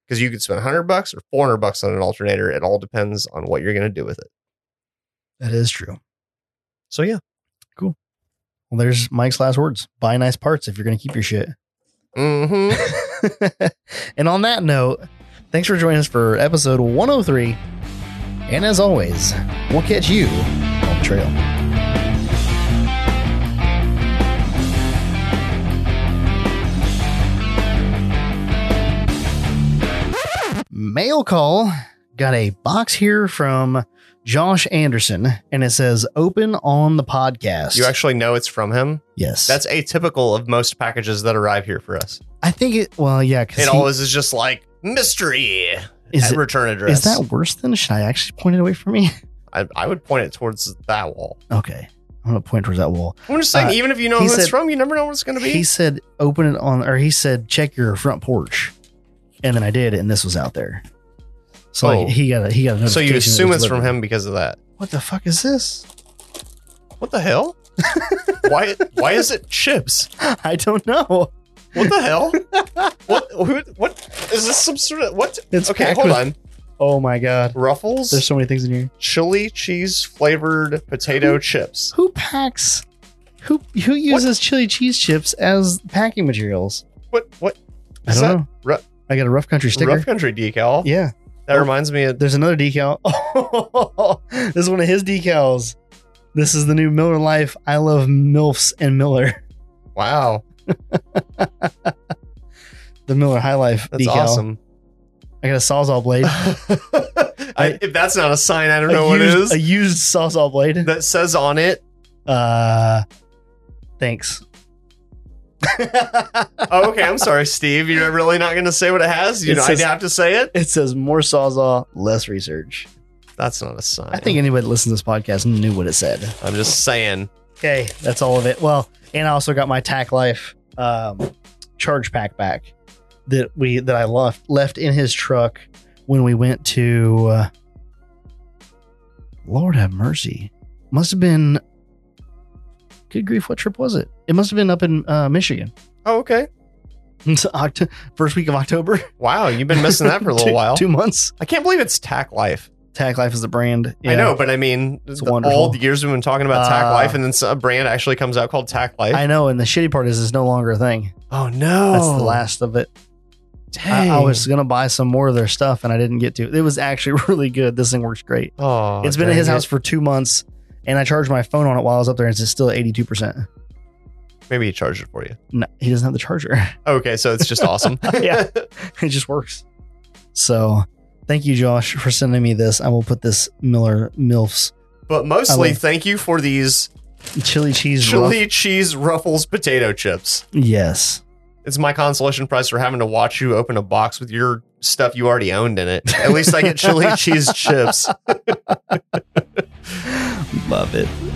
[SPEAKER 2] Because you could spend 100 bucks or 400 bucks on an alternator. It all depends on what you're going to do with it.
[SPEAKER 1] that is true.
[SPEAKER 2] So, yeah.
[SPEAKER 1] Well, there's Mike's last words. Buy nice parts if you're going to keep your shit.
[SPEAKER 2] hmm
[SPEAKER 1] and on that note, thanks for joining us for episode 103. And as always, we'll catch you on the trail. Mail call got a box here from Josh Anderson, and it says "Open on the podcast."
[SPEAKER 2] You actually know it's from him.
[SPEAKER 1] yes,
[SPEAKER 2] That's atypical of most packages that arrive here for us.
[SPEAKER 1] I think it. Well, yeah, because
[SPEAKER 2] It always is just like mystery
[SPEAKER 1] is
[SPEAKER 2] at
[SPEAKER 1] it,
[SPEAKER 2] return address.
[SPEAKER 1] Is that worse than? Should I actually point it away from me?
[SPEAKER 2] I, I would point it towards that wall.
[SPEAKER 1] Okay. I'm going to point towards that wall.
[SPEAKER 2] I'm just saying,
[SPEAKER 1] Uh,
[SPEAKER 2] even if you know
[SPEAKER 1] he
[SPEAKER 2] who it's
[SPEAKER 1] said-
[SPEAKER 2] from, you never know what it's going to be.
[SPEAKER 1] He said, open it on, or he said, check your front porch. And then I did, and this was out there. So
[SPEAKER 2] Oh.
[SPEAKER 1] like, he got a, he got a
[SPEAKER 2] So
[SPEAKER 1] notification
[SPEAKER 2] you
[SPEAKER 1] that
[SPEAKER 2] assume
[SPEAKER 1] it
[SPEAKER 2] it's
[SPEAKER 1] was
[SPEAKER 2] from
[SPEAKER 1] delivered.
[SPEAKER 2] him because of that.
[SPEAKER 1] What the fuck is this?
[SPEAKER 2] What the hell? why? Why is it chips?
[SPEAKER 1] I don't know.
[SPEAKER 2] What the hell? what? Who, what is this? Some sort of what?
[SPEAKER 1] It's
[SPEAKER 2] okay,
[SPEAKER 1] packed
[SPEAKER 2] hold
[SPEAKER 1] with-
[SPEAKER 2] on.
[SPEAKER 1] Oh my God.
[SPEAKER 2] Ruffles
[SPEAKER 1] There's so many things in here.
[SPEAKER 2] chili cheese flavored
[SPEAKER 1] Hmm.
[SPEAKER 2] potato chips.
[SPEAKER 1] Who packs, who who uses chili cheese chips as packing materials?
[SPEAKER 2] What? What?
[SPEAKER 1] I
[SPEAKER 2] Is
[SPEAKER 1] don't
[SPEAKER 2] that
[SPEAKER 1] know.
[SPEAKER 2] Ru-
[SPEAKER 1] I got a rough country sticker.
[SPEAKER 2] Rough country decal.
[SPEAKER 1] yeah.
[SPEAKER 2] That reminds me of
[SPEAKER 1] There's another decal. Oh, this is one of his decals. This is the new Miller Life. I love MILFs and Miller.
[SPEAKER 2] wow.
[SPEAKER 1] The Miller High Life
[SPEAKER 2] That's
[SPEAKER 1] decal.
[SPEAKER 2] awesome.
[SPEAKER 1] I got a sawzall blade.
[SPEAKER 2] I, if that's not a sign, I don't know
[SPEAKER 1] a,
[SPEAKER 2] what it
[SPEAKER 1] used,
[SPEAKER 2] is.
[SPEAKER 1] a used sawzall blade.
[SPEAKER 2] that says on it.
[SPEAKER 1] Uh, thanks.
[SPEAKER 2] Oh, okay, I'm sorry, Steve. You're really not going to say what it has. You
[SPEAKER 1] It
[SPEAKER 2] know,
[SPEAKER 1] says-
[SPEAKER 2] I'd have to say it.
[SPEAKER 1] It says more sawzall, less research.
[SPEAKER 2] That's not a sign.
[SPEAKER 1] I think anybody that listens to this podcast knew what it said.
[SPEAKER 2] I'm just saying.
[SPEAKER 1] Okay, that's all of it. Well, and I also got my Tac Life um, charge pack back that we that I left left in his truck when we went to. Uh, Lord have mercy, must have been. Good grief! What trip was it? It must have been up in uh, Michigan.
[SPEAKER 2] Oh, okay.
[SPEAKER 1] It's Oct- first week of October.
[SPEAKER 2] Wow, you've been missing that for a little
[SPEAKER 1] Two-
[SPEAKER 2] while.
[SPEAKER 1] Two months.
[SPEAKER 2] I can't believe it's Tack Life.
[SPEAKER 1] Tack Life is the brand.
[SPEAKER 2] I know, but I mean, the-
[SPEAKER 1] wonderful.
[SPEAKER 2] all the years we've been talking about Tack
[SPEAKER 1] Ah.
[SPEAKER 2] Life, and then some- a brand actually comes out called Tack Life.
[SPEAKER 1] I know. And the shitty part is, it's no longer a thing.
[SPEAKER 2] oh no,
[SPEAKER 1] That's the last of it. I,
[SPEAKER 2] Dang.
[SPEAKER 1] I was gonna buy some more of their stuff, and I didn't get to. It was actually really good. This thing works great.
[SPEAKER 2] Oh,
[SPEAKER 1] it's been at
[SPEAKER 2] dang
[SPEAKER 1] his
[SPEAKER 2] it.
[SPEAKER 1] house for two months, and I charged my phone on it while I was up there, and it's still at eighty two percent.
[SPEAKER 2] Maybe he charged it for you.
[SPEAKER 1] No, he doesn't have the charger.
[SPEAKER 2] Okay, so it's just awesome.
[SPEAKER 1] Yeah. it just works. So, thank you, Josh, for sending me this. I will put this Miller Milfs
[SPEAKER 2] but
[SPEAKER 1] I
[SPEAKER 2] mostly,
[SPEAKER 1] love-
[SPEAKER 2] thank you for these
[SPEAKER 1] chili cheese.
[SPEAKER 2] chili cheese ruffles potato chips.
[SPEAKER 1] rough- Yes.
[SPEAKER 2] It's my consolation prize for having to watch you open a box with your stuff you already owned in it. At least I get chili cheese chips.
[SPEAKER 1] Love it.